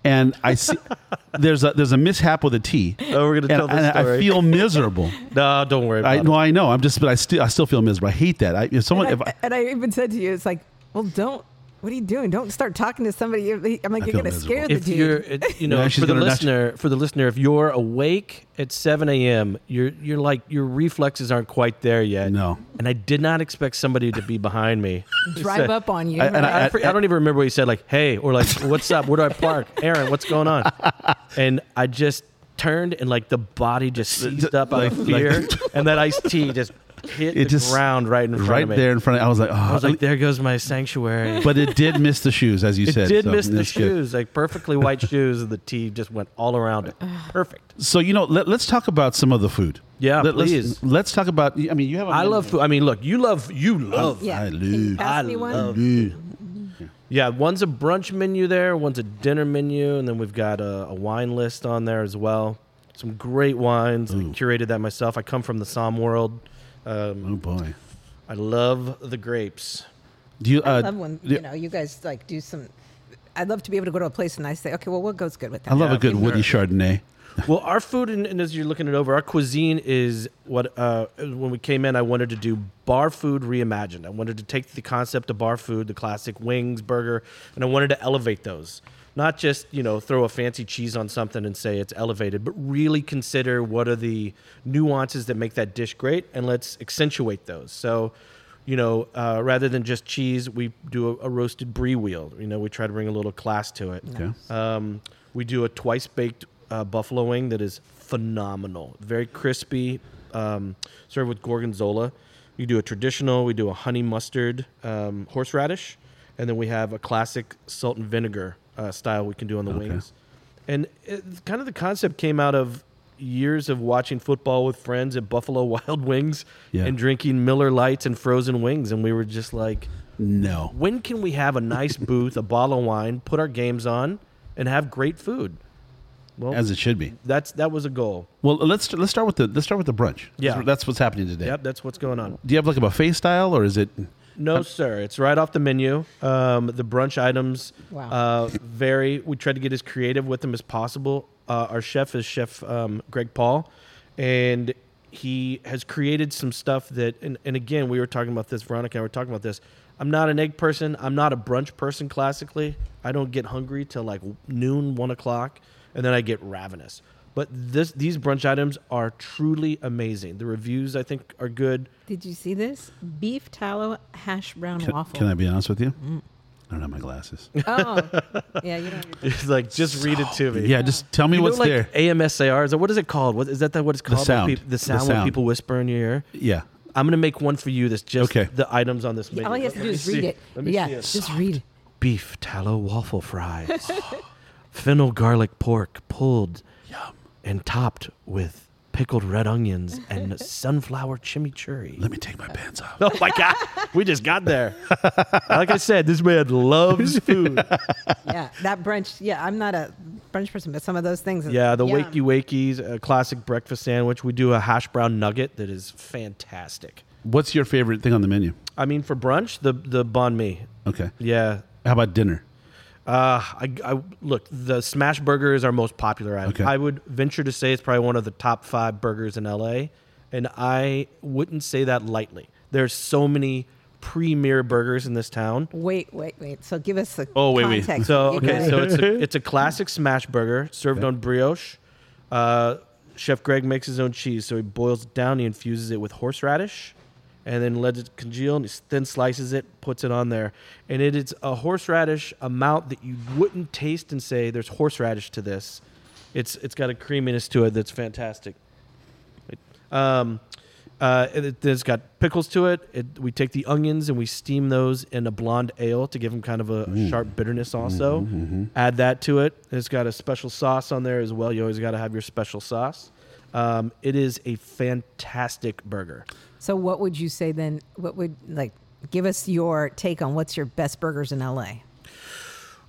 Speaker 2: and I see there's a, there's a mishap with a T.
Speaker 3: Oh, we're going to
Speaker 2: And,
Speaker 3: tell this
Speaker 2: and I
Speaker 3: story.
Speaker 2: feel miserable.
Speaker 3: no, don't worry about
Speaker 2: I
Speaker 3: it.
Speaker 2: no, I know. I'm just, but I still, I still feel miserable. I hate that. I, if someone, if
Speaker 1: and, I,
Speaker 2: I,
Speaker 1: and I even said to you, it's like, well, don't. What are you doing? Don't start talking to somebody. I'm like, you're
Speaker 2: feel
Speaker 1: gonna
Speaker 2: miserable.
Speaker 1: scare the
Speaker 3: if
Speaker 1: dude.
Speaker 3: you're, it, you know,
Speaker 2: Yeah, she's
Speaker 3: for the
Speaker 2: gonna nut-
Speaker 3: listener, for the listener, if you're awake at 7 a.m., you're you're like your reflexes aren't quite there yet.
Speaker 2: No.
Speaker 3: and I did not expect somebody to be behind me.
Speaker 1: Drive up on you.
Speaker 2: I- and
Speaker 3: I, fr- I don't even remember what he said, like "Hey" or like "What's up? Where do I park? Aaron, what's going on?" And I just turned and like the body just seized up out of
Speaker 2: Like-
Speaker 3: fear,
Speaker 2: like-
Speaker 3: and that iced tea just hit
Speaker 2: It
Speaker 3: the
Speaker 2: just-
Speaker 3: ground right in front
Speaker 2: right
Speaker 3: of me.
Speaker 2: there in front of, I was like, oh,
Speaker 3: I was like, "There goes my sanctuary."
Speaker 2: but it did miss the shoes, as you
Speaker 3: It
Speaker 2: said.
Speaker 3: did
Speaker 2: so
Speaker 3: miss the
Speaker 2: that's good.
Speaker 3: shoes, like perfectly white shoes, and the tea just went all around it. Perfect.
Speaker 2: So you know, let, us talk about some of the food.
Speaker 3: Yeah,
Speaker 2: let, let's-
Speaker 3: please.
Speaker 2: Let's, talk about. I mean, you have. a
Speaker 3: I
Speaker 2: menu.
Speaker 3: love food. I mean, look, you love you love.
Speaker 1: yeah.
Speaker 2: I
Speaker 1: Can
Speaker 2: lose.
Speaker 1: you pass
Speaker 3: I
Speaker 1: me one?
Speaker 3: love-
Speaker 2: Ugh.
Speaker 3: Yeah, one's a brunch menu there, one's a dinner menu, and then we've got a, a wine list on there as well. Some great wines. I curated that myself. I come from the Somme world. Um,
Speaker 2: Oh boy.
Speaker 3: I love the grapes.
Speaker 2: Do you? Uh,
Speaker 1: I love when you know you guys like do some. I'd love to be able to go to a place and I say, okay, well, what goes good with that?
Speaker 2: I love
Speaker 3: Yeah,
Speaker 2: a good
Speaker 3: for
Speaker 2: woody Chardonnay.
Speaker 3: well, our food, and, and as you're looking it over, our cuisine is what uh, when we came in, I wanted to do bar food reimagined. I wanted to take the concept of bar food, the classic wings, burger, and I wanted to elevate those. Not just you know throw a fancy cheese on something and say it's elevated, but really consider what are the nuances that make that dish great, and let's accentuate those. So you know, uh, rather than just cheese, we do a, a roasted brie wheel. You know, we try to bring a little class to it.
Speaker 2: Okay.
Speaker 3: Um, we do a twice baked uh, buffalo wing that is phenomenal, very crispy, um, served with gorgonzola. We do a traditional, we do a honey mustard um, horseradish, and then we have a classic salt and vinegar uh, style we can do on the wings. And it, kind of the concept came out of years of watching football with friends at Buffalo Wild Wings
Speaker 2: Yeah.
Speaker 3: and drinking Miller Lights and frozen wings. And we were just like,
Speaker 2: No.
Speaker 3: when can we have a nice booth, a bottle of wine, put our games on, and have great food? Well,
Speaker 2: As it should be.
Speaker 3: that's that was a goal.
Speaker 2: Well, let's let's start with the let's start with the brunch.
Speaker 3: Yeah.
Speaker 2: that's what's happening today.
Speaker 3: Yep, that's what's going on.
Speaker 2: Do you have like a buffet style, or is it?
Speaker 3: No, sir, it's right off the menu. Um, the brunch items
Speaker 1: Wow.
Speaker 3: uh, vary. We try to get as creative with them as possible. Uh, our chef is Chef um, Greg Paul, and he has created some stuff that. And, and again, we were talking about this. Veronica and I were talking about this. I'm not an egg person. I'm not a brunch person. Classically, I don't get hungry till like noon, one o'clock, and then I get ravenous. But this, these brunch items are truly amazing. The reviews I think are good.
Speaker 1: Did you see this beef tallow hash brown waffle? Mm.
Speaker 2: Can I be honest with you? I don't have my glasses.
Speaker 1: Oh, yeah, you don't.
Speaker 3: It's like just read it to me.
Speaker 2: yeah, just tell me
Speaker 3: You know,
Speaker 2: what's
Speaker 3: like
Speaker 2: there.
Speaker 3: AMSAR is that what is it called? What is that? That what it's called? when
Speaker 2: sound.
Speaker 3: peop-
Speaker 2: The
Speaker 3: the sound. when
Speaker 2: sound.
Speaker 3: people whisper in your ear.
Speaker 2: Yeah.
Speaker 3: I'm gonna make one for you. That's just
Speaker 2: Okay.
Speaker 3: the items on this menu.
Speaker 1: All you have to
Speaker 3: Let
Speaker 1: do
Speaker 3: me
Speaker 1: is read
Speaker 3: see.
Speaker 1: it.
Speaker 3: Let me
Speaker 1: Yeah,
Speaker 3: see it.
Speaker 1: just read.
Speaker 3: Beef tallow waffle fries, fennel garlic pork pulled, and topped with pickled red onions and sunflower chimichurri.
Speaker 2: Let me take my pants off.
Speaker 3: Oh my God, we just got there. like I said, this man loves food.
Speaker 1: Yeah, that brunch. Yeah, I'm not a brunch person, but some of those things.
Speaker 3: Yeah, the
Speaker 4: Yum.
Speaker 3: wakey wakeys, a classic breakfast sandwich. We do a hash brown nugget that is fantastic.
Speaker 2: What's your favorite thing on the menu?
Speaker 3: I mean, for brunch, the the banh mi.
Speaker 2: Okay.
Speaker 3: Yeah.
Speaker 2: How about dinner?
Speaker 3: Uh, I, I look. The smash burger is our most popular item.
Speaker 2: Okay.
Speaker 3: I would venture to say it's probably one of the top five burgers in LA, and I wouldn't say that lightly. There's so many premier burgers in this town.
Speaker 1: Wait, wait, wait. So give us the
Speaker 2: Oh, wait, wait.
Speaker 1: context.
Speaker 3: So
Speaker 1: You
Speaker 3: okay,
Speaker 1: guys-
Speaker 3: so it's a, it's a classic smash burger served on brioche. Uh, Chef Greg makes his own cheese, so he boils it down. He infuses it with horseradish, and then lets it congeal. And he then slices it, puts it on there, and it is a horseradish amount that you wouldn't taste and say there's horseradish to this. It's it's got a creaminess to it that's fantastic. Um, uh, and it, has got pickles to it. it. We take the onions and we steam those in a blonde ale to give them kind of a
Speaker 2: Mm.
Speaker 3: sharp bitterness.
Speaker 2: Mm-hmm,
Speaker 3: Also, add that to it. It's got a special sauce on there as well. You always got to have your special sauce. Um, it is a fantastic burger.
Speaker 1: so what would you say then? What would like give us your take on what's your best burgers in LA?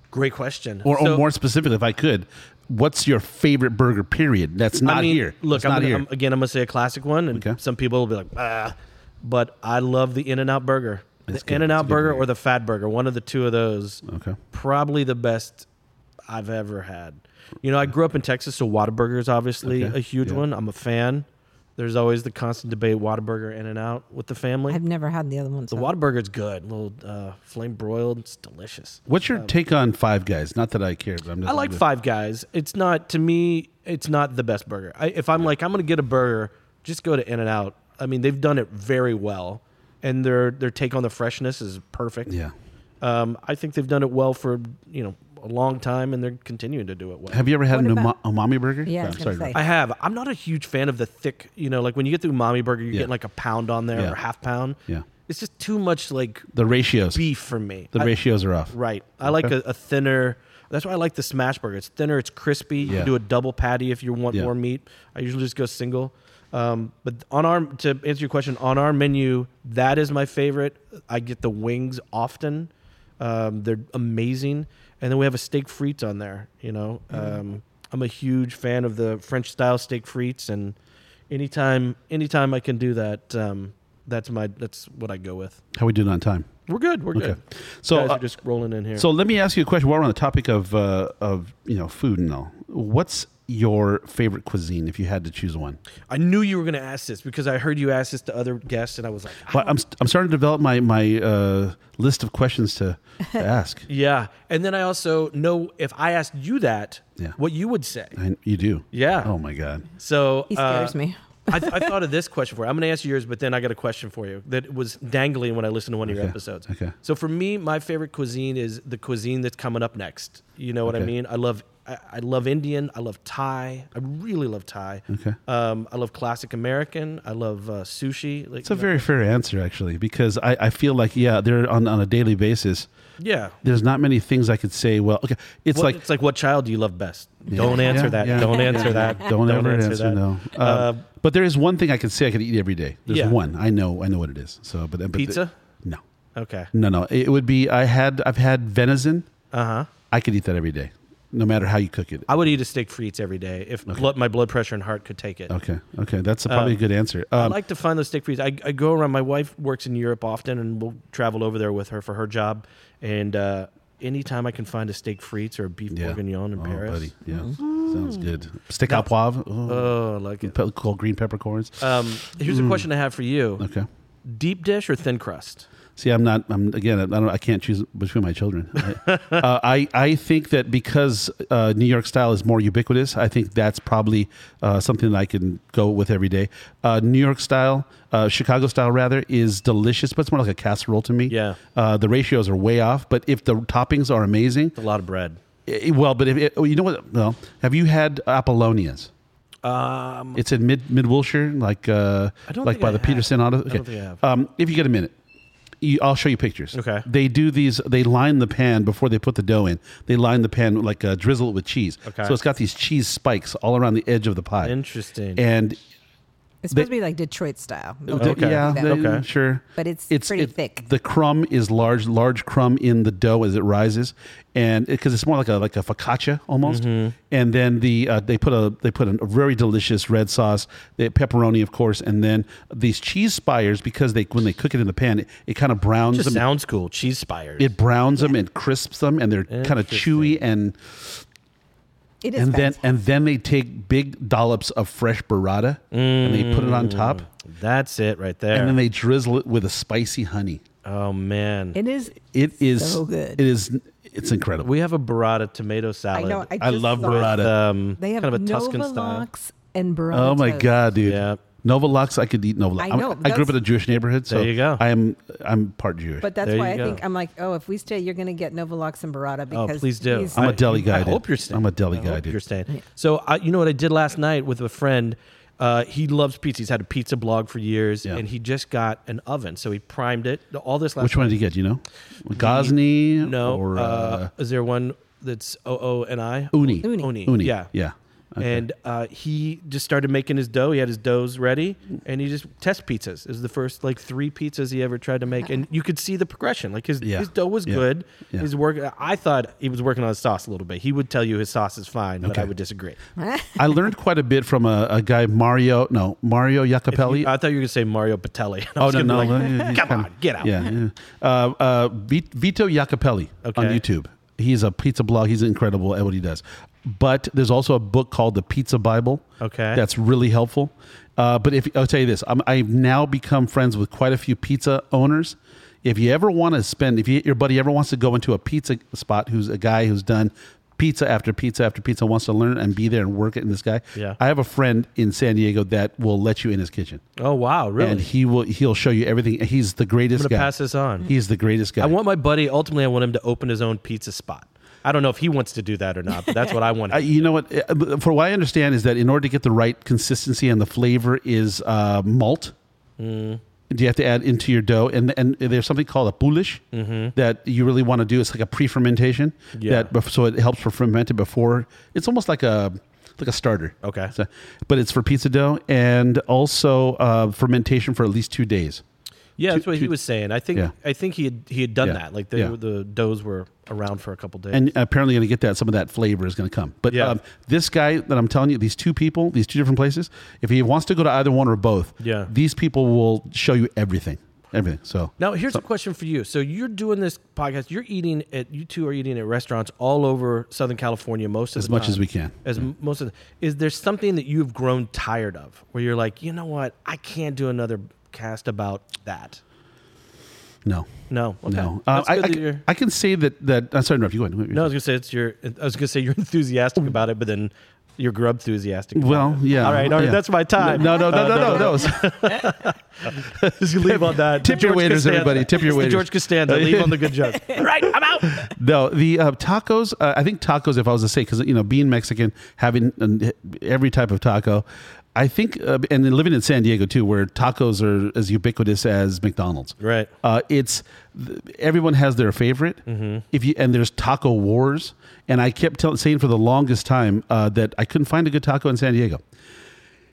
Speaker 3: Great question.
Speaker 2: Or,
Speaker 3: So-
Speaker 2: or more specifically, if I could, what's your favorite burger? Period. That's not
Speaker 3: I mean,
Speaker 2: here.
Speaker 3: Look,
Speaker 2: That's
Speaker 3: I'm
Speaker 2: not
Speaker 3: gonna,
Speaker 2: here.
Speaker 3: I'm- again, I'm gonna say a classic one, and
Speaker 2: Okay.
Speaker 3: some people will be like, ah, but I love the In and Out burger,
Speaker 2: It's
Speaker 3: the
Speaker 2: good.
Speaker 3: In and
Speaker 2: It's a
Speaker 3: Out
Speaker 2: good
Speaker 3: burger
Speaker 2: burger.
Speaker 3: or the Fat burger, one of the two of those.
Speaker 2: Okay.
Speaker 3: probably the best I've ever had. You know, I grew up in Texas, so Whataburger is obviously
Speaker 2: Okay.
Speaker 3: a huge
Speaker 2: Yeah.
Speaker 3: one. I'm a fan. There's always the constant debate: Whataburger, In and Out, with the family.
Speaker 1: I've never had the other ones.
Speaker 3: the
Speaker 1: so-
Speaker 3: Whataburger's good, a little uh, flame broiled. It's delicious.
Speaker 2: What's your take on Five Guys? Not that I care, but I'm just.
Speaker 3: I like Five Guys. It's not to me. It's not the best burger. I, if I'm like I'm gonna get a burger, just go to In and Out. I mean, they've done it very well, and their their take on the freshness is perfect.
Speaker 2: Yeah.
Speaker 3: Um, I think they've done it well for you know a long time, and they're continuing to do it well.
Speaker 2: Have you ever had
Speaker 1: What
Speaker 2: an
Speaker 1: about-
Speaker 2: uma- umami burger?
Speaker 1: Yeah, I was
Speaker 2: I'm
Speaker 1: gonna
Speaker 2: sorry.
Speaker 1: say.
Speaker 3: I have. I'm not a huge fan of the thick, you know, like when you get the umami burger, you're
Speaker 2: Yeah.
Speaker 3: getting like a pound on there
Speaker 2: Yeah.
Speaker 3: or half pound.
Speaker 2: Yeah.
Speaker 3: It's just too much like
Speaker 2: The ratios.
Speaker 3: beef for me.
Speaker 2: The
Speaker 3: I-
Speaker 2: ratios are off.
Speaker 3: Right. I like a, a thinner. That's why I like the smash burger. It's thinner, it's crispy. You
Speaker 2: Yeah.
Speaker 3: can do a double patty if you want
Speaker 2: Yeah.
Speaker 3: more meat. I usually just go single. Um, but on our to answer your question, on our menu, that is my favorite. I get the wings often. Um, they're amazing. And then we have a steak frites on there, you know. Um, I'm a huge fan of the French style steak frites and anytime anytime I can do that, um, that's my that's what I go with.
Speaker 2: How we doing on time?
Speaker 3: We're good. We're
Speaker 2: Okay.
Speaker 3: good.
Speaker 2: So,
Speaker 3: guys
Speaker 2: uh,
Speaker 3: are just rolling in here.
Speaker 2: So let me ask you a question. While we're on the topic of uh, of you know food and all, what's your favorite cuisine if you had to choose one?
Speaker 3: I knew you were going to ask this because I heard you ask this to other guests, and I was like, "Ah."
Speaker 2: Well, I'm st- I'm starting to develop my my uh, list of questions to, to ask.
Speaker 3: yeah. And then I also know if I asked you that,
Speaker 2: Yeah.
Speaker 3: what you would say.
Speaker 2: I, you do.
Speaker 3: Yeah.
Speaker 2: Oh my god.
Speaker 3: So
Speaker 1: He scares
Speaker 3: uh,
Speaker 1: me.
Speaker 3: I, I thought of this question for you. I'm going to ask you yours, but then I got a question for you that was dangling when I listened to one of your
Speaker 2: Okay.
Speaker 3: episodes.
Speaker 2: Okay.
Speaker 3: So for me, my favorite cuisine is the cuisine that's coming up next. You know what I
Speaker 2: Okay.
Speaker 3: mean? I love. I I love Indian. I love Thai. I really love Thai.
Speaker 2: Okay.
Speaker 3: Um, I love classic American. I love uh, sushi. Like,
Speaker 2: It's a
Speaker 3: you know-
Speaker 2: very fair answer actually because I, I feel like yeah they're on on a daily basis.
Speaker 3: yeah.
Speaker 2: There's not many things I could say. Well, okay, it's
Speaker 3: What-
Speaker 2: like
Speaker 3: it's like what child do you love best? Don't
Speaker 2: Yeah,
Speaker 3: answer
Speaker 2: yeah,
Speaker 3: that.
Speaker 2: yeah,
Speaker 3: Don't
Speaker 2: yeah,
Speaker 3: answer
Speaker 2: yeah.
Speaker 3: that.
Speaker 2: Don't, ever answer, no. Um,
Speaker 3: Uh,
Speaker 2: but there is one thing I could say I could eat every day. There's
Speaker 3: Yeah.
Speaker 2: one I know. I know what it is. So, but, but the-
Speaker 3: Pizza?
Speaker 2: no,
Speaker 3: Uh, okay.
Speaker 2: no, no. It would be I had I've had venison.
Speaker 3: Uh huh.
Speaker 2: I could eat that every day, no matter how you cook it.
Speaker 3: I would eat a steak frites every day if blood, my blood pressure and heart could take it.
Speaker 2: Okay, okay, that's a, probably a good answer.
Speaker 3: I
Speaker 2: Um,
Speaker 3: like to find those steak frites. I, I go around. My wife works in Europe often, and we'll travel over there with her for her job. And uh, anytime I can find a steak frites or a beef bourguignon in
Speaker 2: oh,
Speaker 3: Paris, Mm-hmm.
Speaker 2: buddy. Yeah, sounds good. Stick au poivre. Oh,
Speaker 3: oh, I like it.
Speaker 2: pe- called green peppercorns.
Speaker 3: Um, here's a question I have for you:
Speaker 2: Mm. okay.
Speaker 3: deep dish or thin crust?
Speaker 2: See, I'm not. I'm again. I don't. I can't choose between my children. I, uh, I I think that because uh, New York style is more ubiquitous, I think that's probably uh, something that I can go with every day. Uh, New York style, uh, Chicago style rather, is delicious, but it's more like a casserole to me.
Speaker 3: Yeah.
Speaker 2: Uh, the ratios are way off, but if the toppings are amazing,
Speaker 3: A lot of bread.
Speaker 2: eh, well, but if it, oh, you know what? Well, have you had Apollonias?
Speaker 3: Um,
Speaker 2: It's in mid mid Wilshire, like uh,
Speaker 3: I don't
Speaker 2: like
Speaker 3: think
Speaker 2: by
Speaker 3: I
Speaker 2: the
Speaker 3: have.
Speaker 2: Peterson Auto.
Speaker 3: don't think I have.
Speaker 2: Um, if you get a minute, you, I'll show you pictures.
Speaker 3: Okay.
Speaker 2: They do these. They line the pan before they put the dough in. They line the pan like uh, drizzle it with cheese.
Speaker 3: Okay.
Speaker 2: So it's got these cheese spikes all around the edge of the pie.
Speaker 3: Interesting.
Speaker 2: And
Speaker 1: It's supposed to be like Detroit style. They'll
Speaker 2: D-
Speaker 1: do
Speaker 3: Okay.
Speaker 2: Yeah,
Speaker 1: that.
Speaker 2: they-
Speaker 3: Okay.
Speaker 2: sure.
Speaker 1: But it's pretty thick.
Speaker 2: The crumb is large, large crumb in the dough as it rises, and because it's more like a like a focaccia almost. And then the uh, they put a they put a very delicious red sauce, the pepperoni of course, and then these cheese spires because they when they cook it in the pan, it, it kind of browns
Speaker 3: Just
Speaker 2: them.
Speaker 3: sounds cool. Cheese spires.
Speaker 2: it browns them and crisps them, and they're kind of chewy and
Speaker 1: It is
Speaker 2: and then
Speaker 1: fantastic.
Speaker 2: and then they take big dollops of fresh burrata and they put it on top,
Speaker 3: That's it right there.
Speaker 2: and then they drizzle it with a spicy honey.
Speaker 3: oh man,
Speaker 1: it is.
Speaker 2: It is
Speaker 1: So good.
Speaker 2: It is. It's incredible.
Speaker 3: we have a burrata tomato
Speaker 1: I
Speaker 3: salad.
Speaker 1: know. I,
Speaker 2: I
Speaker 1: just
Speaker 2: love
Speaker 1: saw it.
Speaker 2: burrata.
Speaker 3: um,
Speaker 1: They have
Speaker 3: kind of a
Speaker 1: Nova
Speaker 3: Tuscan style.
Speaker 1: and burrata.
Speaker 2: oh my god, dude!
Speaker 3: Yeah.
Speaker 2: Novolux, I could eat Novolux.
Speaker 1: I
Speaker 2: I'm-
Speaker 1: know,
Speaker 2: I grew up
Speaker 1: that's-
Speaker 2: in a Jewish neighborhood, so
Speaker 3: There you go.
Speaker 2: I am. I'm part Jewish.
Speaker 1: But that's
Speaker 3: There
Speaker 1: why
Speaker 3: you
Speaker 1: I
Speaker 3: go.
Speaker 1: think I'm like, oh, if we stay, you're going to get Novalox and burrata
Speaker 3: Oh,
Speaker 1: because
Speaker 3: please do.
Speaker 1: he's-
Speaker 2: I'm a deli guy,
Speaker 3: I
Speaker 2: dude.
Speaker 3: hope you're staying.
Speaker 2: I'm a deli
Speaker 3: I
Speaker 2: guy,
Speaker 3: hope
Speaker 2: dude.
Speaker 3: You're staying. So I, you know what I did last night with a friend. Uh, he loves pizza. He's had a pizza blog for years,
Speaker 2: Yeah.
Speaker 3: and he just got an oven. So he primed it. All this last.
Speaker 2: Which one did you get? You know, Gosney?
Speaker 3: No.
Speaker 2: or
Speaker 3: uh,
Speaker 2: uh,
Speaker 3: is there one that's O O N I?
Speaker 2: Uni?
Speaker 1: Uni.
Speaker 3: Uni.
Speaker 2: Uni.
Speaker 3: Yeah.
Speaker 2: yeah.
Speaker 3: And uh, he just started making his dough. He had his doughs ready, and he just test pizzas. It was the first like three pizzas he ever tried to make, and you could see the progression. Like his
Speaker 2: Yeah.
Speaker 3: his dough was
Speaker 2: Yeah.
Speaker 3: good.
Speaker 2: Yeah.
Speaker 3: His work. I thought he was working on his sauce a little bit. He would tell you his sauce is fine, but I
Speaker 2: Okay.
Speaker 3: would disagree.
Speaker 2: I learned quite a bit from a, a guy Mario. No, Mario Iacopelli.
Speaker 3: I thought you were gonna say Mario Patelli. I
Speaker 2: Oh
Speaker 3: was
Speaker 2: no no!
Speaker 3: gonna be like,
Speaker 2: no, he's
Speaker 3: Come
Speaker 2: kinda-
Speaker 3: on, get out.
Speaker 2: Yeah, yeah. Uh, uh, Vi- Vito Iacopelli on
Speaker 3: Okay.
Speaker 2: YouTube. He's a pizza blog. He's incredible at what he does. But there's also a book called The Pizza Bible.
Speaker 3: Okay.
Speaker 2: that's really helpful. Uh, but if I'll tell you this, I'm, I've now become friends with quite a few pizza owners. If you ever want to spend, if you, your buddy ever wants to go into a pizza spot, who's a guy who's done pizza after pizza after pizza, wants to learn and be there and work it in this guy.
Speaker 3: Yeah.
Speaker 2: I have a friend in San Diego that will let you in his kitchen
Speaker 3: Oh wow, really?
Speaker 2: and he will he'll show you everything. He's the greatest
Speaker 3: I'm gonna
Speaker 2: guy.
Speaker 3: pass this on.
Speaker 2: He's the greatest guy.
Speaker 3: I want my buddy. Ultimately, I want him to open his own pizza spot. I don't know if he wants to do that or not, but that's what I want.
Speaker 2: Uh, you know what? uh, For what I understand is that in order to get the right consistency and the flavor is uh, malt.
Speaker 3: Mm.
Speaker 2: Do you have to add into your dough? And and there's something called a poulish that you really want to do. It's like a pre-fermentation.
Speaker 3: Mm-hmm. Yeah.
Speaker 2: That bef- so it helps for fermented before. It's almost like a like a starter.
Speaker 3: Okay.
Speaker 2: So- but it's for pizza dough and also uh, fermentation for at least two days.
Speaker 3: yeah, that's what he was saying. I think
Speaker 2: Yeah.
Speaker 3: I think he had he had done
Speaker 2: Yeah.
Speaker 3: that. Like the
Speaker 2: Yeah.
Speaker 3: the doughs were around for a couple days.
Speaker 2: and apparently going to get that some of that flavor is going to come. But
Speaker 3: Yeah.
Speaker 2: um, this guy that I'm telling you, these two people, these two different places, if he wants to go to either one or both,
Speaker 3: Yeah.
Speaker 2: these people will show you everything, everything. So
Speaker 3: now here's a question for you. So you're doing this podcast. You're eating at you two are eating at restaurants all over Southern California most of
Speaker 2: as
Speaker 3: the
Speaker 2: much as
Speaker 3: time.
Speaker 2: we can,
Speaker 3: as m most of the, is there something that you've grown tired of where you're like you know what i can't do another cast about that
Speaker 2: no,
Speaker 3: no okay.
Speaker 2: no. Uh,
Speaker 3: That's
Speaker 2: I,
Speaker 3: good
Speaker 2: I,
Speaker 3: that
Speaker 2: c-
Speaker 3: you're-
Speaker 2: I can say that that. I'm sorry, to interrupt you. Go ahead.
Speaker 3: no i was gonna say it's your i was gonna say you're enthusiastic about it but then you're grub enthusiastic about
Speaker 2: Well,
Speaker 3: it.
Speaker 2: yeah.
Speaker 3: all right all right
Speaker 2: yeah.
Speaker 3: that's my time
Speaker 2: No, no, no,
Speaker 3: Uh,
Speaker 2: no, no, no.
Speaker 3: just leave on that
Speaker 2: Tip
Speaker 3: The
Speaker 2: your
Speaker 3: George
Speaker 2: waiters,
Speaker 3: Costanza.
Speaker 2: everybody. Tip your
Speaker 3: It's the
Speaker 2: waiters.
Speaker 3: george costanza leave on the good joke all right i'm out
Speaker 2: No, the uh, tacos. Uh, I think tacos. If I was to say, because you know, being Mexican, having uh, every type of taco, I think, uh, and then living in San Diego too, where tacos are as ubiquitous as McDonald's.
Speaker 3: Right.
Speaker 2: Uh, it's th- everyone has their favorite.
Speaker 1: Mm-hmm.
Speaker 2: If you and there's taco wars, and I kept tell, saying for the longest time uh, that I couldn't find a good taco in San Diego.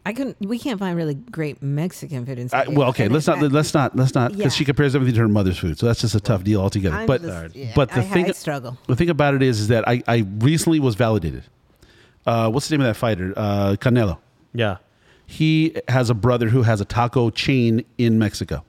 Speaker 1: I couldn't. We can't find really great Mexican food in. San
Speaker 2: I,
Speaker 1: Diego.
Speaker 2: well, okay,
Speaker 1: And
Speaker 2: let's
Speaker 1: in
Speaker 2: not let's not let's not because
Speaker 1: Yeah.
Speaker 2: she compares everything to her mother's food, so that's just a tough deal altogether.
Speaker 1: I'm
Speaker 2: but
Speaker 1: just- yeah,
Speaker 2: but the
Speaker 1: I-
Speaker 2: thing
Speaker 1: I struggle.
Speaker 2: The thing about it is, is that I, I recently was validated. Uh, what's the name of that fighter? Uh, Canelo.
Speaker 3: yeah
Speaker 2: He has a brother who has a taco chain in Mexico.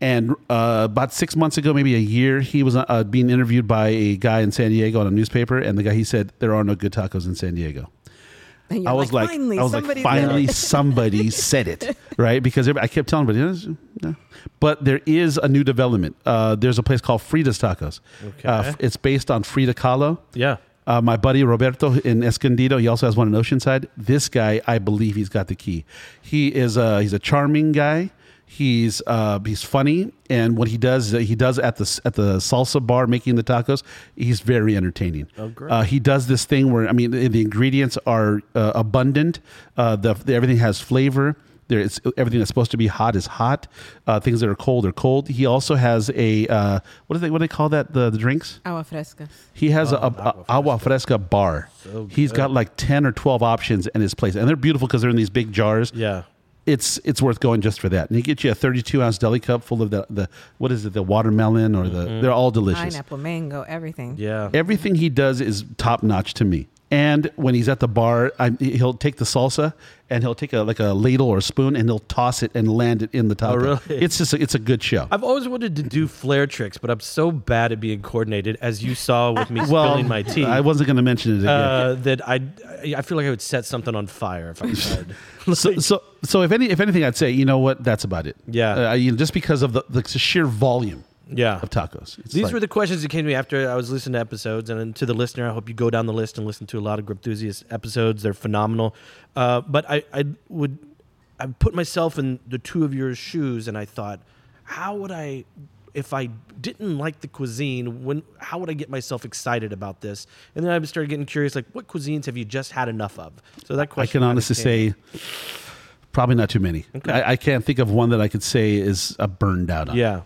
Speaker 2: And uh, about six months ago, maybe a year, he was uh, being interviewed by a guy in San Diego on a newspaper, and the guy he said there are no good tacos in San Diego.
Speaker 1: fact- and you're
Speaker 2: I was like,
Speaker 1: finally,
Speaker 2: I was like,
Speaker 1: somebody's
Speaker 2: finally
Speaker 1: gonna-
Speaker 2: somebody said it, right? Because every- I kept telling, but no. But there is a new development. Uh, there's a place called Frida's Tacos.
Speaker 3: Okay.
Speaker 2: Uh, f- it's based on Frida Kahlo.
Speaker 3: yeah
Speaker 2: Uh, my buddy Roberto in Escondido, he also has one in Oceanside. This guy, I believe he's got the key. He is a he's a charming guy. He's uh, he's funny, and what he does is that he does at the at the salsa bar making the tacos. He's very entertaining. Oh,
Speaker 3: great.
Speaker 2: uh, he does this thing where I mean the, the ingredients are uh, abundant. Uh, the, the- everything has flavor. There, it's everything that's supposed to be hot is hot. Uh, things that are cold are cold. He also has a uh, what do they what do they call that the, the drinks?
Speaker 1: Agua fresca.
Speaker 2: He has a, a, a agua fresca bar. He's got like ten or twelve options in his place, and they're beautiful because they're in these big jars.
Speaker 3: yeah
Speaker 2: it's it's worth going just for that. And you get you a 32 ounce deli cup full of the, the what is it, the watermelon or the, they're all delicious.
Speaker 1: Pineapple, mango, everything.
Speaker 3: Yeah.
Speaker 2: Everything he does is top notch to me. And when he's at the bar, I, he'll take the salsa and he'll take a like a ladle or a spoon and he'll toss it and land it in the top.
Speaker 3: Oh, really?
Speaker 2: It's just a, it's a good show.
Speaker 3: I've always wanted to do flair tricks, but I'm so bad at being coordinated, as you saw with me spilling my tea.
Speaker 2: I wasn't going to mention it again.
Speaker 3: uh, that I, I feel like I would set something on fire if I tried.
Speaker 2: so, so, so if any, if anything, I'd say you know what, that's about it.
Speaker 3: Yeah.
Speaker 2: uh, you know, just because of the, the sheer volume
Speaker 3: yeah.
Speaker 2: of tacos. It's
Speaker 3: These
Speaker 2: like-
Speaker 3: were the questions that came to me after I was listening to episodes, and to the listener, I hope you go down the list and listen to a lot of Gripthusiast episodes. They're phenomenal. Uh, but I, I would, I put myself in the two of your shoes, and I thought, how would I, if I didn't like the cuisine, when how would I get myself excited about this? And then I started getting curious, like what cuisines have you just had enough of? So that
Speaker 2: I
Speaker 3: question.
Speaker 2: can honestly say, probably not too many. I, I can't think of one that I could say is a burned out on.
Speaker 3: yeah,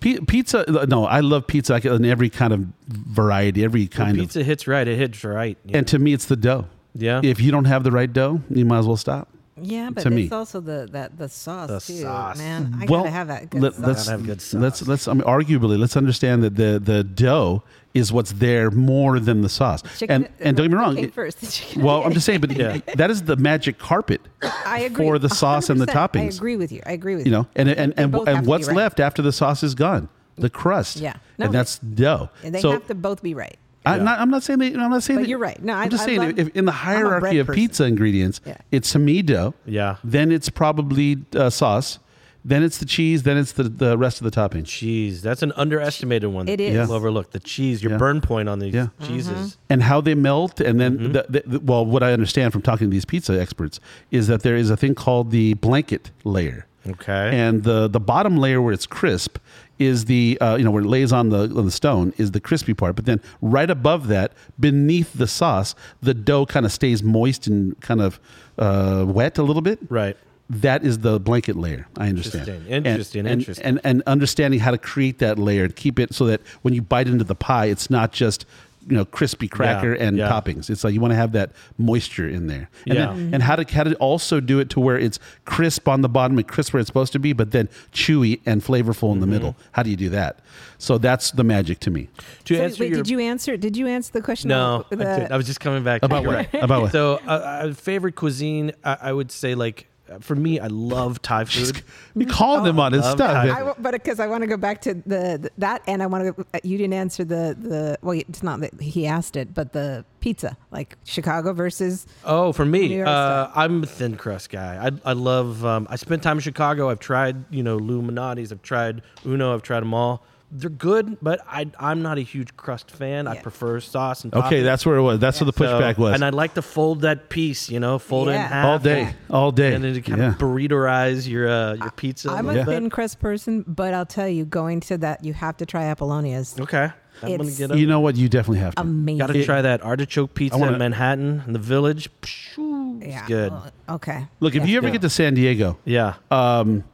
Speaker 2: Pi- pizza. uh, No, I love pizza I can- in every kind of variety, every kind of.
Speaker 3: pizza hits right. It hits right. Yeah.
Speaker 2: And to me, it's the dough.
Speaker 3: Yeah.
Speaker 2: If you don't have the right dough, you might as well stop.
Speaker 1: Yeah, but
Speaker 2: To
Speaker 1: it's
Speaker 2: me.
Speaker 1: also the that the sauce
Speaker 3: The
Speaker 1: too,
Speaker 3: sauce.
Speaker 1: man. I gotta have that good
Speaker 2: let,
Speaker 1: sauce.
Speaker 2: us
Speaker 3: Gotta have good sauce.
Speaker 2: let's let's. I mean, arguably, let's understand that the the dough is what's there more than the sauce. and and don't get me wrong.
Speaker 1: came
Speaker 2: it-
Speaker 1: first, the chicken
Speaker 2: well, I'm just saying, but
Speaker 3: Yeah.
Speaker 2: that is the magic carpet
Speaker 1: I agree.
Speaker 2: for the sauce and the
Speaker 1: 100%.
Speaker 2: toppings.
Speaker 1: I agree with you. I agree with
Speaker 2: you
Speaker 1: you.
Speaker 2: know and and and,
Speaker 1: both have
Speaker 2: and
Speaker 1: to be
Speaker 2: what's
Speaker 1: right.
Speaker 2: left after the sauce is gone the crust
Speaker 1: Yeah. No,
Speaker 2: and that's dough
Speaker 1: And they
Speaker 2: so
Speaker 1: have to both be right.
Speaker 2: I'm not. I'm not saying that. I'm not saying
Speaker 1: But
Speaker 2: that-
Speaker 1: you're right. No, I-
Speaker 2: I'm just
Speaker 1: I
Speaker 2: saying
Speaker 1: love-
Speaker 2: if, in the
Speaker 1: I'm a bread
Speaker 2: hierarchy of
Speaker 1: person.
Speaker 2: pizza ingredients,
Speaker 1: Yeah.
Speaker 2: it's to me dough.
Speaker 3: Yeah.
Speaker 2: Then it's probably uh, sauce. Then it's the cheese. Then it's the, the rest of the toppings.
Speaker 3: Cheese. That's an underestimated one.
Speaker 1: It
Speaker 3: that
Speaker 1: is. Mm-hmm.
Speaker 2: Yeah.
Speaker 3: people Overlook the cheese. Your
Speaker 2: Yeah.
Speaker 3: burn point on these
Speaker 2: Yeah.
Speaker 3: cheeses.
Speaker 2: and how they melt and then
Speaker 3: Mm-hmm.
Speaker 2: the, the, the- well what i understand from talking to these pizza experts is that there is a thing called the blanket layer
Speaker 3: Okay.
Speaker 2: and the the bottom layer where it's crisp is the uh, you know where it lays on the on the stone is the crispy part but then right above that beneath the sauce the dough kind of stays moist and kind of uh, wet a little bit
Speaker 3: Right.
Speaker 2: that is the blanket layer. I understand.
Speaker 3: Interesting,
Speaker 2: And-
Speaker 3: interesting,
Speaker 2: and,
Speaker 3: interesting.
Speaker 2: And, and understanding how to create that layer, and keep it so that when you bite into the pie, it's not just you know crispy cracker and
Speaker 3: yeah.
Speaker 2: toppings. It's like you want to have that moisture in there. And,
Speaker 3: Yeah.
Speaker 2: then, and how to how to also do it to where it's crisp on the bottom and crisp where it's supposed to be, but then chewy and flavorful
Speaker 3: Mm-hmm.
Speaker 2: in the middle. How do you do that? So that's the magic to me.
Speaker 3: To
Speaker 1: So
Speaker 3: answer
Speaker 1: wait,
Speaker 3: your
Speaker 1: did you answer? Did you answer the question?
Speaker 3: no,
Speaker 1: about
Speaker 3: I,
Speaker 1: the-
Speaker 3: did. I was just coming back
Speaker 2: About
Speaker 3: to
Speaker 2: what? About what?
Speaker 3: So, uh, uh, favorite cuisine, I, I would say like uh, for me, I love Thai food.
Speaker 2: We call them on his
Speaker 3: Oh, love
Speaker 2: stuff.
Speaker 3: that.
Speaker 1: I w- but because I want to go back to the, the- that, and I want to. You didn't answer the the. Well, it's not that he asked it, but the pizza, like Chicago versus.
Speaker 3: Oh, for
Speaker 1: New
Speaker 3: me,
Speaker 1: York
Speaker 3: uh,
Speaker 1: style.
Speaker 3: I'm a thin crust guy. I, I love. Um, I spent time in Chicago. I've tried, you know, Luminati's. I've tried Uno. I've tried them all. They're good, but I, I'm not a huge crust fan. I
Speaker 1: Yeah.
Speaker 3: prefer sauce and
Speaker 2: Okay,
Speaker 3: toppings.
Speaker 2: that's where it was. That's where the
Speaker 3: So-
Speaker 2: pushback was.
Speaker 3: And I like to fold that piece, you know, fold it in
Speaker 1: Yeah.
Speaker 3: half.
Speaker 2: all day, all day.
Speaker 3: and then to kind
Speaker 2: Yeah.
Speaker 3: of burritorize your uh, your pizza.
Speaker 1: I'm a
Speaker 2: Yeah.
Speaker 3: little
Speaker 1: thin
Speaker 3: bit.
Speaker 1: crust person, but I'll tell you, going to that, you have to try Apollonia's.
Speaker 3: Okay, I'm gonna
Speaker 1: It's-
Speaker 3: get
Speaker 2: you
Speaker 3: up.
Speaker 2: know what? You definitely have to.
Speaker 1: Amazing.
Speaker 3: Got to try that artichoke pizza
Speaker 2: wanna-
Speaker 3: in Manhattan in the Village. Pshoo, It's
Speaker 1: Yeah. Oh,
Speaker 3: good.
Speaker 1: Okay.
Speaker 2: Look, if
Speaker 1: Yeah.
Speaker 2: you ever
Speaker 3: Yeah.
Speaker 2: get to San Diego
Speaker 3: Yeah,
Speaker 2: um,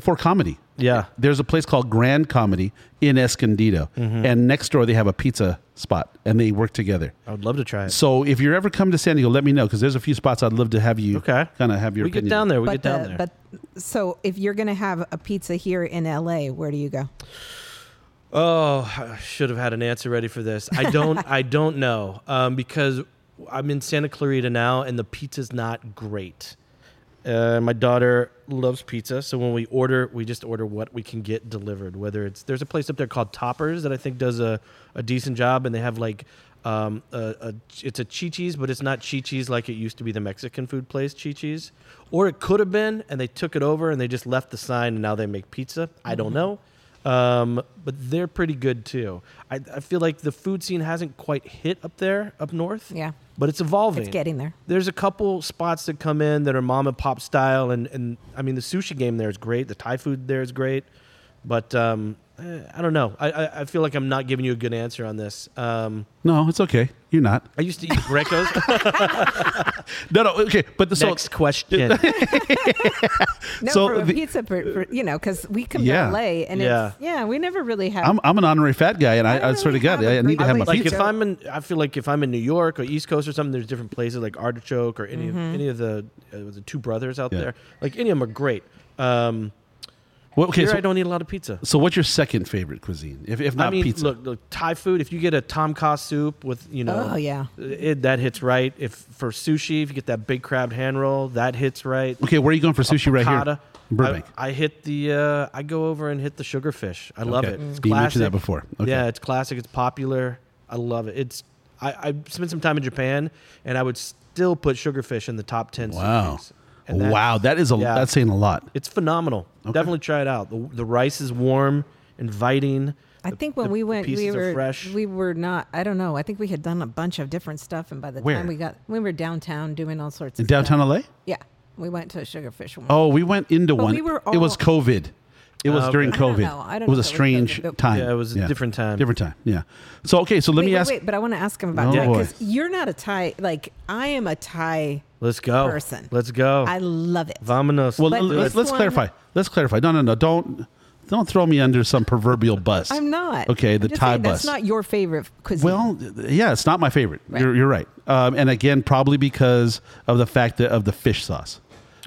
Speaker 2: for comedy,
Speaker 3: Yeah.
Speaker 2: there's a place called Grand Comedy in Escondido,
Speaker 3: Mm-hmm.
Speaker 2: and next door they have a pizza spot, and they work together.
Speaker 3: I would love to try it.
Speaker 2: So if you're ever come to San Diego, let me know because there's a few spots I'd love to have you
Speaker 3: Okay.
Speaker 2: kind of have your
Speaker 3: we
Speaker 2: opinion.
Speaker 3: get down there. We
Speaker 1: but
Speaker 3: get down
Speaker 1: the-
Speaker 3: there.
Speaker 1: But so if you're gonna have a pizza here in LA, where do you go?
Speaker 3: Oh, I should have had an answer ready for this. I don't. I don't know um, because I'm in Santa Clarita now, and the pizza's not great. Uh, my daughter loves pizza, so when we order, we just order what we can get delivered. Whether it's there's a place up there called Toppers that I think does a, a decent job, and they have like um, a, a it's a Chi-Chi's, but it's not Chi-Chi's like it used to be the Mexican food place Chi-Chi's, or it could have been, and they took it over and they just left the sign, and now they make pizza. I don't know. Um, but they're pretty good too. I, I feel like the food scene hasn't quite hit up there, up north.
Speaker 1: Yeah.
Speaker 3: But it's evolving.
Speaker 1: It's getting there.
Speaker 3: There's a couple spots that come in that are mom and pop style, and, and I mean, the sushi game there is great. The Thai food there is great. But um, eh, I don't know. I, I, I feel like I'm not giving you a good answer on this. Um,
Speaker 2: No, it's okay. You're not.
Speaker 3: I used to eat Greco's.
Speaker 2: No, no. Okay, but the, so
Speaker 3: Next question.
Speaker 1: No,
Speaker 2: So
Speaker 1: for a
Speaker 2: the-
Speaker 1: pizza, for, for, you know, because we come
Speaker 2: Yeah.
Speaker 1: to LA and it's, yeah, we never really have.
Speaker 2: I'm I'm an honorary fat guy, and I, I,
Speaker 1: don't
Speaker 2: swear to
Speaker 1: really
Speaker 2: God,
Speaker 1: have a
Speaker 2: I, I need to
Speaker 1: great
Speaker 2: have my
Speaker 1: place.
Speaker 3: like
Speaker 2: pizza.
Speaker 3: if I'm in, I feel like if I'm in New York or East Coast or something, there's different places like Artichoke or any
Speaker 1: Mm-hmm.
Speaker 3: of any of the uh, was it two brothers out
Speaker 2: Yeah.
Speaker 3: there. Like any of them are great. Um,
Speaker 2: Well, okay,
Speaker 3: here
Speaker 2: so,
Speaker 3: I don't eat a lot of pizza.
Speaker 2: so what's your second favorite cuisine, if if not
Speaker 3: I mean,
Speaker 2: pizza?
Speaker 3: look, look, Thai food. If you get a tom kha soup with you know,
Speaker 1: Oh, yeah.
Speaker 3: it, that hits right. If for sushi, if you get that big crab hand roll, that hits right.
Speaker 2: okay, where are you going for sushi right here?
Speaker 3: Piccata.
Speaker 2: Burbank.
Speaker 3: I, I hit the. Uh, I go over and hit the sugarfish. I love
Speaker 2: Okay.
Speaker 3: it. It's
Speaker 2: You
Speaker 3: classic.
Speaker 2: mentioned that before. Okay.
Speaker 3: Yeah, it's classic. It's popular. I love it. It's. I, I spent some time in Japan, and I would still put sugarfish in the top ten.
Speaker 2: wow.
Speaker 3: sushis. And that-
Speaker 2: Wow, that is a
Speaker 3: yeah.
Speaker 2: that's saying a lot.
Speaker 3: It's phenomenal. Definitely try it out. The, the rice is warm, inviting.
Speaker 1: I
Speaker 3: The-
Speaker 1: think when
Speaker 3: the-
Speaker 1: we
Speaker 3: the
Speaker 1: went, we
Speaker 3: pieces are
Speaker 1: were
Speaker 3: fresh.
Speaker 1: we were not. I don't know. I think we had done a bunch of different stuff, and by the
Speaker 2: Where?
Speaker 1: time we got, we were downtown doing all sorts.
Speaker 2: In
Speaker 1: of stuff.
Speaker 2: downtown LA?
Speaker 1: Yeah, we went to a Sugarfish one.
Speaker 2: Oh, we went into one.
Speaker 1: we were
Speaker 2: it was
Speaker 1: all-
Speaker 2: COVID. It was
Speaker 3: Oh, okay.
Speaker 2: during
Speaker 1: don't
Speaker 2: COVID.
Speaker 1: know. I don't
Speaker 2: it was a
Speaker 1: know if it was COVID,
Speaker 2: strange
Speaker 1: but-
Speaker 2: time.
Speaker 3: Yeah, it was a different time.
Speaker 2: Different time. Yeah. So okay, so let
Speaker 1: wait,
Speaker 2: me
Speaker 1: wait,
Speaker 2: ask.
Speaker 1: wait, but I want to ask him about
Speaker 2: Oh,
Speaker 1: that
Speaker 2: boy.
Speaker 1: because you're not a Thai. Like I am a Thai.
Speaker 3: Let's go.
Speaker 1: Person.
Speaker 3: Let's go.
Speaker 1: I love it.
Speaker 3: Vamonos.
Speaker 2: Well,
Speaker 1: But
Speaker 2: l- let's,
Speaker 1: this
Speaker 2: let's
Speaker 1: one-
Speaker 2: clarify. Let's clarify. No, no, no. Don't don't throw me under some proverbial bus.
Speaker 1: I'm not
Speaker 2: Okay,
Speaker 1: I'm
Speaker 2: the
Speaker 1: just
Speaker 2: Thai
Speaker 1: saying
Speaker 2: bus.
Speaker 1: That's not your favorite cuisine.
Speaker 2: well, yeah, it's not my favorite. You're, you're right. Um, and again, probably because of the fact that, of the fish sauce.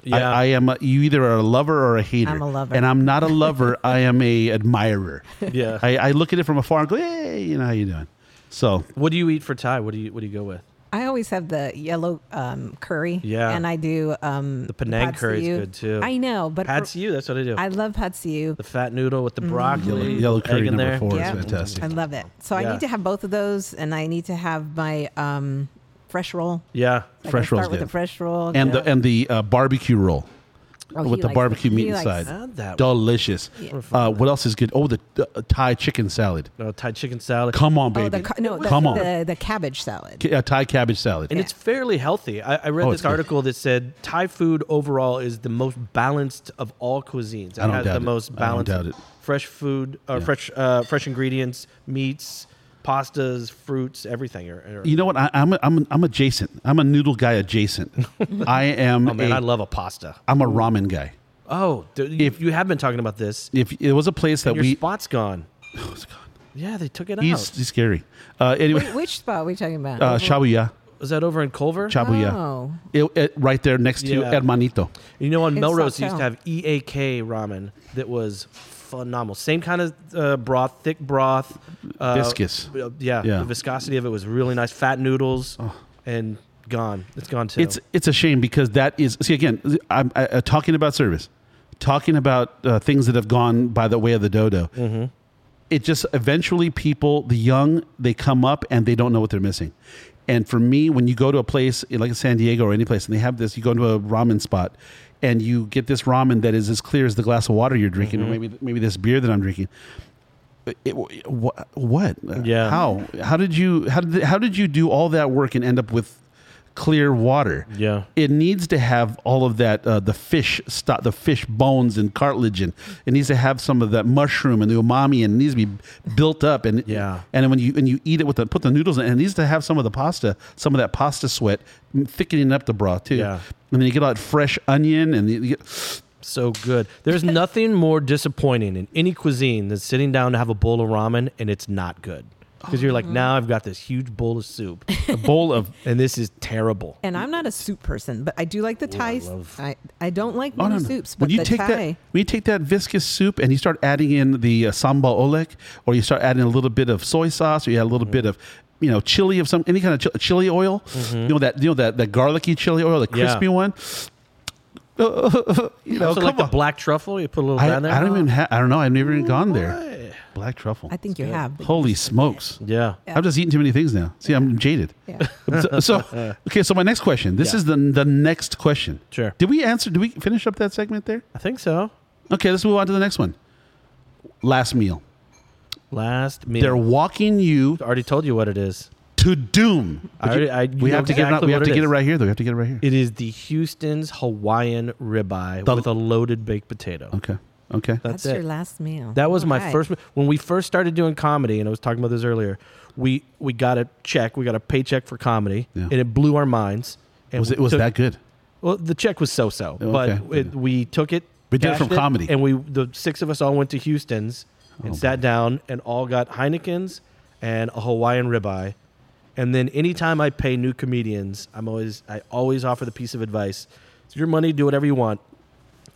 Speaker 3: Yeah.
Speaker 2: I, I am. A, you either are a lover or a hater.
Speaker 1: I'm a lover.
Speaker 2: and I'm not a lover. I am a admirer.
Speaker 3: Yeah.
Speaker 2: I, I look at it from afar and go, "Hey, you know how you doing?" So
Speaker 3: what do you eat for Thai? What do you What do you go with?
Speaker 1: I always have the yellow um, curry.
Speaker 3: Yeah.
Speaker 1: and I do um, the
Speaker 3: Penang
Speaker 1: pad
Speaker 3: curry is
Speaker 1: see ew.
Speaker 3: good, too.
Speaker 1: I know, but
Speaker 3: Pad see ew, That's what I do.
Speaker 1: I love pad see ew.
Speaker 3: the fat noodle with the broccoli,
Speaker 2: Yellow-
Speaker 3: the
Speaker 2: yellow
Speaker 3: egg
Speaker 2: curry
Speaker 3: in
Speaker 2: number
Speaker 3: there.
Speaker 2: four is
Speaker 1: Yeah.
Speaker 2: fantastic.
Speaker 1: I love it. So I
Speaker 3: Yeah.
Speaker 1: need to have both of those, and I need to have my um, fresh roll.
Speaker 3: Yeah.
Speaker 2: Fresh
Speaker 1: I gotta
Speaker 2: roll's
Speaker 1: Start with
Speaker 2: good.
Speaker 1: a fresh roll.
Speaker 2: and the and the uh, barbecue roll
Speaker 1: Oh,
Speaker 2: with
Speaker 1: he
Speaker 2: the
Speaker 1: likes-
Speaker 2: barbecue
Speaker 1: he
Speaker 2: meat
Speaker 1: likes-
Speaker 2: inside.
Speaker 3: Ah, that one.
Speaker 2: Delicious. Uh, what else is good? Oh, the uh, Thai chicken salad.
Speaker 3: No, uh, Thai chicken salad.
Speaker 2: Come on, baby.
Speaker 1: Oh, the, ca- no, the,
Speaker 2: Come on.
Speaker 1: The, the cabbage salad.
Speaker 2: Ca- uh, Thai cabbage salad.
Speaker 3: and it's fairly healthy. I, I read
Speaker 2: Oh, it's
Speaker 3: this
Speaker 2: good.
Speaker 3: article that said Thai food overall is the most balanced of all cuisines. It
Speaker 2: I don't
Speaker 3: has
Speaker 2: doubt
Speaker 3: the
Speaker 2: it. I
Speaker 3: most
Speaker 2: don't
Speaker 3: balanced
Speaker 2: doubt it.
Speaker 3: fresh food, uh, fresh uh, fresh ingredients, meats, pastas, fruits, everything. Or, or-
Speaker 2: you know what? I, I'm, a, I'm, a, I'm adjacent. I'm a noodle guy adjacent. I am
Speaker 3: oh man,
Speaker 2: a,
Speaker 3: I love a pasta.
Speaker 2: I'm a ramen guy.
Speaker 3: Oh, dude, you, you have been talking about this.
Speaker 2: If it was a place that
Speaker 3: Your
Speaker 2: we, Oh,
Speaker 3: spot's gone. Yeah, they took it
Speaker 2: he's,
Speaker 3: out.
Speaker 2: he's scary. Uh, anyway,
Speaker 1: Wait, which spot are we talking about?
Speaker 2: uh, Shabuya,
Speaker 3: Was that over in Culver?
Speaker 2: Shabuya,
Speaker 1: Oh.
Speaker 2: It- it- right there next to
Speaker 3: Yeah.
Speaker 2: Hermanito.
Speaker 3: You know, on
Speaker 1: In
Speaker 3: Melrose,
Speaker 1: South
Speaker 3: they used to
Speaker 1: Town.
Speaker 3: have EAK ramen that was phenomenal. Same kind of uh, broth, thick broth, uh,
Speaker 2: Viscous.
Speaker 3: uh, Yeah,
Speaker 2: Yeah. Oh.
Speaker 3: the viscosity of it was really nice. Fat noodles, and gone. It's gone too.
Speaker 2: It's it's a shame because that is see again. I'm I, uh, talking about service, talking about uh, things that have gone by the way of the dodo.
Speaker 3: Mm-hmm.
Speaker 2: It just eventually people, the young, they come up and they don't know what they're missing. And for me, when you go to a place eh, like San Diego or any place, and they have this, you go into a ramen spot, and you get this ramen that is as clear as the glass of water you're drinking,
Speaker 3: Mm-hmm.
Speaker 2: or maybe maybe this beer that I'm drinking. eh, It, what? what?
Speaker 3: Yeah.
Speaker 2: How? How did you? How did? How did you do all that work and end up with clear water?
Speaker 3: Yeah.
Speaker 2: it needs to have all of that uh, the fish stuff the fish bones and cartilage and it needs to have some of that mushroom and the umami and it needs to be built up and
Speaker 3: Yeah.
Speaker 2: and when you and you eat it with the put the noodles in and it needs to have some of the pasta some of that pasta sweat thickening up the broth too
Speaker 3: Yeah.
Speaker 2: and then you get all that fresh onion and you get,
Speaker 3: so good. There's nothing more disappointing in any cuisine than sitting down to have a bowl of ramen and it's not good because you're like, now I've got this huge bowl of soup,
Speaker 2: Oh. a bowl of
Speaker 3: and this is terrible.
Speaker 1: And I'm not a soup person, but I do like the Thai.
Speaker 3: love-
Speaker 1: I, I don't like
Speaker 2: Oh,
Speaker 1: many
Speaker 2: no, no.
Speaker 1: soups, but
Speaker 2: when you
Speaker 1: the
Speaker 2: take
Speaker 1: Thai.
Speaker 2: that, when you take that viscous soup and you start adding in the uh, sambal olek, or you start adding a little bit of soy sauce, or you add a little bit of, you know, chili of some any kind of chili, chili oil, you know that you know that that garlicky chili oil, the
Speaker 3: Mm-hmm. Yeah.
Speaker 2: crispy one. you know,
Speaker 3: also,
Speaker 2: Oh, come
Speaker 3: like the
Speaker 2: on.
Speaker 3: black truffle, you put a little
Speaker 2: I,
Speaker 3: down there.
Speaker 2: I don't even. Ha- I don't know. I've never even gone there. Black truffle.
Speaker 1: I think you have. but-
Speaker 2: Holy smokes!
Speaker 3: yeah.
Speaker 2: I've just eaten too many things now. See, I'm jaded.
Speaker 1: Yeah.
Speaker 2: so, so- okay. So my next question. This
Speaker 3: Yeah.
Speaker 2: is the the next question.
Speaker 3: Sure.
Speaker 2: Did we answer? Did we finish up that segment there?
Speaker 3: I think so.
Speaker 2: Okay, let's move on to the next one. Last meal.
Speaker 3: Last meal.
Speaker 2: They're walking you
Speaker 3: I already told you what it is.
Speaker 2: to doom.
Speaker 3: I already- I- you
Speaker 2: we
Speaker 3: know
Speaker 2: have to get it.
Speaker 3: exactly
Speaker 2: We have
Speaker 3: what
Speaker 2: to get
Speaker 3: is.
Speaker 2: it right here, though. We have to get it right here.
Speaker 3: It is the Houston's Hawaiian ribeye
Speaker 2: The- Um,
Speaker 3: with a loaded baked potato.
Speaker 2: okay. Okay.
Speaker 1: That's,
Speaker 3: That's, it.
Speaker 1: your last meal.
Speaker 3: That was
Speaker 1: All
Speaker 3: my
Speaker 1: right.
Speaker 3: first when we first started doing comedy, and I was talking about this earlier. We we got a check, we got a paycheck for comedy,
Speaker 2: Yeah.
Speaker 3: and it blew our minds. And
Speaker 2: was
Speaker 3: we
Speaker 2: it was
Speaker 3: took-
Speaker 2: that good?
Speaker 3: Well, the check was so-so,
Speaker 2: Oh,
Speaker 3: but
Speaker 2: okay.
Speaker 3: it, we took it.
Speaker 2: We did it from
Speaker 3: cashed
Speaker 2: comedy. Oh,
Speaker 3: and we the six of us all went to Houston's and sat down and all got Heinekens and a Hawaiian ribeye. And then anytime I pay new comedians, I'm always I always offer the piece of advice: it's your money, do whatever you want.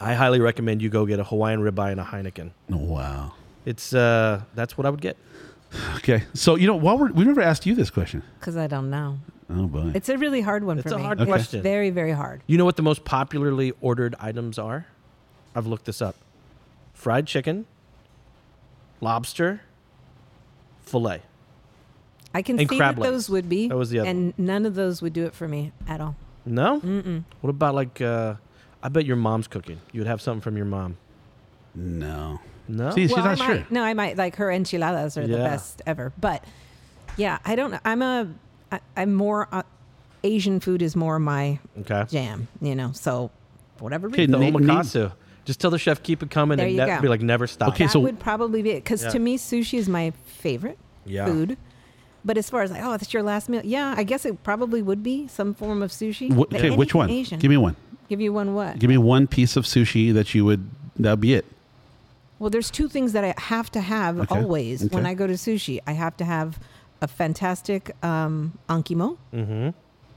Speaker 3: I highly recommend you go get a Hawaiian ribeye and a Heineken.
Speaker 2: Wow.
Speaker 3: It's uh, that's what I would get.
Speaker 2: Okay. So you know, while we're, we never asked you this question.
Speaker 1: Because I don't know.
Speaker 2: Oh boy.
Speaker 1: It's a really hard one
Speaker 3: It's
Speaker 1: for
Speaker 3: a
Speaker 1: me.
Speaker 3: hard
Speaker 1: It's
Speaker 3: question.
Speaker 1: very, very hard.
Speaker 3: You know what the most popularly ordered items are? I've looked this up. Fried chicken, lobster, filet.
Speaker 1: I can
Speaker 3: And
Speaker 1: see
Speaker 3: crab
Speaker 1: that
Speaker 3: legs.
Speaker 1: those would be.
Speaker 3: That was the other
Speaker 1: And none of those would do it for me at all.
Speaker 3: No? Mm-mm. What about like uh I bet your mom's cooking. You would have something from your mom.
Speaker 2: no.
Speaker 3: No.
Speaker 2: See, she's
Speaker 1: Oh, well,
Speaker 2: not
Speaker 1: I
Speaker 2: sure.
Speaker 1: might. No, I might. Like her enchiladas are the
Speaker 3: Yeah.
Speaker 1: best ever. But yeah, I don't. I'm a. I, I'm more. Uh, Asian food is more my
Speaker 3: okay.
Speaker 1: jam. You know, so whatever.
Speaker 2: Okay,
Speaker 1: reason.
Speaker 3: The
Speaker 2: Ne- ne-
Speaker 3: omakase. Just tell the chef keep it coming
Speaker 1: There
Speaker 3: and
Speaker 1: you
Speaker 3: that
Speaker 1: go.
Speaker 3: be like never stop.
Speaker 2: Okay,
Speaker 1: that
Speaker 2: so-
Speaker 1: would probably be it. Because
Speaker 3: Yeah.
Speaker 1: to me, sushi is my favorite
Speaker 3: Yeah.
Speaker 1: food. But as far as like, oh, that's your last meal. Yeah, I guess it probably would be some form of sushi.
Speaker 2: Wh-
Speaker 1: But
Speaker 2: okay, which
Speaker 1: anything
Speaker 2: one?
Speaker 1: Asian.
Speaker 2: Give me one.
Speaker 1: Give you one what?
Speaker 2: Give me one piece of sushi that you would. That'd be it.
Speaker 1: Well, there's two things that I have to have
Speaker 2: Okay.
Speaker 1: always when
Speaker 2: Okay.
Speaker 1: I go to sushi. I have to have a fantastic um, ankimo,
Speaker 3: Mm-hmm.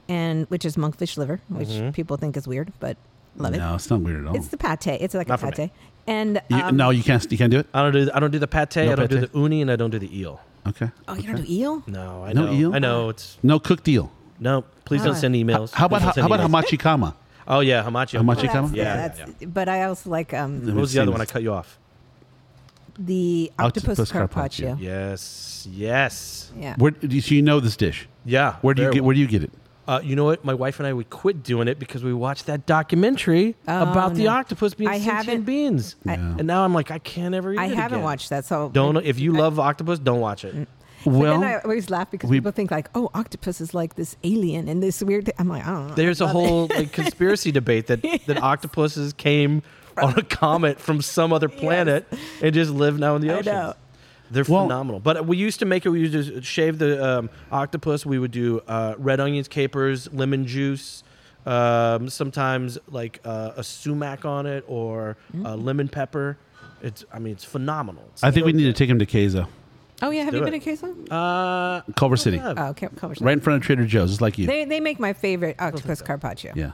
Speaker 1: and which is monkfish liver, which people think is weird, but love it.
Speaker 2: Mm-hmm. No, it's not weird at all.
Speaker 1: It's the pate. It's like
Speaker 3: Not for
Speaker 1: a
Speaker 3: me.
Speaker 1: pate. And
Speaker 2: You-
Speaker 1: um,
Speaker 2: no, you can't. You can't do it.
Speaker 3: I don't do I don't do the pate, I don't do
Speaker 2: pate?
Speaker 3: the uni and I don't do the eel.
Speaker 2: Okay.
Speaker 1: oh, you don't do eel?
Speaker 3: No, I
Speaker 2: No
Speaker 3: know.
Speaker 2: eel?
Speaker 3: I know it's
Speaker 2: No cooked deal.
Speaker 3: no, please don't
Speaker 1: Ah.
Speaker 3: send emails.
Speaker 2: How about
Speaker 3: Please
Speaker 2: how,
Speaker 3: don't send
Speaker 2: about
Speaker 3: emails.
Speaker 2: hamachi kama?
Speaker 3: Oh yeah, hamachi.
Speaker 2: Hamachi
Speaker 1: Well,
Speaker 2: kama?
Speaker 1: that's-
Speaker 3: Yeah, yeah,
Speaker 1: that's, But I also like um,
Speaker 3: What was the other one I
Speaker 2: Seems-
Speaker 3: cut you off?
Speaker 1: the octopus,
Speaker 2: Octopus
Speaker 1: carpaccio.
Speaker 2: carpaccio.
Speaker 3: Yes, yes,
Speaker 1: Yeah.
Speaker 2: Where do you, so you know this dish?
Speaker 3: yeah.
Speaker 2: Where do you
Speaker 3: very
Speaker 2: get?
Speaker 3: well.
Speaker 2: Where do you get it?
Speaker 3: Uh, you know what? My wife and I would quit doing it because we watched that documentary
Speaker 1: Oh,
Speaker 3: about the
Speaker 1: no.
Speaker 3: octopus being
Speaker 1: I
Speaker 3: sentient
Speaker 1: haven't-
Speaker 3: beans,
Speaker 1: I-
Speaker 3: and now I'm like, I can't ever. Eat
Speaker 1: I
Speaker 3: it
Speaker 1: haven't
Speaker 3: again.
Speaker 1: watched that, so
Speaker 3: Don't if you love octopus, don't watch it.
Speaker 1: Well,
Speaker 2: Well,
Speaker 1: then I always laugh because
Speaker 2: we-
Speaker 1: people think like, "Oh, octopus is like this alien and this weird." Thing. I'm like, I don't know.
Speaker 3: There's a whole like, conspiracy debate that that octopuses came on a comet from some other planet and just live now in the
Speaker 1: I
Speaker 3: ocean.
Speaker 1: know.
Speaker 3: They're
Speaker 2: Well-
Speaker 3: phenomenal. But we used to make it. We used to shave the um, octopus. We would do uh, red onions, capers, lemon juice. Um, sometimes like uh, a sumac on it or uh,
Speaker 1: Mm.
Speaker 3: lemon pepper. It's. I mean, it's phenomenal. It's
Speaker 2: I think we need to take him to Keizo,
Speaker 1: oh yeah, have
Speaker 3: do
Speaker 1: you been
Speaker 3: it.
Speaker 1: to Queso?
Speaker 3: Uh,
Speaker 2: Culver City,
Speaker 3: yeah.
Speaker 1: Oh, okay, Culver City.
Speaker 2: right in front of Trader Joe's, just like you.
Speaker 1: They they make my favorite octopus carpaccio.
Speaker 2: yeah.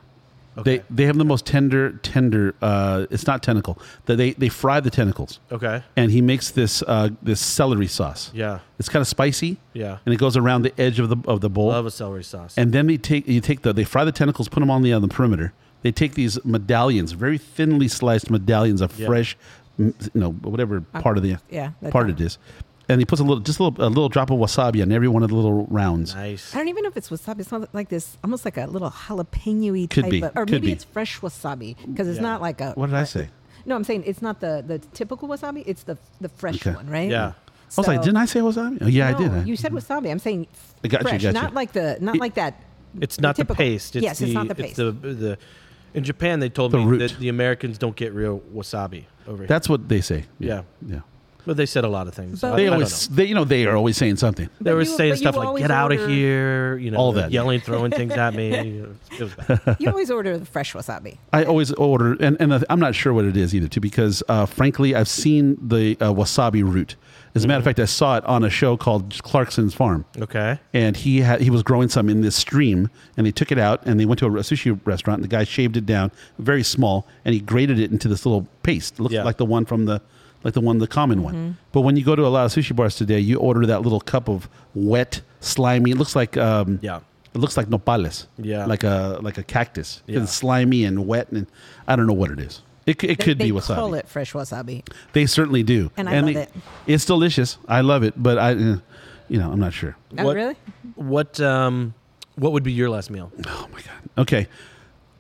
Speaker 3: Okay.
Speaker 2: They they have the most tender tender. Uh, it's not tentacle. They they, they fry the tentacles,
Speaker 3: okay.
Speaker 2: and he makes this uh, this celery sauce.
Speaker 3: Yeah.
Speaker 2: It's kind of spicy.
Speaker 3: Yeah.
Speaker 2: and it goes around the edge of the of the bowl.
Speaker 3: Love a celery sauce.
Speaker 2: And then they take you take the they fry the tentacles, put them on the on the perimeter. They take these medallions, very thinly sliced medallions of
Speaker 3: Yeah.
Speaker 2: fresh, m- you know, whatever
Speaker 1: Uh,
Speaker 2: part of the
Speaker 1: yeah, that
Speaker 2: part
Speaker 1: kind.
Speaker 2: it is. And he puts a little, just a little, a little drop of wasabi on every one of the little rounds.
Speaker 3: nice.
Speaker 1: I don't even know if it's wasabi. It's not like this, almost like a little jalapeno
Speaker 2: Could
Speaker 1: type
Speaker 2: be.
Speaker 1: of, or
Speaker 2: Could
Speaker 1: maybe
Speaker 2: be.
Speaker 1: it's fresh wasabi because it's
Speaker 3: Yeah.
Speaker 1: not like a.
Speaker 2: What did I say?
Speaker 1: No, I'm saying it's not the the typical wasabi. It's the the fresh
Speaker 2: Okay.
Speaker 1: one, right?
Speaker 3: Yeah.
Speaker 2: I was like,
Speaker 1: So-
Speaker 2: didn't I say wasabi? Oh, yeah, I did.
Speaker 1: No,
Speaker 2: I-
Speaker 1: You said wasabi. I'm saying
Speaker 2: I got you,
Speaker 1: fresh,
Speaker 2: got you.
Speaker 1: not like the not
Speaker 2: It-
Speaker 1: like that.
Speaker 3: It's not the
Speaker 1: typical-
Speaker 3: paste. It's
Speaker 1: yes,
Speaker 3: the,
Speaker 1: it's not the paste.
Speaker 3: the, the- in Japan, they told
Speaker 2: The
Speaker 3: me
Speaker 2: root.
Speaker 3: that the Americans don't get real wasabi over here.
Speaker 2: that's what they say. yeah.
Speaker 3: But they said a lot of things.
Speaker 1: But-
Speaker 3: I- I
Speaker 2: They
Speaker 3: don't
Speaker 2: always,
Speaker 3: know.
Speaker 2: they you know, they are always saying something.
Speaker 3: They were
Speaker 1: you-
Speaker 3: saying
Speaker 1: but you
Speaker 3: stuff like
Speaker 1: always
Speaker 3: "Get out of
Speaker 1: order-
Speaker 3: here," you know,
Speaker 2: All that.
Speaker 3: yelling, throwing things at me. It was bad.
Speaker 1: you always order the fresh wasabi.
Speaker 2: I always order, and, and I'm not sure what it is either, too, because uh, frankly, I've seen the uh, wasabi root. As a matter of fact, I saw it on a show called Clarkson's Farm,
Speaker 3: Okay.
Speaker 2: and he had he was growing some in this stream, and they took it out, and they went to a re- sushi restaurant, and the guy shaved it down, very small, and he grated it into this little paste, looks
Speaker 3: Yeah.
Speaker 2: like the one from the like the one the common
Speaker 1: Mm-hmm.
Speaker 2: one. But when you go to a lot of sushi bars today, you order that little cup of wet, slimy. It looks like um,
Speaker 3: Yeah.
Speaker 2: it looks like nopales.
Speaker 3: Yeah.
Speaker 2: Like a like a cactus.
Speaker 3: Yeah.
Speaker 2: It's slimy and wet and I don't know what it is. It, c- it could
Speaker 1: they
Speaker 2: be wasabi.
Speaker 1: call it fresh wasabi.
Speaker 2: They certainly do.
Speaker 1: And I love
Speaker 2: they-
Speaker 1: it.
Speaker 2: It's delicious. I love it, but I uh, you know, I'm not sure.
Speaker 1: Oh,
Speaker 3: What-
Speaker 1: really?
Speaker 3: What um, what would be your last meal?
Speaker 2: Oh my god. Okay.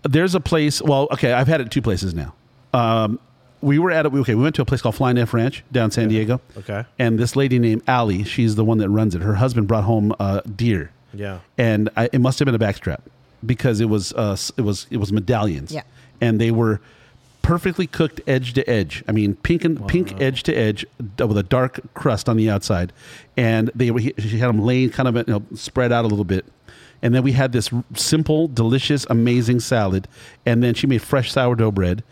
Speaker 2: There's a place, well, okay, I've had it two places now. Um we were at it. Okay, we went to a place called Flying F Ranch down San Diego.
Speaker 3: Okay.
Speaker 2: And this lady named Allie, she's the one that runs it. Her husband brought home uh, deer.
Speaker 3: Yeah.
Speaker 2: and I, it must have been a backstrap because it was uh, s- it was it was medallions.
Speaker 1: Yeah.
Speaker 2: and they were perfectly cooked edge to edge. I mean, pink and pink edge to edge d- with a dark crust on the outside, and they were- he, she had them laying kind of you know, spread out a little bit. And then we had this r- simple, delicious, amazing salad. And then she made fresh sourdough bread,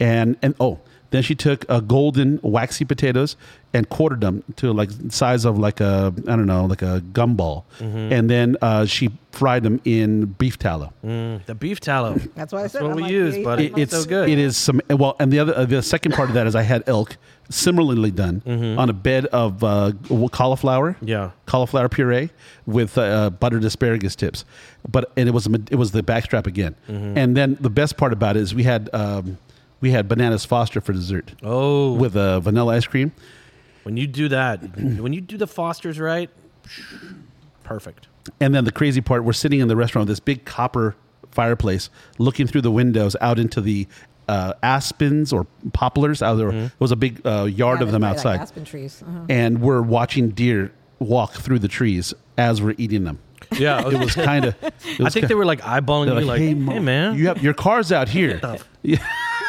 Speaker 2: and and oh, then she took uh, golden waxy potatoes and quartered them to like size of like a I don't know like a gumball, and then uh, she fried them in beef tallow.
Speaker 3: The beef tallow.
Speaker 1: That's what I
Speaker 3: That's
Speaker 1: said.
Speaker 3: what
Speaker 1: I'm
Speaker 3: we
Speaker 1: like,
Speaker 3: use,
Speaker 1: yeah,
Speaker 3: buddy.
Speaker 2: It-
Speaker 1: I'm like,
Speaker 2: it's
Speaker 3: so good.
Speaker 2: It is some well, and the other uh, the second part of that is I had elk similarly done on a bed of uh, cauliflower.
Speaker 3: Mm-hmm. Yeah.
Speaker 2: cauliflower puree with uh, buttered asparagus tips, but and it was it was the backstrap again.
Speaker 3: Mm-hmm.
Speaker 2: And then the best part about it is we had um, we had bananas Foster for dessert
Speaker 3: Oh,
Speaker 2: with uh, vanilla ice cream.
Speaker 3: when you do that, when you do the Fosters right, perfect.
Speaker 2: And then the crazy part, we're sitting in the restaurant with this big copper fireplace, looking through the windows out into the uh, aspens or poplars. Out there
Speaker 3: Mm-hmm.
Speaker 2: there was a big uh, yard
Speaker 1: yeah,
Speaker 2: of them
Speaker 1: that's probably
Speaker 2: outside,
Speaker 1: like aspen trees. Uh-huh.
Speaker 2: and we're watching deer walk through the trees as we're eating them.
Speaker 3: Yeah,
Speaker 2: It was kind of.
Speaker 3: I think they were like eyeballing you, like, "Hey,
Speaker 2: Mo,
Speaker 3: man,
Speaker 2: you have your car's out here." Yeah.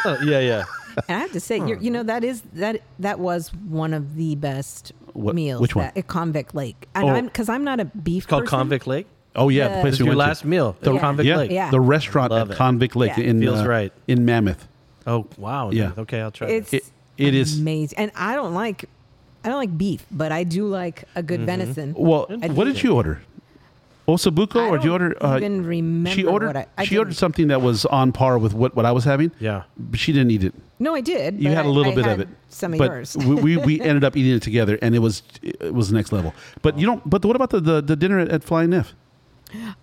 Speaker 3: Uh, yeah, yeah."
Speaker 1: And I have to say, you're,
Speaker 2: Hmm.
Speaker 1: you know, that is that that was one of the best
Speaker 2: What-
Speaker 1: meals.
Speaker 2: which one?
Speaker 1: That, at Convict Lake, and
Speaker 2: Oh.
Speaker 1: I'm because I'm not a beef.
Speaker 3: It's called
Speaker 1: person.
Speaker 3: Convict Lake.
Speaker 2: Oh yeah, the
Speaker 1: Yeah.
Speaker 2: place
Speaker 3: It's
Speaker 2: we
Speaker 3: your
Speaker 2: went to.
Speaker 3: last meal.
Speaker 1: Yeah.
Speaker 3: The Convict
Speaker 2: yeah,
Speaker 3: Lake.
Speaker 1: Yeah.
Speaker 2: the restaurant
Speaker 3: Love
Speaker 2: at
Speaker 3: it.
Speaker 2: Convict Lake
Speaker 1: Yeah.
Speaker 2: in
Speaker 3: Feels
Speaker 2: uh,
Speaker 3: right.
Speaker 2: in Mammoth.
Speaker 3: Oh wow.
Speaker 2: Yeah.
Speaker 3: Okay, I'll try.
Speaker 1: It's
Speaker 3: It's
Speaker 2: It- it is-
Speaker 1: amazing, and I don't like I don't like beef, but I do like a
Speaker 3: Mm-hmm.
Speaker 1: good venison.
Speaker 2: Well,
Speaker 1: Interesting.
Speaker 2: what did you order? Osabuco,
Speaker 1: I
Speaker 2: or did you order? uh,
Speaker 1: don't even remember
Speaker 2: She ordered.
Speaker 1: what I- I
Speaker 2: she
Speaker 1: didn't-
Speaker 2: ordered something that was on par with what, what I was having.
Speaker 3: Yeah.
Speaker 2: but she didn't eat it.
Speaker 1: No, I did.
Speaker 2: You
Speaker 1: but
Speaker 2: had a
Speaker 1: I-
Speaker 2: little
Speaker 1: I
Speaker 2: bit of
Speaker 1: had
Speaker 2: it.
Speaker 1: Some of
Speaker 2: but
Speaker 1: yours.
Speaker 2: we, we we ended up eating it together, and it was it was next level. But you don't. But what about the the, the dinner at, at Flying F?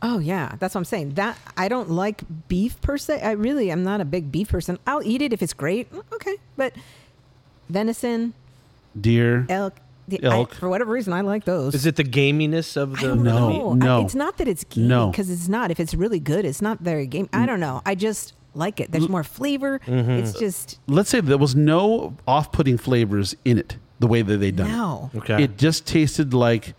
Speaker 1: Oh yeah, that's what I'm saying. That I don't like beef per se. I really am not a big beef person. I'll eat it if it's great. Mm, Okay, but venison,
Speaker 2: Deer.
Speaker 1: elk, the,
Speaker 2: Elk.
Speaker 1: I, for whatever reason, I like those.
Speaker 3: is it the gaminess of
Speaker 1: I
Speaker 3: the
Speaker 1: don't
Speaker 2: No,
Speaker 1: know.
Speaker 2: no.
Speaker 1: I, it's not that it's gamey
Speaker 2: No. Mm.
Speaker 1: because it's not. If it's really good, it's not very game. I don't know. I just like it. There's more flavor.
Speaker 2: Mm-hmm.
Speaker 1: It's just
Speaker 2: Let's say there was no off-putting flavors in it the way that they done it.
Speaker 1: no.
Speaker 3: Okay.
Speaker 2: It just tasted like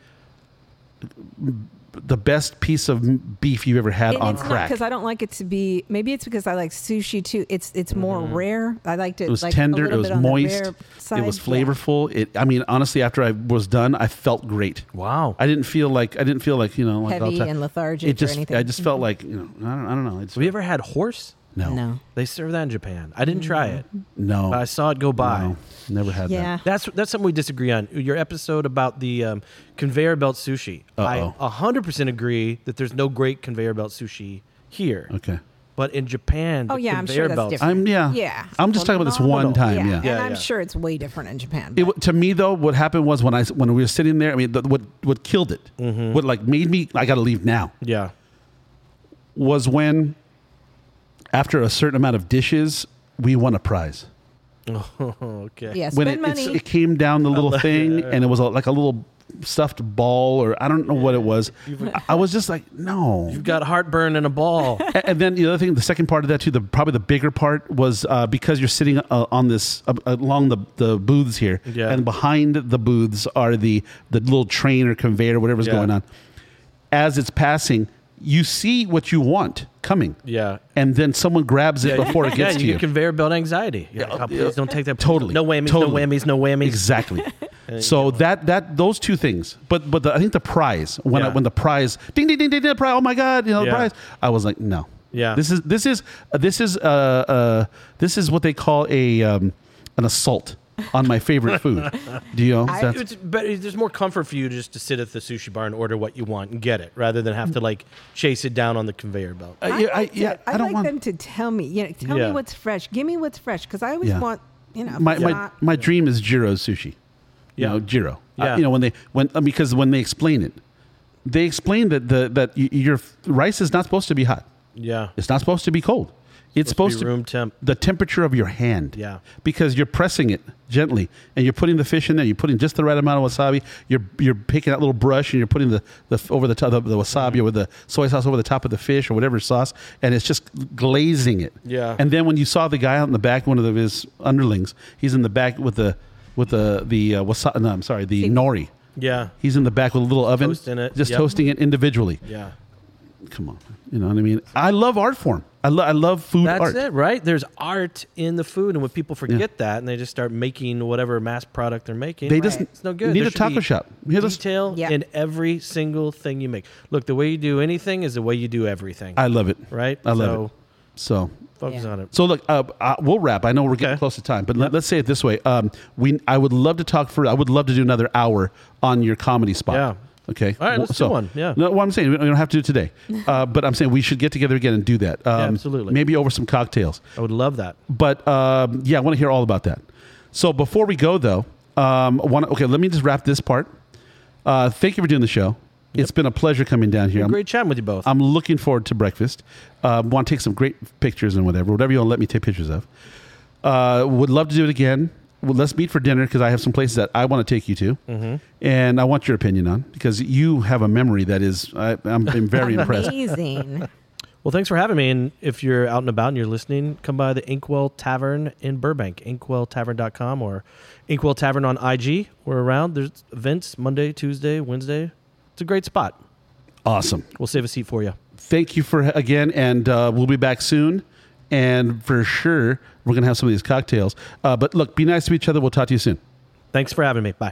Speaker 2: the best piece of beef you've ever had
Speaker 1: And
Speaker 2: on
Speaker 1: it's
Speaker 2: crack.
Speaker 1: because I don't like it to be. Maybe it's because I like sushi too. It's it's more rare. I liked it.
Speaker 2: Mm-hmm. it was
Speaker 1: like, a
Speaker 2: tender. It
Speaker 1: little
Speaker 2: was
Speaker 1: bit on the
Speaker 2: moist.
Speaker 1: rare
Speaker 2: It
Speaker 1: side.
Speaker 2: was
Speaker 1: Yeah.
Speaker 2: flavorful. It. I mean, honestly, after I was done, I felt great.
Speaker 3: wow.
Speaker 2: I didn't feel like I didn't feel like you know like
Speaker 1: Heavy
Speaker 2: I'll ta-
Speaker 1: and lethargic
Speaker 2: It just
Speaker 1: or anything. Mm-hmm.
Speaker 2: I just felt like you know I don't, I don't know. I just,
Speaker 3: Have you ever had horse?
Speaker 2: no
Speaker 1: No.
Speaker 3: They serve that in Japan. I didn't try it,
Speaker 1: Mm.
Speaker 2: no
Speaker 3: but I saw it go by.
Speaker 2: no, never had
Speaker 1: Yeah.
Speaker 2: that.
Speaker 3: That's that's something we disagree on. Your episode about the um, conveyor belt sushi.
Speaker 2: Uh-oh.
Speaker 3: I 100% agree that there's no great conveyor belt sushi here.
Speaker 2: Okay.
Speaker 3: But in Japan, the
Speaker 1: Oh yeah, I'm
Speaker 3: conveyor
Speaker 1: sure that's
Speaker 3: belts.
Speaker 1: different.
Speaker 2: I'm yeah
Speaker 1: Yeah.
Speaker 2: I'm just talking about this one
Speaker 3: Phenomenal.
Speaker 2: time. Yeah.
Speaker 1: and
Speaker 3: Yeah,
Speaker 1: I'm
Speaker 3: yeah.
Speaker 1: sure it's way different in Japan.
Speaker 2: It, wa- to me though, what happened was when I s- when we were sitting there. I mean, the, what what killed it,
Speaker 1: Mm-hmm.
Speaker 2: what like made me I got to leave now
Speaker 3: Yeah.
Speaker 2: was when after a certain amount of dishes we won a prize.
Speaker 3: okay.
Speaker 1: yeah,
Speaker 2: when
Speaker 1: spend
Speaker 2: it, it's,
Speaker 1: money.
Speaker 2: it came down the little thing and it was a, like a little stuffed ball or I don't know what it was. I, I was just like, no.
Speaker 3: You've got heartburn and a ball.
Speaker 2: A- And then the other thing, the second part of that too, the probably the bigger part was uh, because you're sitting uh, on this uh, along the, the booths here,
Speaker 3: Yeah.
Speaker 2: and behind the booths are the the little train or conveyor, whatever's
Speaker 3: Yeah.
Speaker 2: going on. As it's passing, you see what you want coming,
Speaker 3: Yeah.
Speaker 2: and then someone grabs it before it
Speaker 3: yeah,
Speaker 2: gets to
Speaker 3: you
Speaker 2: you.
Speaker 3: get conveyor belt anxiety. You're like, oh, please don't take that. Please
Speaker 2: Totally.
Speaker 3: don't- No whammies, no
Speaker 2: Totally.
Speaker 3: whammies, no whammies.
Speaker 2: Exactly. so that that those two things, but but the, I think the prize when I,
Speaker 3: Yeah.
Speaker 2: when the prize ding ding ding ding ding prize oh my god you know the
Speaker 3: Yeah.
Speaker 2: prize I was like no
Speaker 3: Yeah.
Speaker 2: this is this is uh, this is uh, uh this is what they call a um, an assault on my favorite food do you know that's-
Speaker 3: It's better, there's more comfort for you just to sit at the sushi bar and order what you want and get it rather than have to like chase it down on the conveyor belt.
Speaker 2: uh, yeah, I,
Speaker 1: like
Speaker 2: yeah
Speaker 1: to-
Speaker 2: I don't
Speaker 1: like
Speaker 2: want
Speaker 1: them to tell me. You know, tell
Speaker 3: Yeah.
Speaker 1: me what's fresh. Give me what's fresh because I always
Speaker 2: Yeah.
Speaker 1: want. You know, if
Speaker 2: my
Speaker 1: it's
Speaker 2: my,
Speaker 1: not-
Speaker 2: my dream is Jiro sushi you
Speaker 3: Yeah.
Speaker 2: know Jiro Uh,
Speaker 3: Yeah.
Speaker 2: you know when they when uh, because when they explain it they explain that the that y- your f- rice is not supposed to be hot
Speaker 3: Yeah.
Speaker 2: It's not supposed to be cold. It's supposed,
Speaker 3: be
Speaker 2: to
Speaker 3: room temp.
Speaker 2: The temperature of your hand.
Speaker 3: Yeah.
Speaker 2: Because you're pressing it gently and you're putting the fish in there. You're putting just the right amount of wasabi. You're you're picking that little brush and you're putting the, the f- over the top of the wasabi
Speaker 3: Mm-hmm.
Speaker 2: or the soy sauce over the top of the fish or whatever sauce and it's just glazing it.
Speaker 3: Yeah.
Speaker 2: And then when you saw the guy out in the back, one of his underlings, he's in the back with the with the the uh, wasabi. No, I'm sorry, the nori.
Speaker 3: Yeah.
Speaker 2: He's in the back with a little oven,
Speaker 3: Toasting it.
Speaker 2: just
Speaker 3: Yep.
Speaker 2: toasting it individually
Speaker 3: Yeah.
Speaker 2: come on. You know what I mean? I love art form. I, lo- I love food
Speaker 3: That's
Speaker 2: art.
Speaker 3: it, right? There's art in the food, and when people forget that, and they just start making whatever mass product they're making,
Speaker 2: They just
Speaker 3: it's no good.
Speaker 2: need
Speaker 3: There
Speaker 2: a
Speaker 3: should
Speaker 2: taco
Speaker 3: be
Speaker 2: shop. Here's a s-
Speaker 3: detail
Speaker 1: Yeah.
Speaker 3: in every single thing you make. Look, the way you do anything is the way you do everything,
Speaker 2: I love it.
Speaker 3: right?
Speaker 2: I love
Speaker 3: so
Speaker 2: it. So
Speaker 3: Focus
Speaker 1: Yeah.
Speaker 3: on it.
Speaker 2: So look, uh, uh, we'll wrap. I know we're getting
Speaker 3: Okay.
Speaker 2: close to time, but let, us say it this way: um, we, I would love to talk for. I would love to do another hour on your comedy spot.
Speaker 3: Yeah.
Speaker 2: Okay.
Speaker 3: All right, let's do
Speaker 2: so,
Speaker 3: one. Yeah.
Speaker 2: No, what I'm saying, we don't have to do it today, uh, but I'm saying we should get together again and do that. Um,
Speaker 3: absolutely.
Speaker 2: Maybe over some cocktails.
Speaker 3: I would love that.
Speaker 2: But um, yeah, I want to hear all about that. So before we go though, um, wanna, okay, let me just wrap this part. Uh, thank you for doing the show. It's been a pleasure coming down here. I'm-
Speaker 3: Great chatting with you both.
Speaker 2: I'm looking forward to breakfast. Uh, want to take some great pictures and whatever, whatever you want to let me take pictures of. Uh, would love to do it again. Well, let's meet for dinner because I have some places that I want to take you to, and I want your opinion on because you have a memory that is I, I'm, I'm very impressed.
Speaker 1: Amazing.
Speaker 3: Well, thanks for having me. And if you're out and about and you're listening, come by the Inkwell Tavern in Burbank, inkwelltavern.com or Inkwell Tavern on IG. We're around. There's events Monday, Tuesday, Wednesday. It's a great spot.
Speaker 2: Awesome.
Speaker 3: We'll save a seat for you.
Speaker 2: Thank you for again, and uh, we'll be back soon. And for sure, we're gonna have some of these cocktails. Uh, but look, be nice to each other. We'll talk to you soon.
Speaker 3: Thanks for having me. Bye.